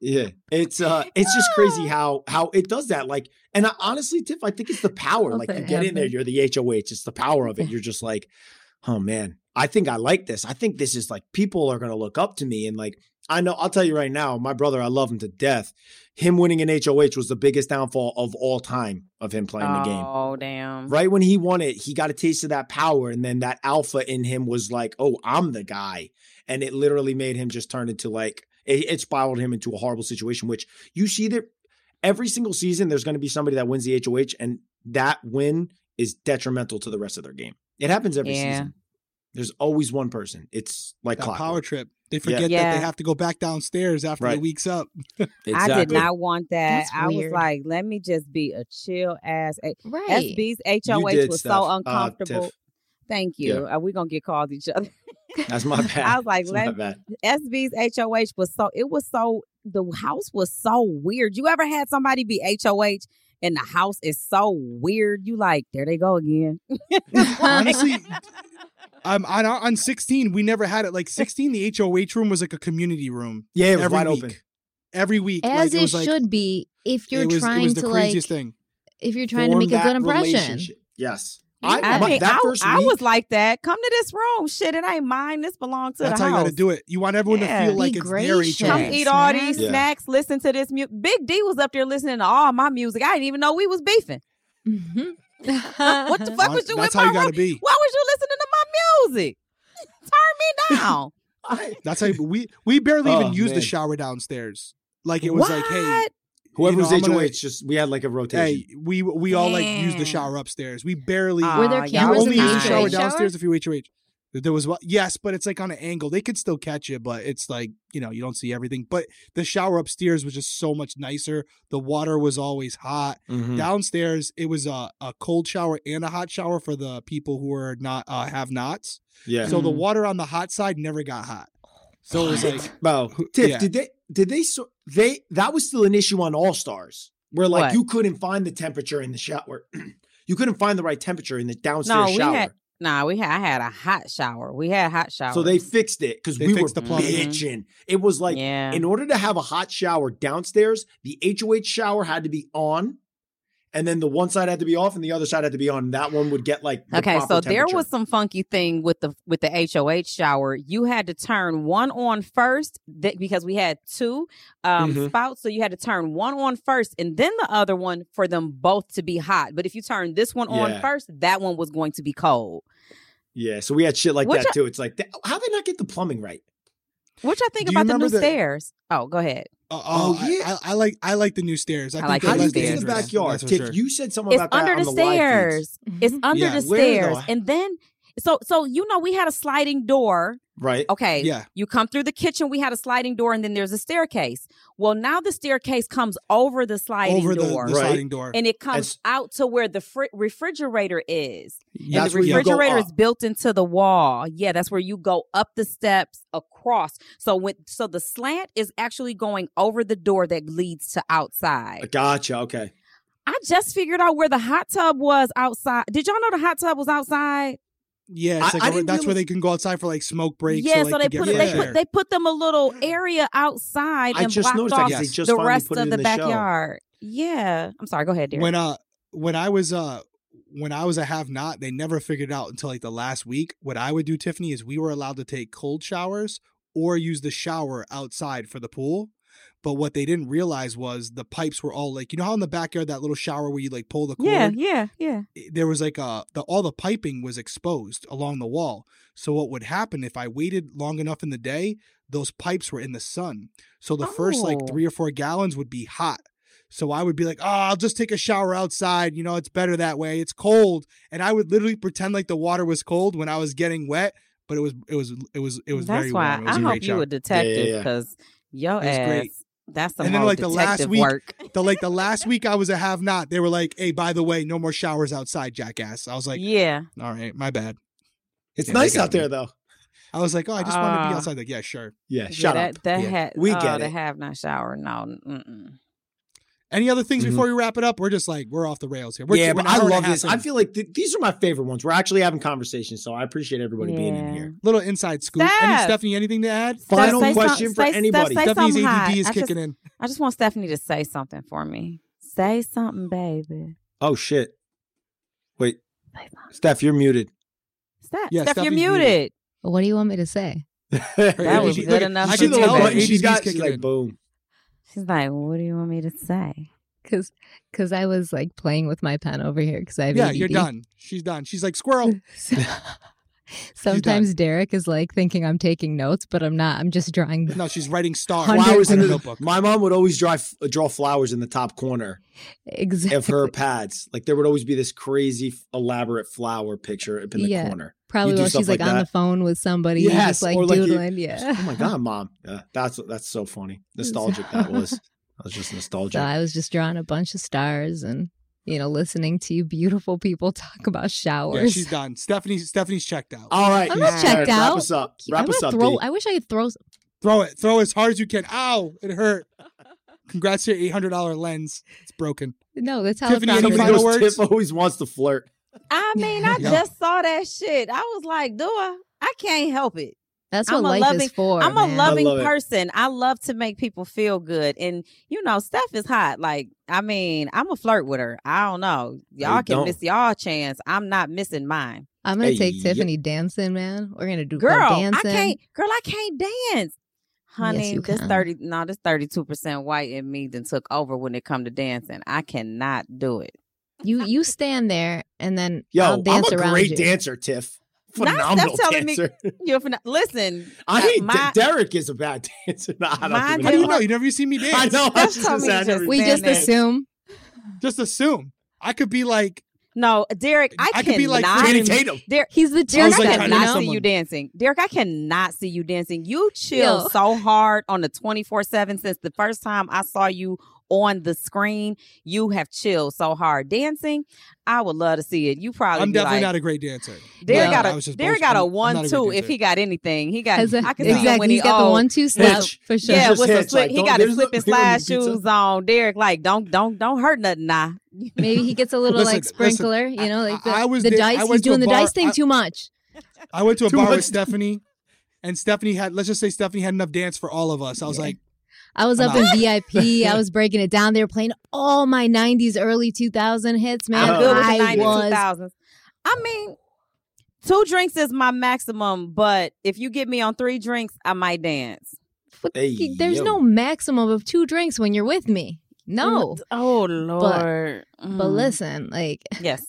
Speaker 2: Yeah. It's uh it's just crazy how how it does that. Like and I, honestly, Tiff, I think it's the power.
Speaker 4: Love
Speaker 2: Like
Speaker 4: that
Speaker 2: you get in there,
Speaker 4: happened.
Speaker 2: you're the HOH, it's the power of it. You're just like, oh man, I think I like this. I think this is like people are gonna look up to me and like I know I'll tell you right now, my brother, I love him to death. Him winning an HOH was the biggest downfall of all time of him playing the game
Speaker 3: Oh, damn.
Speaker 2: right when he won it, he got a taste of that power, and then that alpha in him was like, "Oh, I'm the guy," and it literally made him just turn into like it, it spiraled him into a horrible situation. Which you see that every single season, there's going to be somebody that wins the HOH, and that win is detrimental to the rest of their game. It happens every
Speaker 3: Yeah.
Speaker 2: season. There's always one person. It's like
Speaker 1: That
Speaker 2: clockwork.
Speaker 1: power trip. They
Speaker 2: Yeah.
Speaker 1: forget that
Speaker 3: Yeah.
Speaker 1: they have to go back downstairs after the
Speaker 2: Right.
Speaker 1: week's up.
Speaker 3: I did not want that.
Speaker 4: That's
Speaker 3: I was
Speaker 4: weird.
Speaker 3: like, let me just be a chill ass. A-
Speaker 4: right.
Speaker 3: SB's
Speaker 2: You
Speaker 3: HOH
Speaker 2: did
Speaker 3: was
Speaker 2: stuff.
Speaker 3: so
Speaker 2: Uh,
Speaker 3: uncomfortable.
Speaker 2: Tiff,
Speaker 3: Thank you. Uh, we gonna get called each other.
Speaker 2: that's my bad.
Speaker 3: I was like,
Speaker 2: That's
Speaker 3: let
Speaker 2: my bad.
Speaker 3: SB's HOH was so it was so the house was so weird. You ever had somebody be HOH and the house is so weird? You like, there they go again.
Speaker 1: Honestly, um, on, on 16, we never had it. Like 16, the HOH room was like a community room.
Speaker 2: Yeah, it was
Speaker 1: every
Speaker 2: wide
Speaker 1: week.
Speaker 2: open.
Speaker 1: Every week.
Speaker 4: As
Speaker 1: like, it,
Speaker 4: it,
Speaker 1: was like,
Speaker 4: should be if you're
Speaker 1: it was,
Speaker 4: trying
Speaker 1: it was the
Speaker 4: to like
Speaker 1: craziest thing.
Speaker 4: if you're trying to
Speaker 2: Form
Speaker 4: make a
Speaker 2: that
Speaker 4: good impression.
Speaker 2: relationship. Yes.
Speaker 3: I,
Speaker 2: my-
Speaker 3: mean,
Speaker 2: that
Speaker 3: I-
Speaker 2: first
Speaker 3: I
Speaker 2: week-
Speaker 3: was like that. Come to this room. Shit, it ain't mine. This belongs to
Speaker 1: That's
Speaker 3: the
Speaker 1: how you
Speaker 3: house.
Speaker 1: got to do it. You want everyone
Speaker 3: Yeah.
Speaker 1: to feel
Speaker 4: Be
Speaker 1: like it's their
Speaker 4: gracious.
Speaker 1: HOH.
Speaker 3: Come
Speaker 4: Yes,
Speaker 3: eat all these
Speaker 2: man. Yeah.
Speaker 3: snacks, listen to this music. Big D was up there listening to all my music. I didn't even know we was beefing.
Speaker 4: Mhm.
Speaker 3: What the fuck was you
Speaker 1: That's
Speaker 3: in
Speaker 1: how
Speaker 3: my
Speaker 1: you got to
Speaker 3: room?
Speaker 1: be.
Speaker 3: Why was you listening to my music? Turn me down.
Speaker 2: I-
Speaker 1: That's how you- we we barely
Speaker 2: Oh,
Speaker 1: even used
Speaker 2: man.
Speaker 1: the shower downstairs. Like it was
Speaker 3: what?
Speaker 1: like, hey,
Speaker 2: whoever
Speaker 1: You know,
Speaker 2: was
Speaker 1: I'm gonna-
Speaker 2: HOH, just we had like a rotation.
Speaker 1: hey, we we all like used the
Speaker 3: Yeah.
Speaker 1: shower upstairs. We barely
Speaker 3: Aw,
Speaker 4: Were there
Speaker 3: y'all
Speaker 1: you
Speaker 4: cameras
Speaker 1: only
Speaker 4: in
Speaker 1: used
Speaker 4: the
Speaker 1: the shower
Speaker 4: HOH shower?
Speaker 1: downstairs if you HOH. There was what? Yes, but it's like on an angle. They could still catch it, but it's like you know you don't see everything. But the shower upstairs was just so much nicer. The water was always hot.
Speaker 2: Mhm.
Speaker 1: downstairs it was a, a cold shower and a hot shower for the people who are not uh, have nots
Speaker 2: Yeah.
Speaker 1: so the
Speaker 3: Mhm.
Speaker 1: water on the hot side never got hot so it was like uh,
Speaker 2: Bro,
Speaker 1: Who-
Speaker 2: Tiff,
Speaker 1: yeah.
Speaker 2: did they did they so they that was still an issue on All Stars where like
Speaker 3: What?
Speaker 2: you couldn't find the temperature in the shower. you couldn't find the right temperature in the downstairs
Speaker 3: we
Speaker 2: shower.
Speaker 3: had- Nah, we had I had a hot shower. We had hot shower.
Speaker 2: so they fixed it because
Speaker 1: They
Speaker 2: we were
Speaker 1: fixed the plumbing.
Speaker 2: bitching. It was like
Speaker 3: yeah.
Speaker 2: in order to have a hot shower downstairs, the HOH shower had to be on. And then the one side had to be off, and the other side had to be on. That one would get like the
Speaker 3: Okay,
Speaker 2: proper
Speaker 3: so there
Speaker 2: temperature.
Speaker 3: was some funky thing with the with the HOH shower. You had to turn one on first th- because we had two um,
Speaker 2: Mhm.
Speaker 3: spouts, so you had to turn one on first and then the other one for them both to be hot. But if you turn this one
Speaker 2: Yeah.
Speaker 3: on first, that one was going to be cold.
Speaker 2: yeah. So we had shit like
Speaker 3: What
Speaker 2: that too. It's like th- how they not get the plumbing right?
Speaker 3: What y'all think
Speaker 1: Do you
Speaker 3: about the new
Speaker 1: remember the-
Speaker 3: stairs? Oh, go ahead.
Speaker 1: uh,
Speaker 2: Oh,
Speaker 1: oh
Speaker 2: yeah.
Speaker 1: yeah I, I like i like the new stairs i,
Speaker 3: I
Speaker 1: think
Speaker 3: like
Speaker 1: they
Speaker 2: How do
Speaker 3: the
Speaker 2: you
Speaker 3: new
Speaker 1: left
Speaker 2: get
Speaker 1: the
Speaker 2: in
Speaker 3: stairs.
Speaker 2: the
Speaker 1: entrance,
Speaker 2: backyard?
Speaker 1: that's for
Speaker 2: Tiff,
Speaker 1: sure.
Speaker 2: you said something
Speaker 3: It's
Speaker 2: about that
Speaker 3: under
Speaker 2: on
Speaker 3: the
Speaker 2: the live feeds.
Speaker 3: stairs.
Speaker 4: Mm-hmm.
Speaker 3: It's under
Speaker 1: Yeah.
Speaker 3: the
Speaker 2: Where, though?
Speaker 3: stairs, and then so so you know we had a sliding door.
Speaker 2: Right.
Speaker 3: Okay,
Speaker 1: yeah
Speaker 3: You come through the kitchen, we had a sliding door, and then there's a staircase. Well, now the staircase comes over the sliding
Speaker 1: over the, the
Speaker 3: door.
Speaker 2: Right.
Speaker 1: sliding door
Speaker 3: And it comes
Speaker 2: That's-
Speaker 3: out to where the fri- refrigerator is.
Speaker 1: Yeah,
Speaker 3: and
Speaker 2: That's
Speaker 3: the
Speaker 2: where you go
Speaker 3: refrigerator is
Speaker 2: up.
Speaker 3: built into the wall. Yeah, that's where you go up the steps across. So when so the slant is actually going over the door that leads to outside.
Speaker 2: Gotcha. Okay.
Speaker 3: I just figured out where the hot tub was outside. Did y'all know the hot tub was outside?
Speaker 1: yeah
Speaker 2: I-
Speaker 1: it's like
Speaker 2: I
Speaker 1: a-
Speaker 2: didn't
Speaker 1: that's where
Speaker 2: realize-
Speaker 1: they can go outside for like smoke breaks
Speaker 3: yeah,
Speaker 1: or, like,
Speaker 3: so
Speaker 1: to
Speaker 3: they
Speaker 1: get
Speaker 3: put
Speaker 1: fresh
Speaker 3: they
Speaker 1: air.
Speaker 3: put they put them a little area outside
Speaker 2: I
Speaker 3: and
Speaker 2: just
Speaker 3: blocked
Speaker 2: noticed
Speaker 3: off
Speaker 2: that 'cause
Speaker 1: Yes.
Speaker 2: they just
Speaker 3: the
Speaker 2: finally
Speaker 3: rest
Speaker 2: put it
Speaker 3: of
Speaker 2: in
Speaker 3: the,
Speaker 2: the, show.
Speaker 3: backyard. Yeah. I'm sorry. Go ahead, Derek.
Speaker 1: when uh when I was uh when I was a have not, they never figured it out until like the last week. What I would do, Tiffany, is we were allowed to take cold showers or use the shower outside for the pool. But what they didn't realize was the pipes were all like you know how in the backyard that little shower where you like pull the cord
Speaker 3: Yeah, yeah, yeah.
Speaker 1: there was like a the, all the piping was exposed along the wall. So what would happen if I waited long enough in the day? Those pipes were in the sun, so the first like
Speaker 3: Oh.
Speaker 1: three or four gallons would be hot. So I would be like, "Oh, I'll just take a shower outside. You know, it's better that way. It's cold." And I would literally pretend like the water was cold when I was getting wet, but it was it was it was it was
Speaker 3: That's
Speaker 1: very
Speaker 3: why
Speaker 1: warm. It was
Speaker 3: I
Speaker 1: a
Speaker 3: hope
Speaker 1: great
Speaker 3: you
Speaker 1: shower.
Speaker 3: a detective
Speaker 2: yeah.
Speaker 3: because your
Speaker 1: It was
Speaker 3: ass.
Speaker 1: great.
Speaker 3: That's some
Speaker 1: And then,
Speaker 3: whole
Speaker 1: like, the
Speaker 3: detective
Speaker 1: last week-
Speaker 3: work.
Speaker 1: the like the last week I was a have not. They were like, "Hey, by the way, no more showers outside, jackass." I was like, uh,
Speaker 3: yeah,
Speaker 1: "All right, my bad."
Speaker 2: It's
Speaker 1: Yeah, they
Speaker 2: nice
Speaker 1: got
Speaker 2: out there
Speaker 1: me.
Speaker 2: though.
Speaker 1: I was like, "Oh, I just wanted to be
Speaker 3: Ah.
Speaker 1: outside." Like, yeah, sure.
Speaker 2: Yeah,
Speaker 3: yeah,
Speaker 2: shut
Speaker 3: that,
Speaker 2: up.
Speaker 3: That
Speaker 1: Yeah.
Speaker 3: had,
Speaker 2: We
Speaker 3: oh,
Speaker 2: get
Speaker 3: the
Speaker 2: it.
Speaker 3: have not shower. No, mm-mm.
Speaker 1: Any other things
Speaker 3: Mm-hmm.
Speaker 2: Mhm.
Speaker 1: before we wrap it up? We're just like we're off the rails here. We're,
Speaker 2: yeah,
Speaker 1: we're an
Speaker 2: but
Speaker 1: hour
Speaker 2: I
Speaker 1: and a
Speaker 2: love
Speaker 1: half
Speaker 2: this.
Speaker 1: in.
Speaker 2: I feel like th- these are my favorite ones. We're actually having conversations, so I appreciate everybody being in
Speaker 3: Yeah.
Speaker 2: here.
Speaker 1: little inside scoop. Any,
Speaker 3: Steph!
Speaker 1: Stephanie, anything to add?
Speaker 3: Steph,
Speaker 2: Final
Speaker 3: say some-
Speaker 2: question for
Speaker 3: say- Steph,
Speaker 2: anybody.
Speaker 3: say
Speaker 1: Stephanie's
Speaker 3: something hot.
Speaker 1: ADD E is
Speaker 3: I just-
Speaker 1: kicking in.
Speaker 3: I just want Stephanie to say something for me. Say something, baby.
Speaker 2: Oh shit! Wait,
Speaker 3: Say something.
Speaker 2: Steph, you're muted.
Speaker 3: Steph,
Speaker 1: Yeah,
Speaker 3: Steph, you're
Speaker 1: Stephanie's
Speaker 3: muted.
Speaker 1: muted.
Speaker 4: What do you want me to say?
Speaker 3: That was
Speaker 1: Look at-
Speaker 3: good enough
Speaker 1: I
Speaker 2: I
Speaker 1: can
Speaker 3: for
Speaker 2: see
Speaker 1: tell
Speaker 2: the little
Speaker 3: me, baby.
Speaker 2: button
Speaker 1: button
Speaker 2: she's
Speaker 1: she's
Speaker 2: got. She's
Speaker 1: kicking
Speaker 2: E like,
Speaker 1: in.
Speaker 2: boom.
Speaker 3: She's like, "What do you want me to say?"
Speaker 4: Cause, cause I was like playing with my pen over here because I have
Speaker 3: E
Speaker 1: Yeah,
Speaker 4: ADD.
Speaker 1: you're done. She's done. She's like squirrel.
Speaker 4: So- sometimes
Speaker 1: done.
Speaker 4: Derek is like thinking I'm taking notes, but I'm not. I'm just drawing.
Speaker 1: No, she's writing stars
Speaker 4: Hundred-
Speaker 2: Flowers
Speaker 1: on
Speaker 2: in
Speaker 1: her
Speaker 4: the-
Speaker 1: notebook.
Speaker 2: My mom would always draw f- draw flowers in the top corner
Speaker 4: Exactly.
Speaker 2: of her pads. Like there would always be this crazy f- elaborate flower picture up in the
Speaker 4: Yeah.
Speaker 2: corner.
Speaker 4: Probably
Speaker 2: do
Speaker 4: while
Speaker 2: stuff
Speaker 4: she's like,
Speaker 2: like
Speaker 4: on the
Speaker 2: that.
Speaker 4: phone with somebody, you're
Speaker 2: Yes,
Speaker 4: just like
Speaker 2: or like you-
Speaker 4: doodling. yeah.
Speaker 2: Oh my god, mom! Yeah, that's that's so funny. Nostalgic that was. That was just nostalgic.
Speaker 4: So I was just drawing a bunch of stars and you know listening to you beautiful people talk about showers.
Speaker 1: Yeah, she's done. Stephanie, Stephanie's checked out.
Speaker 2: All right,
Speaker 4: I'm
Speaker 2: Miss
Speaker 3: not
Speaker 2: Barrett,
Speaker 4: checked
Speaker 2: Wrap
Speaker 4: out.
Speaker 2: us up.
Speaker 4: I,
Speaker 2: Wrap
Speaker 4: wanna
Speaker 2: us up.
Speaker 4: throw,
Speaker 2: D.
Speaker 4: I wish I could throw.
Speaker 1: Throw it. Throw as hard as you can. Ow! It hurt. Congrats to your eight hundred dollar lens. It's broken.
Speaker 4: No, that's how
Speaker 1: Tiffany,
Speaker 4: it's not
Speaker 1: any
Speaker 2: Somebody
Speaker 4: broken.
Speaker 1: final
Speaker 2: goes,
Speaker 1: words?
Speaker 2: Tiff always wants to flirt.
Speaker 3: I mean, I
Speaker 1: Yeah.
Speaker 3: just saw that shit. I was like, "Do I? I can't help it.
Speaker 4: That's
Speaker 3: I'm
Speaker 4: what
Speaker 3: a
Speaker 4: life
Speaker 3: loving-
Speaker 4: is for.
Speaker 3: I'm a
Speaker 4: man.
Speaker 3: loving
Speaker 2: love it.
Speaker 3: person. I love to make people feel good, and you know, Steph is hot. Like, I mean, I'm a flirt with her. I don't know. Y'all
Speaker 2: you
Speaker 3: can
Speaker 2: don't.
Speaker 3: miss y'all chance. I'm not missing mine,
Speaker 4: I'm gonna
Speaker 2: Hey,
Speaker 4: take
Speaker 2: yep.
Speaker 4: Tiffany dancing, man. We're gonna do
Speaker 3: girl.
Speaker 4: club
Speaker 3: I
Speaker 4: dancing.
Speaker 3: can't, girl. I can't dance, honey.
Speaker 4: you
Speaker 3: this
Speaker 4: can.
Speaker 3: thirty, no, this thirty-two percent white in me then took over when it come to dancing. I cannot do it.
Speaker 4: You you stand there and then
Speaker 2: Yo,
Speaker 4: I'll dance
Speaker 2: I'm a
Speaker 4: around
Speaker 2: great
Speaker 4: you.
Speaker 2: dancer, Tiff.
Speaker 3: Now
Speaker 2: Phenomenal
Speaker 3: stop telling me-
Speaker 2: dancer.
Speaker 3: You're fin- listen.
Speaker 2: I hate
Speaker 3: my-
Speaker 2: D- Derek is a bad dancer. No, I
Speaker 3: My
Speaker 2: don't
Speaker 1: How
Speaker 2: even
Speaker 1: do
Speaker 3: dude-
Speaker 1: you know? You never seen me
Speaker 2: I
Speaker 1: dance.
Speaker 2: know. I
Speaker 3: That's
Speaker 2: just
Speaker 3: telling me
Speaker 2: said
Speaker 3: to
Speaker 2: everything.
Speaker 4: We just
Speaker 3: Stand there.
Speaker 4: assume.
Speaker 1: Just assume. I could be like
Speaker 3: No, Derek, I,
Speaker 1: I could be like
Speaker 3: cannot-
Speaker 2: Channing
Speaker 1: I-
Speaker 2: Tatum.
Speaker 3: Derek,
Speaker 4: He's the
Speaker 1: I
Speaker 3: Derek,
Speaker 1: was
Speaker 4: just
Speaker 1: like
Speaker 3: I,
Speaker 1: trying
Speaker 4: that, you
Speaker 1: to
Speaker 3: cannot
Speaker 1: hit
Speaker 3: see
Speaker 4: know?
Speaker 1: someone.
Speaker 3: you dancing. Derek, I cannot see you dancing. You chill
Speaker 4: Yo.
Speaker 3: so hard on the 24 7 since the first time I saw you on the screen. You have chilled so hard. Dancing, I would love to see it. You probably
Speaker 1: I'm
Speaker 3: be
Speaker 1: definitely
Speaker 3: like,
Speaker 1: not a great dancer.
Speaker 3: Derek
Speaker 4: No,
Speaker 3: got
Speaker 1: I was
Speaker 3: a
Speaker 1: just
Speaker 3: Derek
Speaker 1: bullshit.
Speaker 3: got a
Speaker 1: I'm- I'm not
Speaker 3: one
Speaker 1: a good
Speaker 3: two if
Speaker 1: dancer.
Speaker 3: he got anything. He got
Speaker 4: Has a-
Speaker 3: I can see him
Speaker 4: exactly.
Speaker 3: when he
Speaker 4: He's got the
Speaker 3: old.
Speaker 4: one two step
Speaker 2: Hitch.
Speaker 4: for sure.
Speaker 3: Yeah,
Speaker 2: just
Speaker 3: with
Speaker 2: hits,
Speaker 3: the slip,
Speaker 2: like,
Speaker 3: he
Speaker 2: don't-
Speaker 3: got his
Speaker 2: there's
Speaker 3: slip
Speaker 2: no-
Speaker 3: and
Speaker 2: he wouldn't
Speaker 3: slide
Speaker 2: beat some-
Speaker 3: shoes on. Derek, like, don't don't don't hurt nothing nah.
Speaker 4: Maybe he gets a little
Speaker 1: Listen,
Speaker 4: like
Speaker 1: listen,
Speaker 4: sprinkler, you know,
Speaker 1: I-
Speaker 4: like the,
Speaker 1: I was
Speaker 4: the
Speaker 1: there- I
Speaker 4: dice. He's
Speaker 1: went to a
Speaker 4: doing the
Speaker 1: bar-
Speaker 4: dice thing
Speaker 1: I-
Speaker 4: too much.
Speaker 1: I went to a
Speaker 2: Too
Speaker 1: bar
Speaker 2: much.
Speaker 1: with Stephanie, and Stephanie had let's just say Stephanie had enough dance for all of us. I was
Speaker 4: Yeah.
Speaker 1: like,
Speaker 4: I was
Speaker 1: I'm
Speaker 4: up in VIP. I was breaking it down. They were playing all my '90s, early 2000 hits, man.
Speaker 3: I'm good with
Speaker 4: I
Speaker 3: the 90s,
Speaker 4: was
Speaker 3: 2000s. I mean, two drinks is my maximum, but if you get me on three drinks, I might dance.
Speaker 4: What the-
Speaker 2: Hey,
Speaker 4: There's
Speaker 2: yo.
Speaker 4: no maximum of two drinks when you're with me. No,
Speaker 3: Oh, Lord. Mm.
Speaker 4: but
Speaker 1: Mm.
Speaker 4: listen, like
Speaker 3: Yes.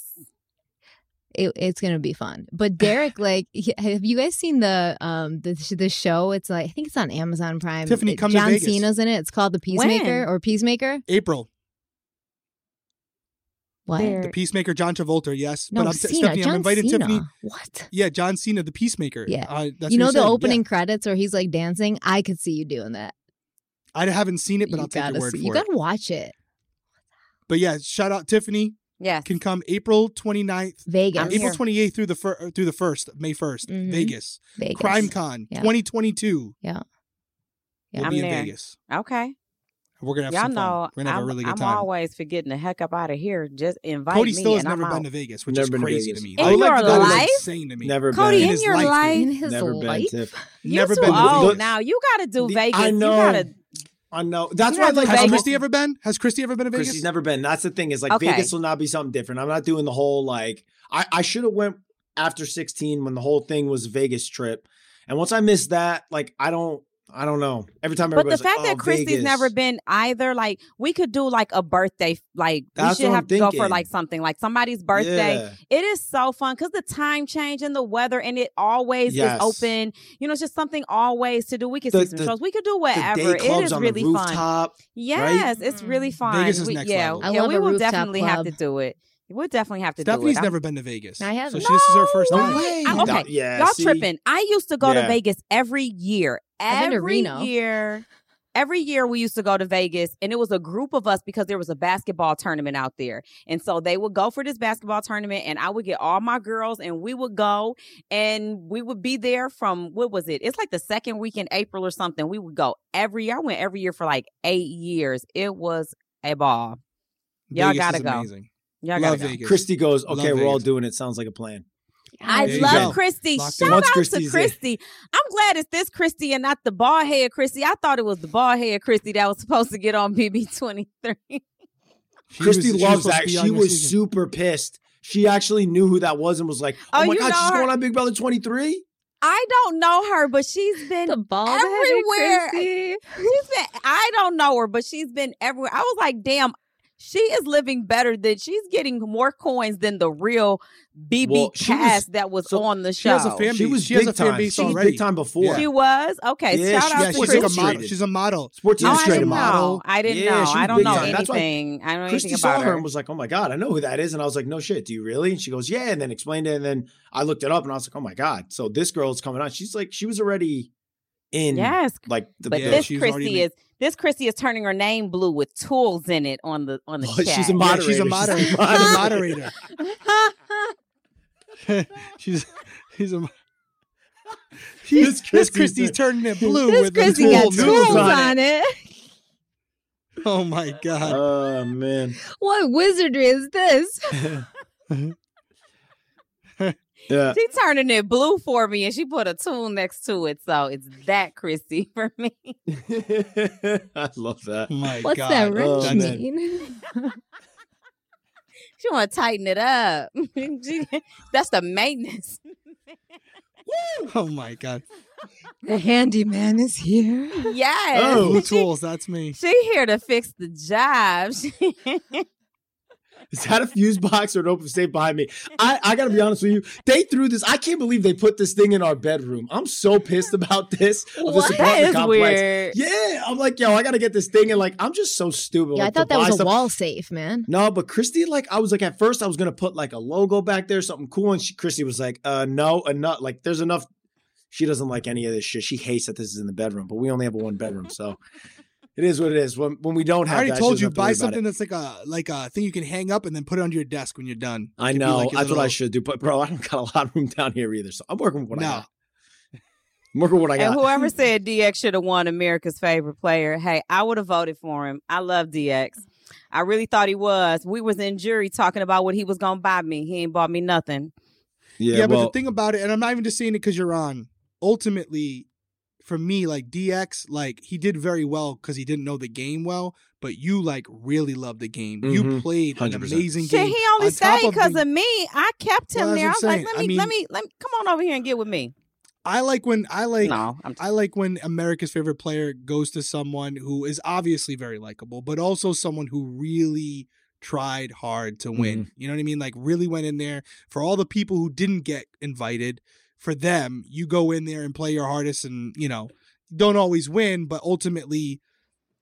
Speaker 4: it, it's gonna be fun. But Derek, like, he- have you guys seen the um the sh- the show? It's like I think it's on Amazon Prime.
Speaker 1: Tiffany,
Speaker 4: It-
Speaker 1: come to
Speaker 4: John
Speaker 1: Vegas.
Speaker 4: Cena's in it. It's called The Peacemaker
Speaker 3: When?
Speaker 4: or Peacemaker.
Speaker 1: April,
Speaker 4: What?
Speaker 1: the Peacemaker, John Travolta, yes.
Speaker 4: No,
Speaker 1: but I'm
Speaker 4: Cena.
Speaker 1: Stephanie,
Speaker 4: John
Speaker 1: I'm inviting
Speaker 4: Cena.
Speaker 1: Tiffany.
Speaker 4: What?
Speaker 1: Yeah, John Cena, the Peacemaker.
Speaker 4: Yeah.
Speaker 1: Uh, that's
Speaker 4: you
Speaker 1: what
Speaker 4: know
Speaker 1: you're
Speaker 4: the
Speaker 1: saying.
Speaker 4: opening credits where he's like dancing. I could see you doing that.
Speaker 1: Yeah. I haven't seen it, but I'll take
Speaker 4: gotta
Speaker 1: your word
Speaker 4: see-
Speaker 1: for
Speaker 4: you
Speaker 1: it.
Speaker 4: gotta watch it.
Speaker 1: But yeah, shout out Tiffany.
Speaker 3: Yes.
Speaker 1: Can come April 29th,
Speaker 4: Vegas.
Speaker 3: I'm
Speaker 1: April
Speaker 3: here.
Speaker 1: 28th through the fir- uh, through the first, May 1st,
Speaker 4: Mhm.
Speaker 1: Vegas.
Speaker 4: Vegas.
Speaker 1: Crime Con
Speaker 4: Yeah.
Speaker 1: 2022.
Speaker 4: Yeah. Yeah.
Speaker 1: We'll
Speaker 3: I'm
Speaker 1: be in
Speaker 3: there.
Speaker 1: Vegas.
Speaker 3: Okay.
Speaker 1: We're gonna have
Speaker 3: Y'all
Speaker 1: some fun.
Speaker 3: know
Speaker 1: We're gonna have
Speaker 3: I'm,
Speaker 1: a really good
Speaker 3: I'm
Speaker 1: time.
Speaker 3: always forgetting the heck up out of here. Just invite
Speaker 1: Cody
Speaker 3: me
Speaker 1: still has
Speaker 3: and I'm
Speaker 1: never been
Speaker 3: out.
Speaker 1: to Vegas, which
Speaker 2: Never
Speaker 1: is
Speaker 2: been to
Speaker 1: crazy
Speaker 2: Vegas.
Speaker 1: to me.
Speaker 3: In
Speaker 1: I would like
Speaker 3: your
Speaker 1: to go. That's
Speaker 3: life?
Speaker 1: insane to me.
Speaker 2: Never
Speaker 3: Cody,
Speaker 1: in
Speaker 2: been.
Speaker 3: in
Speaker 1: his
Speaker 3: your
Speaker 1: life, dude.
Speaker 3: life,
Speaker 4: In his
Speaker 2: Never been.
Speaker 4: life.
Speaker 2: Tiff.
Speaker 3: you
Speaker 1: Never
Speaker 3: too
Speaker 1: been to
Speaker 3: old
Speaker 2: Vegas.
Speaker 3: now. You got to do
Speaker 2: The-
Speaker 3: Vegas.
Speaker 2: I know.
Speaker 3: You gotta,
Speaker 2: I know. That's
Speaker 3: You
Speaker 2: why.
Speaker 3: gotta
Speaker 2: Like,
Speaker 3: do
Speaker 1: Has
Speaker 2: I'm-
Speaker 3: Vegas.
Speaker 1: Christy ever been? Has Christy ever been to Vegas?
Speaker 2: Christy's never been. That's the thing. Is like
Speaker 3: Okay.
Speaker 2: Vegas will not be something different. I'm not doing the whole like. I I should have went after 16 when the whole thing was a Vegas trip, and once I missed that, like I don't. I don't know. Every time,
Speaker 3: But the
Speaker 2: everybody's like,
Speaker 3: fact that
Speaker 2: "Oh,
Speaker 3: Christy's
Speaker 2: Vegas."
Speaker 3: never been either, like we could do like a birthday, like
Speaker 2: That's
Speaker 3: we should
Speaker 2: what
Speaker 3: have
Speaker 2: I'm
Speaker 3: to go for
Speaker 2: thinking.
Speaker 3: like something, like somebody's birthday.
Speaker 2: Yeah.
Speaker 3: It is so fun because the time change and the weather, and it always
Speaker 2: Yes.
Speaker 3: is open. You know, it's just something always to do. We could
Speaker 2: The-
Speaker 3: see some
Speaker 2: the-
Speaker 3: shows. We could do
Speaker 2: The
Speaker 3: whatever.
Speaker 2: day
Speaker 3: it
Speaker 2: clubs
Speaker 3: is
Speaker 2: on
Speaker 3: really
Speaker 2: the
Speaker 3: fun.
Speaker 2: rooftop. Mm-hmm.
Speaker 3: Yes, it's really
Speaker 4: Mm.
Speaker 3: fun.
Speaker 1: Vegas is
Speaker 3: We-
Speaker 1: next
Speaker 3: yeah,
Speaker 1: level.
Speaker 4: I
Speaker 3: yeah,
Speaker 4: love
Speaker 3: we
Speaker 4: a
Speaker 3: will
Speaker 4: rooftop
Speaker 3: definitely have to
Speaker 4: club.
Speaker 3: do it. We'll definitely have to
Speaker 1: Stephanie's
Speaker 3: do it.
Speaker 1: never been to Vegas.
Speaker 4: I haven't.
Speaker 1: So she, this is her first
Speaker 3: No
Speaker 1: time.
Speaker 3: way. I- okay,
Speaker 2: That- yeah,
Speaker 3: Y'all
Speaker 2: see?
Speaker 3: tripping. I used to go
Speaker 2: Yeah.
Speaker 3: to Vegas every year.
Speaker 4: I've been
Speaker 3: Every
Speaker 4: to Reno.
Speaker 3: year. Every year we used to go to Vegas and it was a group of us because there was a basketball tournament out there. And so they would go for this basketball tournament and I would get all my girls and we would go and we would be there from what was it? It's like the second week in April or something. We would go every year. I went every year for like eight years. It was a ball. Y'all
Speaker 1: Vegas
Speaker 3: gotta
Speaker 1: is
Speaker 3: go.
Speaker 1: amazing.
Speaker 3: Y'all
Speaker 1: Love
Speaker 3: gotta go.
Speaker 1: Vegas.
Speaker 2: Christy goes,
Speaker 1: Love
Speaker 2: okay, we're all
Speaker 1: Vegas.
Speaker 2: doing it. Sounds like a plan.
Speaker 3: I
Speaker 1: There you
Speaker 3: love
Speaker 1: go.
Speaker 3: Christy.
Speaker 1: Locked in.
Speaker 3: Shout
Speaker 2: Once
Speaker 3: out
Speaker 2: Christy's
Speaker 3: to
Speaker 2: in.
Speaker 3: Christy. I'm glad it's this Christy and not the bald head Christy. I thought it was the bald head Christy that was supposed to get on BB23.
Speaker 1: She was-
Speaker 2: Christy
Speaker 1: she was supposed
Speaker 2: loves
Speaker 1: to
Speaker 2: that.
Speaker 1: be on
Speaker 2: She
Speaker 1: your
Speaker 2: was
Speaker 1: season.
Speaker 2: super pissed. She actually knew who that was and was like, oh,
Speaker 3: Oh,
Speaker 2: my
Speaker 3: you
Speaker 2: God,
Speaker 3: know
Speaker 2: she's
Speaker 3: her-
Speaker 2: going on Big Brother 23?
Speaker 3: I don't know her, but she's been.
Speaker 4: The ball
Speaker 3: Everywhere.
Speaker 4: Christy.
Speaker 3: she's been I don't know her, but she's been everywhere. I was like, damn, she is living better than she's getting more coins than the real BB
Speaker 2: Well, she was-
Speaker 3: cast that was
Speaker 2: so
Speaker 3: on the show.
Speaker 1: she has a fan
Speaker 2: She
Speaker 1: base.
Speaker 2: was
Speaker 1: She has
Speaker 2: big
Speaker 1: a fan
Speaker 2: time.
Speaker 1: base
Speaker 2: She was
Speaker 1: already.
Speaker 2: big time before.
Speaker 1: Yeah.
Speaker 3: She was okay.
Speaker 2: Yeah,
Speaker 3: shout
Speaker 2: she-
Speaker 3: out
Speaker 1: Yeah,
Speaker 3: to
Speaker 1: she's like a
Speaker 3: Christy.
Speaker 1: model. She's a model.
Speaker 2: Sports
Speaker 3: Oh, I
Speaker 2: Illustrated
Speaker 3: didn't
Speaker 2: model.
Speaker 3: know. I didn't
Speaker 2: Yeah,
Speaker 3: know.
Speaker 2: she
Speaker 3: I
Speaker 2: was
Speaker 3: don't
Speaker 2: big
Speaker 3: know
Speaker 2: time. That's why
Speaker 3: anything. I don't know
Speaker 2: Christy
Speaker 3: anything
Speaker 2: saw
Speaker 3: about
Speaker 2: her
Speaker 3: her.
Speaker 2: and was like, "Oh my god, I know who that is." And I was like, "No shit, do you really?" And she goes, "Yeah." And then explained it, and then I looked it up, and I was like, "Oh my god!" So this girl's coming on. She's like, she was already in,
Speaker 3: Yes,
Speaker 2: like the,
Speaker 3: But
Speaker 1: Yeah,
Speaker 3: this
Speaker 1: she was already
Speaker 3: Christy
Speaker 1: ma-
Speaker 3: is this Christy is turning her name blue with tools in it on the on the
Speaker 2: Well,
Speaker 3: chat.
Speaker 2: she's a
Speaker 1: Yeah,
Speaker 2: moderator.
Speaker 1: she's a moderator. She's a moderator. she's she's a. She,
Speaker 2: This
Speaker 1: this,
Speaker 2: Christy's-
Speaker 1: Christy's turning it blue
Speaker 4: This
Speaker 1: with
Speaker 4: Christy
Speaker 1: a tool.
Speaker 4: got
Speaker 1: noodle.
Speaker 4: tools
Speaker 2: on
Speaker 4: on it.
Speaker 1: Oh my god!
Speaker 2: Oh man.
Speaker 4: What wizardry is this?
Speaker 2: yeah.
Speaker 3: she turning it blue for me, and she put a tool next to it, so it's that Christy for me.
Speaker 2: I love that.
Speaker 1: Oh my
Speaker 4: What's
Speaker 1: god!
Speaker 4: that wrench
Speaker 2: oh, man.
Speaker 4: mean?
Speaker 3: She want to tighten it up. She- that's the maintenance.
Speaker 1: Oh my god!
Speaker 4: the handyman is here.
Speaker 3: Yes,
Speaker 2: Oh.
Speaker 1: Blue
Speaker 3: She-
Speaker 1: tools. That's me.
Speaker 3: She here to fix the job. She-
Speaker 2: Is that a fuse box or an open safe behind me? I, I gotta be honest with you. They threw this. I can't believe they put this thing in our bedroom. I'm so pissed about this. Of this
Speaker 4: What?
Speaker 3: that
Speaker 2: apartment
Speaker 3: is
Speaker 2: complex.
Speaker 3: weird.
Speaker 2: Yeah, I'm like, yo, I gotta get this thing, and like, I'm just so stupid.
Speaker 4: Yeah, I
Speaker 2: like, to
Speaker 4: thought that
Speaker 2: buy
Speaker 4: was a
Speaker 2: stuff-
Speaker 4: wall safe, man.
Speaker 2: No, but Christy, like, I was like, at first, I was gonna put like a logo back there, something cool, and she, Christy was like, uh, no, enough. Like, there's enough. She doesn't like any of this shit. She hates that this is in the bedroom, but we only have a one bedroom, so it is what it is. When when we don't
Speaker 1: I
Speaker 2: have,
Speaker 1: already
Speaker 2: that, she
Speaker 1: told
Speaker 2: doesn't
Speaker 1: you
Speaker 2: have to
Speaker 1: buy
Speaker 2: worry about it.
Speaker 1: something that's like a like a thing you can hang up and then put it under your desk when you're done.
Speaker 2: I
Speaker 1: Could be
Speaker 2: know.
Speaker 1: like a
Speaker 2: That's what I
Speaker 1: little-
Speaker 2: should do, but bro, I don't got a lot of room down here either, so I'm working with what I
Speaker 1: No.
Speaker 2: got. I'm working with what I
Speaker 3: And
Speaker 2: got.
Speaker 3: whoever said DX should have won America's favorite player, hey, I would have voted for him. I love DX. I really thought he was. We was in jury talking about what he was gonna buy me. He ain't bought me nothing.
Speaker 1: Yeah, but the thing about it, and I'm not even just saying it because you're on. Ultimately, for me, like DX, like he did very well because he didn't know the game well. But you like really loved the game.
Speaker 2: Mhm.
Speaker 1: You played an
Speaker 2: 100%.
Speaker 1: amazing
Speaker 3: Shit,
Speaker 1: game.
Speaker 3: he only
Speaker 1: On top
Speaker 3: stayed
Speaker 1: of
Speaker 3: because
Speaker 1: being-
Speaker 3: of me. I kept him
Speaker 1: Well, that's
Speaker 3: there. I was
Speaker 1: what I'm
Speaker 3: like,
Speaker 1: saying.
Speaker 3: let
Speaker 1: I mean-
Speaker 3: me, let me, let me, come on over here and get with me.
Speaker 1: I like when I like
Speaker 3: no, I'm
Speaker 1: I like when America's favorite player goes to someone who is obviously very likable, but also someone who really tried hard to win.
Speaker 2: Mm-hmm.
Speaker 1: You know what I mean? Like really went in there for all the people who didn't get invited. For them, you go in there and play your hardest, and you know don't always win, but ultimately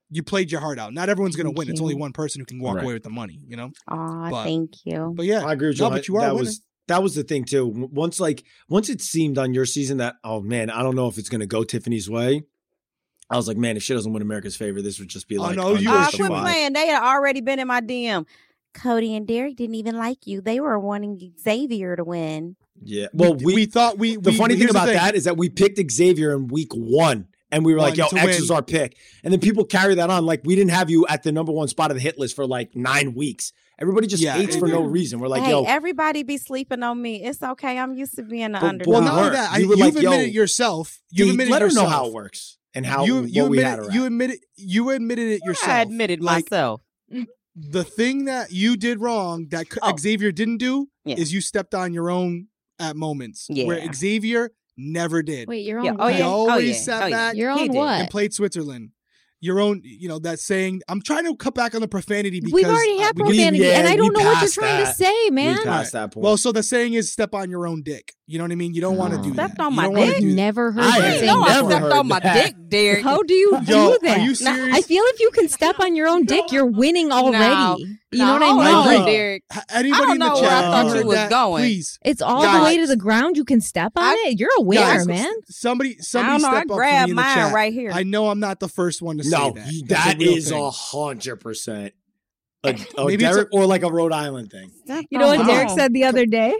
Speaker 1: you played your heart out. Not everyone's going to
Speaker 3: Thank
Speaker 1: win. It's
Speaker 3: you.
Speaker 1: only one person who can walk
Speaker 2: Right.
Speaker 1: away with the money. You know.
Speaker 3: Aw,
Speaker 1: But-
Speaker 3: thank you.
Speaker 1: But yeah,
Speaker 2: I agree with you.
Speaker 1: No,
Speaker 2: on
Speaker 1: but
Speaker 2: it.
Speaker 1: you are a
Speaker 2: that
Speaker 1: winner.
Speaker 2: was that was the thing too. W- Once like once it seemed on your season that oh man, I don't know if it's gonna go Tiffany's way. I was like, man, if she doesn't win America's favor, this would just be
Speaker 1: Oh,
Speaker 2: like,
Speaker 1: no, you
Speaker 3: Oh,
Speaker 1: were
Speaker 3: I
Speaker 1: so
Speaker 3: quit
Speaker 1: fine.
Speaker 3: playing. They had already been in my DM. Cody and Derek didn't even like you. They were wanting Xavier to win.
Speaker 2: Yeah. Well,
Speaker 1: we,
Speaker 2: we,
Speaker 1: we thought we.
Speaker 2: the
Speaker 1: we-
Speaker 2: funny thing
Speaker 1: here's the
Speaker 2: about that is that we picked Xavier in week one. And we were like, yo,
Speaker 1: One to
Speaker 2: X
Speaker 1: win.
Speaker 2: is our pick. And then people carry that on. Like, we didn't have you at the number one spot of the hit list for like nine weeks. Everybody just
Speaker 1: Yeah.
Speaker 2: hates for no reason. We're like,
Speaker 3: hey,
Speaker 2: yo,
Speaker 3: everybody be sleeping on me. It's okay. I'm used to being the
Speaker 2: But-
Speaker 3: underdog.
Speaker 1: Well,
Speaker 2: we
Speaker 1: not only
Speaker 2: weren't.
Speaker 1: that, I,
Speaker 2: We were
Speaker 1: you've
Speaker 2: like, yo,
Speaker 1: admitted yourself. You've
Speaker 2: Dee,
Speaker 1: admitted
Speaker 2: let her
Speaker 1: yourself.
Speaker 2: know how it works and how
Speaker 1: you
Speaker 2: what
Speaker 1: you
Speaker 2: we
Speaker 1: admitted
Speaker 2: had her at.
Speaker 1: you admitted you admitted it yourself.
Speaker 3: I admitted
Speaker 1: Like,
Speaker 3: myself.
Speaker 1: The thing that you did wrong that c-
Speaker 3: Oh.
Speaker 1: Xavier didn't do
Speaker 3: Yeah.
Speaker 1: is you stepped on your own at moments where
Speaker 3: Yeah.
Speaker 1: Xavier never did.
Speaker 4: Wait, you're on.
Speaker 3: Yeah.
Speaker 4: what?
Speaker 3: Oh,
Speaker 1: He
Speaker 3: yeah. Oh,
Speaker 1: always
Speaker 3: yeah.
Speaker 1: sat
Speaker 3: Oh, yeah.
Speaker 1: back
Speaker 4: You're
Speaker 3: He
Speaker 4: on
Speaker 3: did.
Speaker 1: and
Speaker 4: what?
Speaker 1: played Switzerland. Your own, you know, that saying. I'm trying to cut back on the profanity because
Speaker 4: We've already
Speaker 1: uh,
Speaker 4: had
Speaker 1: we get-
Speaker 4: profanity,
Speaker 2: yeah,
Speaker 4: and I
Speaker 2: we
Speaker 4: don't know what you're
Speaker 2: passed
Speaker 4: trying to
Speaker 2: that.
Speaker 4: say, man.
Speaker 2: We passed that point.
Speaker 1: Well, so the saying is step on your own dick. You know what I mean? You don't want to
Speaker 4: Oh.
Speaker 1: do
Speaker 3: Stepped
Speaker 1: that.
Speaker 3: on
Speaker 1: You
Speaker 3: my
Speaker 1: don't wanna
Speaker 3: dick?
Speaker 1: do that.
Speaker 4: Never heard
Speaker 2: I
Speaker 4: that
Speaker 2: have
Speaker 4: saying
Speaker 3: no, I
Speaker 2: never
Speaker 4: before.
Speaker 3: stepped
Speaker 2: heard
Speaker 3: on my
Speaker 2: that.
Speaker 3: dick, Derek.
Speaker 4: How do you do
Speaker 1: Yo,
Speaker 4: that?
Speaker 1: are you
Speaker 3: Nah,
Speaker 1: serious?
Speaker 4: I feel if you can step on your own dick, you're winning already. You know what I
Speaker 3: hold
Speaker 4: mean?
Speaker 3: on,
Speaker 1: Like-
Speaker 3: Derek.
Speaker 1: Ha- Anybody
Speaker 3: I don't
Speaker 1: in the
Speaker 3: know
Speaker 1: chat
Speaker 2: where I
Speaker 1: that
Speaker 2: thought you
Speaker 1: heard
Speaker 3: was
Speaker 1: that,
Speaker 3: going.
Speaker 1: Please.
Speaker 4: It's all the way to the ground. You can step on
Speaker 3: I-
Speaker 4: it. You're a winner,
Speaker 1: Guys,
Speaker 4: man.
Speaker 1: Somebody, somebody
Speaker 3: I don't know. I
Speaker 1: step up for me
Speaker 3: grabbed
Speaker 1: in the
Speaker 3: mine
Speaker 1: chat.
Speaker 3: right here.
Speaker 1: I know I'm not the first one to say
Speaker 2: no,
Speaker 1: that.
Speaker 2: you-
Speaker 1: That's
Speaker 2: that
Speaker 1: real
Speaker 2: is
Speaker 1: thing.
Speaker 2: a hundred percent. A, a
Speaker 1: Maybe it's
Speaker 2: Derek or like a Rhode Island thing.
Speaker 3: Stepped
Speaker 4: You know
Speaker 3: on
Speaker 4: what
Speaker 1: Wow.
Speaker 3: my-
Speaker 4: Derek said the other day?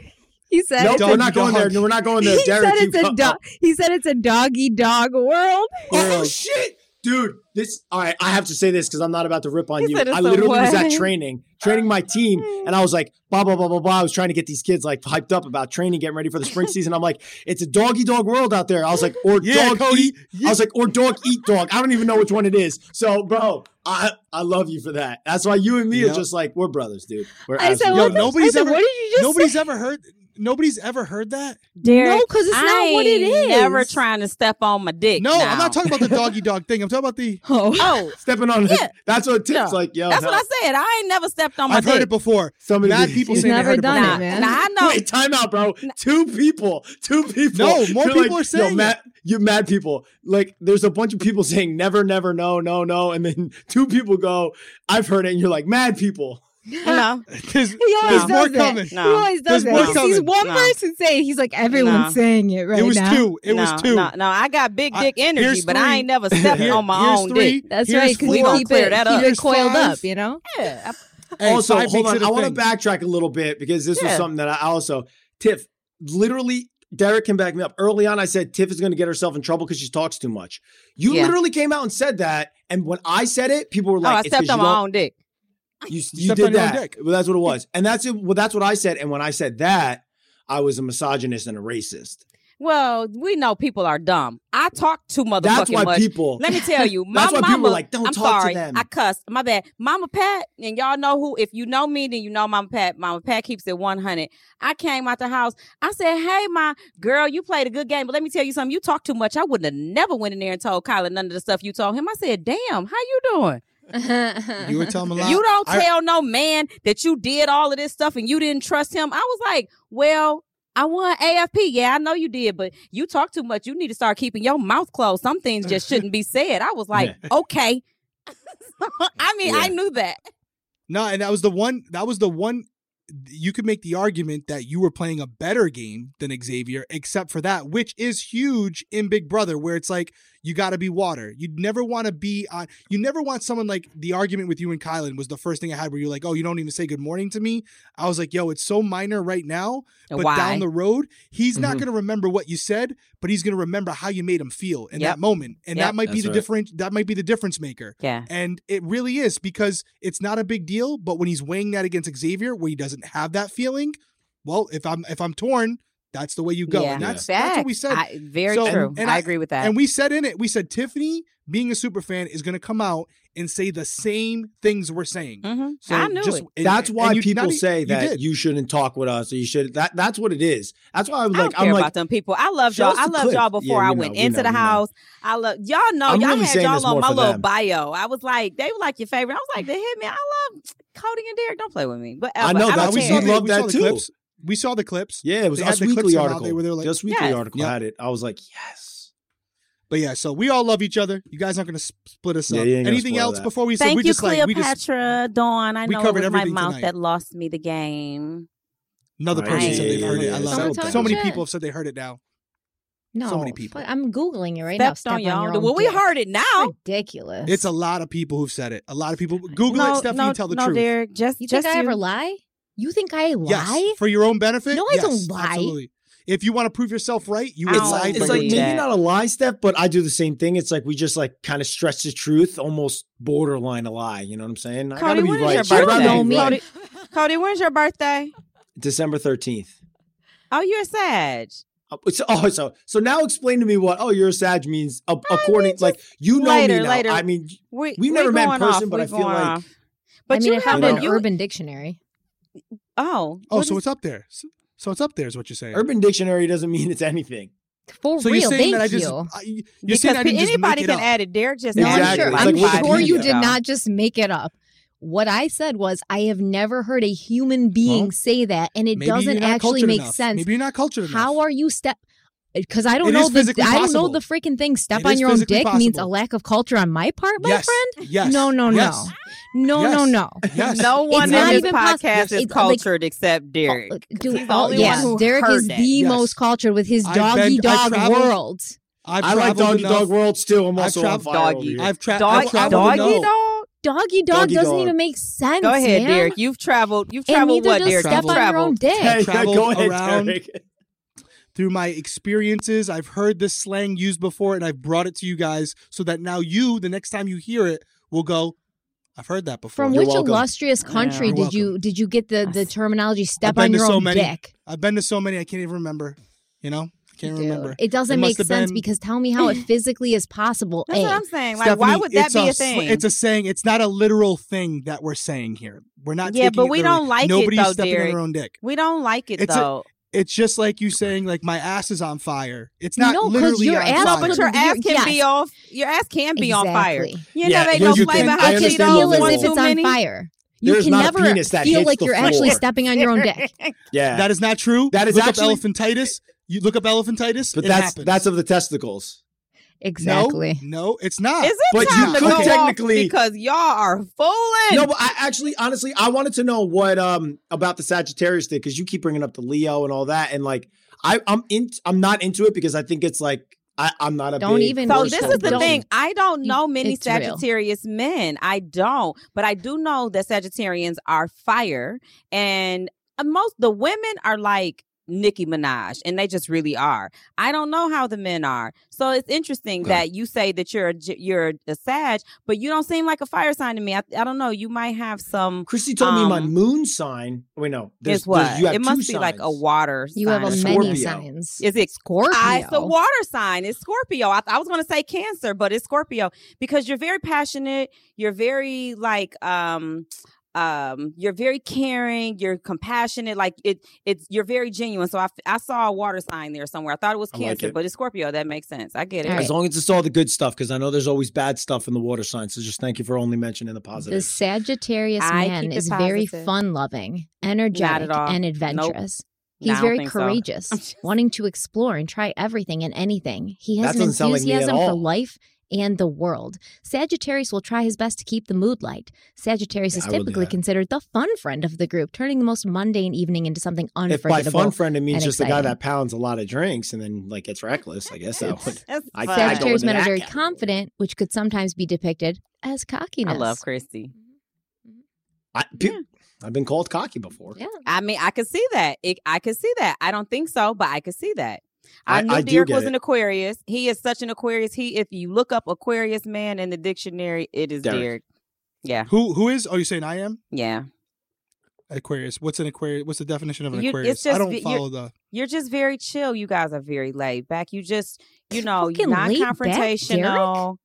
Speaker 4: He said,
Speaker 2: No,
Speaker 4: it's a-
Speaker 1: dog
Speaker 2: we're not going there.
Speaker 1: dog.
Speaker 2: No, we're not going there.
Speaker 4: he
Speaker 2: Derek,
Speaker 4: said
Speaker 2: you
Speaker 4: it's a
Speaker 2: come-
Speaker 4: dog. He said it's a doggy dog world.
Speaker 2: Oh
Speaker 1: World.
Speaker 2: shit, dude! This all right. I have to say this because I'm not about to rip on
Speaker 3: He
Speaker 2: you.
Speaker 3: said it's
Speaker 2: I
Speaker 3: a
Speaker 2: literally was at
Speaker 3: what?
Speaker 2: training, training my team, and I was like, blah blah blah blah blah. I was trying to get these kids like hyped up about training, getting ready for the spring season. I'm like, it's a doggy dog world out there. I was like, or
Speaker 1: Yeah,
Speaker 2: dog
Speaker 1: Cody.
Speaker 2: eat. I was like, or dog eat dog. I don't even know which one it is. So, bro, I I love you for that. That's why you and me
Speaker 1: Yep.
Speaker 2: are just like we're brothers, dude. We're
Speaker 4: I said,
Speaker 2: absolutely
Speaker 1: Yo,
Speaker 2: brothers.
Speaker 4: what, the-
Speaker 1: nobody's
Speaker 4: I said,
Speaker 1: ever-
Speaker 4: what did you just
Speaker 1: Nobody's ever heard. Nobody's ever heard that.
Speaker 4: say?
Speaker 3: Derek,
Speaker 4: No, because it's
Speaker 3: I
Speaker 4: not what it
Speaker 3: ain't
Speaker 4: is.
Speaker 3: Never trying to step on my dick.
Speaker 1: No, I'm
Speaker 3: now.
Speaker 1: not talking about the doggy dog thing. I'm talking about the.
Speaker 4: Oh.
Speaker 3: Oh,
Speaker 2: stepping on.
Speaker 3: Yeah.
Speaker 2: That's what tips
Speaker 3: Yeah.
Speaker 2: like. Yo,
Speaker 3: that's
Speaker 2: no,
Speaker 3: what I said. I ain't never stepped
Speaker 4: Oh
Speaker 3: on my
Speaker 1: I've
Speaker 3: dick.
Speaker 1: heard it before.
Speaker 2: somebody
Speaker 1: Mad
Speaker 2: did-
Speaker 1: people
Speaker 4: He's
Speaker 1: say they
Speaker 4: never
Speaker 1: heard it
Speaker 4: done
Speaker 1: before.
Speaker 3: Nah,
Speaker 4: it, man.
Speaker 3: nah, I know.
Speaker 2: Wait, time out, bro. Two people. Two people.
Speaker 1: No, more
Speaker 2: You're
Speaker 1: people
Speaker 2: like,
Speaker 1: are saying
Speaker 2: Yo, Matt, you mad people. Like, there's a bunch of people saying never, never, no, no, no. And then two people go, I've heard it. And you're like, mad people.
Speaker 3: No,
Speaker 1: There's,
Speaker 4: He always
Speaker 1: there's
Speaker 4: does
Speaker 1: more
Speaker 4: it.
Speaker 1: coming.
Speaker 4: He
Speaker 3: no.
Speaker 4: always does
Speaker 1: There's more
Speaker 4: that. He sees
Speaker 1: coming.
Speaker 4: one
Speaker 3: No.
Speaker 4: person say it. He's like, everyone's saying it right
Speaker 1: it was
Speaker 4: now.
Speaker 1: two. It was
Speaker 3: no,
Speaker 1: two.
Speaker 3: No, no, I got big
Speaker 1: I-
Speaker 3: dick energy,
Speaker 1: here's
Speaker 3: but I
Speaker 1: three.
Speaker 3: ain't never stepped
Speaker 1: Here-
Speaker 3: on my
Speaker 1: here's
Speaker 3: own
Speaker 1: three.
Speaker 3: dick.
Speaker 4: That's
Speaker 1: Here's
Speaker 4: right. 'cause
Speaker 1: four.
Speaker 3: we gonna
Speaker 4: keep
Speaker 3: clear
Speaker 4: it,
Speaker 3: that
Speaker 4: keep
Speaker 3: up.
Speaker 4: it coiled
Speaker 1: Five.
Speaker 4: up, you know?
Speaker 3: Yeah, I-
Speaker 1: Hey,
Speaker 2: also,
Speaker 1: five
Speaker 2: hold
Speaker 1: makes
Speaker 2: on.
Speaker 1: it a
Speaker 2: I want
Speaker 1: thing.
Speaker 2: to backtrack a little bit because this was
Speaker 3: Yeah.
Speaker 2: something that I also, Tiff, literally, Derek can back me up. Early on, I said Tiff is going to get herself in trouble because she talks too much. You
Speaker 3: Yeah.
Speaker 2: literally came out and said that. And when I said it, people were
Speaker 3: oh, I
Speaker 2: like, "It's 'cause
Speaker 3: stepped on
Speaker 2: you don't-
Speaker 3: my own dick.
Speaker 2: You, you
Speaker 1: stepped on
Speaker 2: did
Speaker 1: your own
Speaker 2: that.
Speaker 1: dick.
Speaker 2: Well, that's what it was, and that's it. Well, that's what I said. And when I said that, I was a misogynist and a racist.
Speaker 3: Well, we know people are dumb. I talk too motherfucking
Speaker 2: That's why
Speaker 3: much.
Speaker 2: people.
Speaker 3: Let me tell you, my
Speaker 2: That's why
Speaker 3: mama.
Speaker 2: people are like, "Don't
Speaker 3: I'm
Speaker 2: talk to
Speaker 3: sorry,
Speaker 2: them."
Speaker 3: I cussed. My bad. Mama Pat, and y'all know who. If you know me, then you know Mama Pat. Mama Pat keeps it 100. I came out the house. I said, "Hey, my girl, you played a good game, but let me tell you something. You talk too much. I wouldn't have never went in there and told Kyler none of the stuff you told him." I said, "Damn, how you doing?
Speaker 1: You were telling me a lot.
Speaker 3: You don't
Speaker 1: I-
Speaker 3: tell no man that you did all of this stuff and you didn't trust him." I was like, "Well." I won AFP. Yeah, I know you did, but you talk too much. You need to start keeping your mouth closed. Some things just shouldn't be said. I was like, okay. I mean, I
Speaker 2: Yeah.
Speaker 3: knew that.
Speaker 1: No, and that was the one. That was the one. You could make the argument that you were playing a better game than Xavier, except for that, which is huge in Big Brother, where it's like you got to be water. You never want to be on. You never want someone like the argument with you and Kylan was the first thing I had, where you're like, "Oh, you don't even say good morning to me." I was like, "Yo, it's so minor right now, but
Speaker 3: Uh, Why? Mm-hmm.
Speaker 1: down the road, he's not
Speaker 2: Mhm.
Speaker 1: going to remember what you said, but he's going to remember how you made him feel in
Speaker 3: Yep.
Speaker 1: that moment, and
Speaker 3: Yep.
Speaker 1: that might be
Speaker 2: That's
Speaker 1: the
Speaker 2: right.
Speaker 1: difference. That might be the difference maker."
Speaker 3: yeah.
Speaker 1: And it really is because it's not a big deal, but when he's weighing that against Xavier, where he doesn't have that feeling, well, if I'm if I'm torn, that's the way you go.
Speaker 3: Yeah.
Speaker 1: And
Speaker 2: Yeah.
Speaker 1: that's that's what we said.
Speaker 3: I, very
Speaker 1: So-
Speaker 3: true.
Speaker 1: and- and
Speaker 3: I,
Speaker 1: I-
Speaker 3: agree with that.
Speaker 1: and we said in it, we said Tiffany, being a super fan, is gonna come out and say the same things we're saying.
Speaker 3: hmm
Speaker 1: So
Speaker 3: I knew
Speaker 1: just,
Speaker 3: it.
Speaker 1: and-
Speaker 2: that's
Speaker 1: and
Speaker 2: why
Speaker 1: you-
Speaker 2: people
Speaker 1: not e-
Speaker 2: say
Speaker 1: you
Speaker 2: that
Speaker 1: did.
Speaker 2: you, shouldn't talk with us. Or you should. That that's what it is. That's why I was
Speaker 3: I don't
Speaker 2: like,
Speaker 3: care
Speaker 2: I'm like,
Speaker 3: about them people. I loved
Speaker 2: Show
Speaker 3: y'all.
Speaker 2: us
Speaker 3: I
Speaker 2: the
Speaker 3: loved
Speaker 2: clip.
Speaker 3: y'all before
Speaker 2: Yeah,
Speaker 3: I
Speaker 2: we
Speaker 3: went
Speaker 2: know, we
Speaker 3: into
Speaker 2: know,
Speaker 3: the
Speaker 2: we know.
Speaker 3: house. I love y'all. Know
Speaker 2: I'm
Speaker 3: y'all
Speaker 2: really
Speaker 3: had
Speaker 2: saying this
Speaker 3: y'all on
Speaker 2: more
Speaker 3: my
Speaker 2: for
Speaker 3: little
Speaker 2: them.
Speaker 3: bio. I was like, they were like your favorite. I was like, they hit me. I love Cody and Derek. Don't play with me. But
Speaker 2: I
Speaker 3: uh,
Speaker 1: Now,
Speaker 2: know,
Speaker 3: I don't
Speaker 2: that's
Speaker 1: we
Speaker 2: what
Speaker 1: saw
Speaker 3: care.
Speaker 2: you
Speaker 1: the-
Speaker 2: love
Speaker 1: we saw
Speaker 2: that
Speaker 1: the
Speaker 2: too.
Speaker 1: clips. We saw the clips.
Speaker 2: yeah, it was
Speaker 1: They had
Speaker 2: Us
Speaker 1: the clips
Speaker 2: Weekly
Speaker 1: come out,
Speaker 2: article.
Speaker 1: they were there like-
Speaker 2: Us Weekly
Speaker 3: Yes.
Speaker 2: article
Speaker 1: Yep.
Speaker 2: had it. I was like, yes.
Speaker 1: But yeah, so we all love each other. You guys aren't gonna sp- split us
Speaker 2: Yeah,
Speaker 1: up.
Speaker 2: you ain't gonna
Speaker 1: Anything
Speaker 2: spoil
Speaker 1: else
Speaker 2: that.
Speaker 1: before we so
Speaker 3: Thank
Speaker 1: we
Speaker 3: you,
Speaker 1: just like we just
Speaker 3: Cleopatra, Dawn. I
Speaker 1: we
Speaker 3: know it
Speaker 1: covered
Speaker 3: was my
Speaker 1: everything
Speaker 3: mouth
Speaker 1: tonight.
Speaker 3: that lost me the game.
Speaker 1: another
Speaker 2: Right.
Speaker 1: person said
Speaker 3: Yeah,
Speaker 1: they've
Speaker 3: yeah,
Speaker 1: heard it.
Speaker 3: yeah,
Speaker 1: I
Speaker 3: yeah.
Speaker 1: love
Speaker 3: Someone
Speaker 1: it.
Speaker 3: talking
Speaker 1: So many
Speaker 4: shit.
Speaker 1: people have said they heard it now.
Speaker 4: No,
Speaker 1: many people.
Speaker 4: fuck, I'm googling it right now.
Speaker 3: Stepped
Speaker 4: Step
Speaker 3: on your own.
Speaker 4: own
Speaker 3: Well, we
Speaker 4: dick.
Speaker 3: heard it now.
Speaker 4: Ridiculous.
Speaker 1: It's a lot of people who've said it. A lot of people. Google
Speaker 3: no,
Speaker 1: it, Stephanie,
Speaker 3: no,
Speaker 1: and tell the
Speaker 3: no,
Speaker 1: truth.
Speaker 3: Derek, just
Speaker 4: You think
Speaker 3: just
Speaker 4: I
Speaker 3: you.
Speaker 4: ever lie? You think I lie?
Speaker 1: Yes, for your own benefit.
Speaker 4: No, I don't
Speaker 1: Yes,
Speaker 4: lie.
Speaker 1: Absolutely. If you want to prove yourself right, you
Speaker 3: I
Speaker 1: would
Speaker 3: don't
Speaker 1: lie.
Speaker 2: it's
Speaker 1: for
Speaker 3: believe
Speaker 1: your
Speaker 2: like maybe
Speaker 1: team.
Speaker 3: that.
Speaker 2: not a lie step, but I do the same thing. It's like we just like kind of stretch the truth, almost borderline a lie. You know what I'm saying? I gotta
Speaker 3: Cody,
Speaker 2: be
Speaker 3: when is
Speaker 2: right.
Speaker 3: your
Speaker 2: I'd rather
Speaker 4: birthday?
Speaker 2: be
Speaker 4: Don't know
Speaker 2: right.
Speaker 4: me.
Speaker 3: Cody, when's your birthday?
Speaker 2: December 13th.
Speaker 3: Oh, you're a Sag.
Speaker 2: Uh, So, oh, so so now explain to me what oh your sag means uh, according
Speaker 3: just
Speaker 2: like you know
Speaker 3: later,
Speaker 2: me now.
Speaker 3: later.
Speaker 2: I mean
Speaker 3: We
Speaker 2: We've
Speaker 3: we're
Speaker 2: never met in
Speaker 3: going
Speaker 2: person,
Speaker 3: off,
Speaker 2: but I
Speaker 3: we're
Speaker 2: feel
Speaker 3: going
Speaker 2: like-
Speaker 3: off.
Speaker 4: I
Speaker 3: But
Speaker 4: mean,
Speaker 3: you
Speaker 4: I found
Speaker 3: haven't-
Speaker 4: an
Speaker 3: you-
Speaker 4: Urban Dictionary.
Speaker 3: Oh,
Speaker 1: Oh,
Speaker 3: what
Speaker 1: so
Speaker 3: is-
Speaker 1: Oh, it's up there. So, so it's up there is what you're saying.
Speaker 2: Urban Dictionary doesn't mean it's anything.
Speaker 4: For
Speaker 1: So
Speaker 4: real,
Speaker 1: you're saying
Speaker 4: thank
Speaker 1: that I just
Speaker 4: you.
Speaker 1: I, you're
Speaker 3: because
Speaker 1: saying I
Speaker 3: pe-
Speaker 1: didn't just
Speaker 3: anybody
Speaker 1: make it
Speaker 3: can
Speaker 1: up.
Speaker 3: add it. Derek just
Speaker 4: No,
Speaker 3: added
Speaker 2: Exactly.
Speaker 3: it
Speaker 4: I'm sure.
Speaker 2: It's
Speaker 3: like
Speaker 4: I'm
Speaker 3: five
Speaker 4: sure
Speaker 3: minutes
Speaker 4: you
Speaker 3: ago.
Speaker 4: did not just make it up. What I said was, I have never heard a human being
Speaker 1: Well,
Speaker 4: say that, and it
Speaker 1: Maybe
Speaker 4: doesn't
Speaker 1: you're not
Speaker 4: actually
Speaker 1: cultured
Speaker 4: make
Speaker 1: enough.
Speaker 4: sense.
Speaker 1: Maybe you're not cultured enough.
Speaker 4: How are you step? Because I don't
Speaker 1: It
Speaker 4: know
Speaker 1: is
Speaker 4: the
Speaker 1: physically
Speaker 4: I don't know
Speaker 1: possible.
Speaker 4: the freaking thing. Step
Speaker 1: It
Speaker 4: on
Speaker 1: is
Speaker 4: your own
Speaker 1: physically
Speaker 4: dick means a
Speaker 1: possible.
Speaker 4: lack of culture on my part, my
Speaker 1: yes.
Speaker 4: friend.
Speaker 1: Yes.
Speaker 4: No, no,
Speaker 1: yes.
Speaker 4: No,
Speaker 1: Yes.
Speaker 4: no, no.
Speaker 1: Yes.
Speaker 3: No one
Speaker 4: not
Speaker 3: in this
Speaker 4: even possible.
Speaker 3: podcast is
Speaker 4: It's like-
Speaker 3: cultured except Derek.
Speaker 4: Oh,
Speaker 3: 'cause
Speaker 4: dude,
Speaker 3: he's the
Speaker 4: oh,
Speaker 3: only one
Speaker 4: yeah,
Speaker 3: who
Speaker 4: Derek
Speaker 3: heard
Speaker 4: is
Speaker 3: it.
Speaker 4: the
Speaker 1: Yes.
Speaker 4: most cultured with his
Speaker 1: I've
Speaker 4: doggy
Speaker 1: been- I've
Speaker 4: dog
Speaker 1: traveled-
Speaker 4: world.
Speaker 1: I've
Speaker 2: I like
Speaker 1: traveled
Speaker 2: doggy
Speaker 1: enough-
Speaker 2: dog worlds too. I'm
Speaker 1: I've
Speaker 2: also on
Speaker 1: traveled-
Speaker 2: fire over
Speaker 3: Doggy.
Speaker 2: here.
Speaker 1: I've, tra-
Speaker 3: Dog,
Speaker 1: I've traveled
Speaker 3: doggy
Speaker 1: enough.
Speaker 3: dog.
Speaker 4: Doggy dog
Speaker 2: Doggy
Speaker 4: doesn't
Speaker 2: dog.
Speaker 4: even make sense.
Speaker 3: Go ahead,
Speaker 4: man.
Speaker 3: Derek. You've traveled. You've
Speaker 4: And
Speaker 3: traveled
Speaker 4: neither
Speaker 3: what,
Speaker 4: does
Speaker 3: Derek?
Speaker 4: step
Speaker 3: You've
Speaker 4: on your own
Speaker 3: traveled.
Speaker 4: dick.
Speaker 2: Hey, yeah,
Speaker 1: traveled
Speaker 2: go ahead,
Speaker 1: around.
Speaker 2: Derek.
Speaker 1: through my experiences. I've heard this slang used before and I've brought it to you guys so that now you, the next time you hear it, will go, I've heard that before.
Speaker 4: From
Speaker 2: You're
Speaker 4: which
Speaker 2: welcome.
Speaker 4: illustrious
Speaker 3: Yeah.
Speaker 4: country
Speaker 1: You're
Speaker 4: did you did you get the, the
Speaker 3: Us.
Speaker 4: terminology
Speaker 1: I've
Speaker 4: step
Speaker 1: been
Speaker 4: on
Speaker 1: to
Speaker 4: your
Speaker 1: so
Speaker 4: own
Speaker 1: many.
Speaker 4: dick?
Speaker 1: I've been to so many, I can't even remember. You know? I can't
Speaker 4: Dude,
Speaker 1: remember.
Speaker 4: It doesn't
Speaker 1: It
Speaker 4: make
Speaker 1: must have
Speaker 4: sense
Speaker 1: been-
Speaker 4: because tell me how it physically is possible.
Speaker 3: That's
Speaker 4: A.
Speaker 3: what I'm saying. Like, why
Speaker 1: Stephanie,
Speaker 3: would that
Speaker 1: it's
Speaker 3: be a
Speaker 1: sl-
Speaker 3: thing?
Speaker 1: It's a saying. It's not a literal thing that we're saying here. We're not.
Speaker 3: Yeah,
Speaker 1: taking
Speaker 3: but
Speaker 1: it
Speaker 3: we
Speaker 1: literally.
Speaker 3: don't like it,
Speaker 1: Nobody's
Speaker 3: though,
Speaker 1: stepping on
Speaker 3: Derek.
Speaker 1: their own dick.
Speaker 3: we don't like it
Speaker 1: It's a-
Speaker 3: though.
Speaker 1: It's just like you saying like my ass is on fire. It's not
Speaker 4: No, 'cause
Speaker 1: literally
Speaker 4: your
Speaker 1: on
Speaker 4: ass
Speaker 1: fire.
Speaker 4: could
Speaker 3: but your
Speaker 4: You're-
Speaker 3: ass can be
Speaker 4: yes.
Speaker 3: off. Your ass can be on fire.
Speaker 4: Exactly.
Speaker 3: You
Speaker 2: Yeah,
Speaker 3: know they
Speaker 2: you
Speaker 3: don't
Speaker 2: can-
Speaker 3: play
Speaker 2: I
Speaker 3: behind
Speaker 4: It
Speaker 2: understand
Speaker 3: cheat
Speaker 4: can
Speaker 2: the
Speaker 3: on
Speaker 4: feel as
Speaker 2: level.
Speaker 3: one
Speaker 4: if
Speaker 3: too
Speaker 4: it's on
Speaker 3: many.
Speaker 4: fire.
Speaker 2: There
Speaker 4: You
Speaker 2: is
Speaker 4: can
Speaker 2: not a
Speaker 4: never
Speaker 2: penis that
Speaker 4: feel
Speaker 2: hits
Speaker 4: like
Speaker 2: the
Speaker 4: you're actually
Speaker 2: floor.
Speaker 4: stepping on your own dick.
Speaker 2: Yeah,
Speaker 1: That is not true.
Speaker 2: That is
Speaker 1: look
Speaker 2: actually-
Speaker 1: up elephantitis. You look up elephantitis.
Speaker 2: but
Speaker 1: it
Speaker 2: that's
Speaker 1: happens.
Speaker 2: that's of the testicles.
Speaker 4: Exactly.
Speaker 1: No, no, it's not.
Speaker 3: Is it
Speaker 2: But
Speaker 3: time
Speaker 2: you
Speaker 3: to
Speaker 2: could
Speaker 3: go
Speaker 2: technically-
Speaker 3: off because y'all are fooling?
Speaker 2: No, but I actually, honestly, I wanted to know what um about the Sagittarius thing because you keep bringing up the Leo and all that, and like I, I'm in, I'm not into it because I think it's like I, I'm not a
Speaker 4: Don't
Speaker 2: big
Speaker 4: even-
Speaker 3: So
Speaker 4: English
Speaker 3: this
Speaker 2: horoscope
Speaker 3: is the
Speaker 4: don't-
Speaker 2: person.
Speaker 3: thing. I don't
Speaker 4: You-
Speaker 3: know many
Speaker 4: it's real.
Speaker 3: Sagittarius men. I don't, but I do know that Sagittarians are fire, and uh, most the women are like Nicki Minaj, and they just really are. I don't know how the men are, so it's interesting
Speaker 2: Okay.
Speaker 3: that you say that you're a, J- you're a Sag, but you don't seem like a fire sign to me. I, I don't know. You might have some.
Speaker 2: Christy told me my
Speaker 3: Um,
Speaker 2: moon sign. Wait, no, there's,
Speaker 3: Is what
Speaker 2: there's- you have
Speaker 3: it must be
Speaker 2: two
Speaker 3: like a
Speaker 2: signs.
Speaker 3: water.
Speaker 4: You have a
Speaker 3: sign.
Speaker 4: many
Speaker 2: Scorpio.
Speaker 4: signs.
Speaker 3: Is it
Speaker 4: Scorpio.
Speaker 3: I, it's a water sign. It's Scorpio. I, I was going to say Cancer, but it's Scorpio because you're very passionate. You're very like um um you're very caring. You're compassionate. Like it it's you're very genuine. So I, f- I saw a water sign there somewhere. I thought it was
Speaker 2: I like
Speaker 3: Cancer,
Speaker 2: it.
Speaker 3: but it's Scorpio. That makes sense. I get it.
Speaker 4: All
Speaker 2: As
Speaker 4: right.
Speaker 2: long as it's all the good stuff, because I know there's always bad stuff in the water sign. So just thank you for only mentioning the
Speaker 4: The
Speaker 2: positive.
Speaker 4: Sagittarius
Speaker 3: I
Speaker 4: man
Speaker 3: keep it
Speaker 4: is very
Speaker 3: positive.
Speaker 4: fun loving, energetic,
Speaker 3: all.
Speaker 4: and
Speaker 3: Nope.
Speaker 4: adventurous.
Speaker 3: No, I don't
Speaker 4: He's very
Speaker 3: think so.
Speaker 4: courageous,
Speaker 3: I'm just-
Speaker 4: wanting to explore and try everything and anything. He
Speaker 2: That
Speaker 4: has an
Speaker 2: doesn't sound like me at
Speaker 4: enthusiasm for
Speaker 2: all.
Speaker 4: life and the world. Sagittarius will try his best to keep the mood light. Sagittarius
Speaker 2: Yeah,
Speaker 4: is
Speaker 2: I will do
Speaker 4: typically
Speaker 2: that.
Speaker 4: considered the fun friend of the group, turning the most mundane evening into something
Speaker 2: if by
Speaker 4: unforgettable.
Speaker 2: fun friend it means
Speaker 4: and
Speaker 2: just a guy
Speaker 4: exciting.
Speaker 2: that pounds a lot of drinks and then like gets reckless, I guess that would.
Speaker 3: That's
Speaker 2: I- I
Speaker 3: fun.
Speaker 2: don't
Speaker 4: Sagittarius
Speaker 2: into
Speaker 4: men are
Speaker 2: that
Speaker 4: very
Speaker 2: category.
Speaker 4: confident, which could sometimes be depicted as
Speaker 3: I
Speaker 4: cockiness.
Speaker 3: love Christy.
Speaker 2: I, pe- I've been called cocky before.
Speaker 4: Yeah.
Speaker 3: I mean, I could see that. It, I could see that. I don't think so, but I could see that. I,
Speaker 2: I-
Speaker 3: knew
Speaker 2: I do
Speaker 3: Derek
Speaker 2: get
Speaker 3: was
Speaker 2: it.
Speaker 3: an Aquarius. He is such an Aquarius. He, if you look up Aquarius man in the dictionary, it is
Speaker 2: Derek.
Speaker 3: Derek. Yeah,
Speaker 1: Who who is? Oh, you saying I am
Speaker 3: yeah.
Speaker 1: Aquarius? What's an Aquarius? What's the definition of an
Speaker 3: You-
Speaker 1: Aquarius?
Speaker 3: it's just
Speaker 1: I
Speaker 3: that
Speaker 1: don't
Speaker 3: you're-
Speaker 1: follow the.
Speaker 3: You're just very chill. You guys are very laid back. You just, you know,
Speaker 4: Fucking laid back, Derek?
Speaker 3: non-confrontational.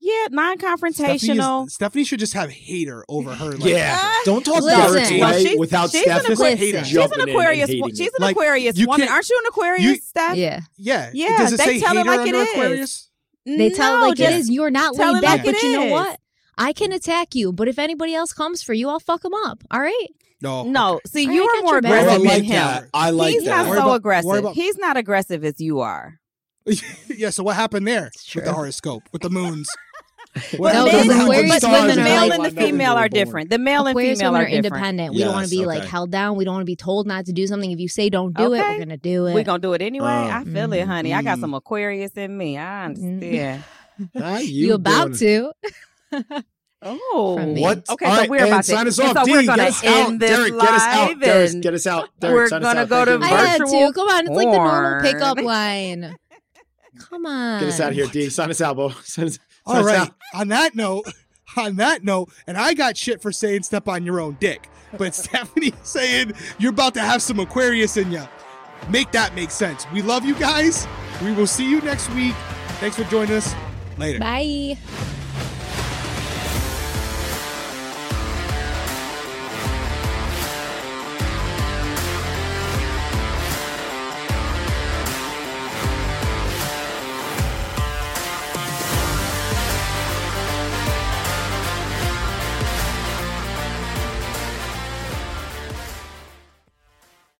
Speaker 3: Yeah,
Speaker 1: Stephanie,
Speaker 3: non-confrontational.
Speaker 1: is, Stephanie should just have hater over her. Like,
Speaker 2: yeah.
Speaker 3: Ah.
Speaker 2: Don't talk
Speaker 4: Listen.
Speaker 2: Derek's
Speaker 4: Well,
Speaker 2: way
Speaker 3: she's-
Speaker 2: without
Speaker 3: she's
Speaker 2: Steph.
Speaker 3: an
Speaker 2: Just like
Speaker 4: Aquarius.
Speaker 2: hating
Speaker 4: She's
Speaker 3: She's an
Speaker 2: jumping in and
Speaker 3: Aquarius. wo-
Speaker 2: hating it.
Speaker 3: She's an
Speaker 1: Like,
Speaker 3: Aquarius
Speaker 1: you
Speaker 3: woman.
Speaker 1: can't-
Speaker 3: Aren't you an Aquarius? Steph?
Speaker 4: Yeah.
Speaker 1: yeah,
Speaker 3: Yeah,
Speaker 1: Does it
Speaker 3: they
Speaker 1: say
Speaker 3: tell it
Speaker 1: hater
Speaker 3: like it
Speaker 1: under
Speaker 3: is.
Speaker 1: Aquarius?
Speaker 4: They tell
Speaker 3: No,
Speaker 4: it like
Speaker 3: just-
Speaker 4: it is. You're not
Speaker 3: tell
Speaker 4: laid
Speaker 3: it
Speaker 4: back,
Speaker 3: like it
Speaker 4: but you know
Speaker 3: is.
Speaker 4: what? I can attack you, but if anybody else comes for you, I'll fuck them up. All right.
Speaker 1: No,
Speaker 3: No, see,
Speaker 4: I
Speaker 3: you
Speaker 4: got
Speaker 3: are more
Speaker 4: your back.
Speaker 2: Oh,
Speaker 3: aggressive
Speaker 2: I
Speaker 3: than
Speaker 2: like
Speaker 3: him.
Speaker 2: that. I like
Speaker 3: He's
Speaker 2: that.
Speaker 1: Worry
Speaker 3: not so
Speaker 1: about- worry
Speaker 3: aggressive.
Speaker 1: about-
Speaker 3: He's not aggressive as you are. Mm.
Speaker 1: yeah. So what happened there
Speaker 4: It's
Speaker 1: with the
Speaker 4: true.
Speaker 1: horoscope with the moons?
Speaker 2: What
Speaker 3: No,
Speaker 2: happened
Speaker 3: because
Speaker 2: with the
Speaker 4: Aquarius
Speaker 2: stars
Speaker 4: women
Speaker 2: and
Speaker 3: the
Speaker 4: are
Speaker 2: how I
Speaker 3: male
Speaker 4: like-
Speaker 3: and the
Speaker 2: know when
Speaker 3: female
Speaker 2: they
Speaker 3: are
Speaker 2: were born?
Speaker 3: different. The male and
Speaker 4: Aquarius
Speaker 3: female
Speaker 4: women
Speaker 3: are
Speaker 4: are
Speaker 3: different.
Speaker 4: independent. We don't want
Speaker 2: Yes,
Speaker 4: to be like
Speaker 2: okay.
Speaker 4: held down. We don't want to be told not to do something. If you say don't do it,
Speaker 3: Okay.
Speaker 4: we're gonna do it.
Speaker 3: We're gonna do it anyway.
Speaker 2: Oh.
Speaker 3: I feel it, honey. I got
Speaker 4: Mm-hmm.
Speaker 1: Mm.
Speaker 3: some Aquarius in me. I
Speaker 4: Mm.
Speaker 3: understand.
Speaker 2: Ah,
Speaker 4: you, about
Speaker 2: doing-
Speaker 4: to?
Speaker 3: Oh,
Speaker 4: From me.
Speaker 2: What?
Speaker 3: Okay,
Speaker 2: All
Speaker 3: so
Speaker 2: right,
Speaker 3: we're about
Speaker 2: and
Speaker 3: to-
Speaker 2: sign us
Speaker 3: so
Speaker 2: off.
Speaker 3: we're
Speaker 2: Dee,
Speaker 3: gonna
Speaker 2: get us out.
Speaker 3: end this
Speaker 2: Derek, get us out.
Speaker 3: live
Speaker 2: Derek,
Speaker 3: and
Speaker 2: get us out. Derek,
Speaker 3: we're
Speaker 2: sign us
Speaker 3: gonna
Speaker 2: out.
Speaker 3: go
Speaker 2: Thank you
Speaker 3: to
Speaker 4: I
Speaker 2: very much.
Speaker 4: had
Speaker 3: virtual
Speaker 4: to. Come on, it's like the normal
Speaker 3: porn.
Speaker 4: pickup line. Come on.
Speaker 2: Get us out of here, D. Sign us out, Bo. Sign us-
Speaker 1: All
Speaker 2: sign us
Speaker 1: right.
Speaker 2: out.
Speaker 1: On that note, on that note, and I got shit for saying step on your own dick, but Stephanie saying you're about to have some Aquarius in ya. Make that make sense. We love you guys. We will see you next week. Thanks for joining us. Later.
Speaker 4: Bye.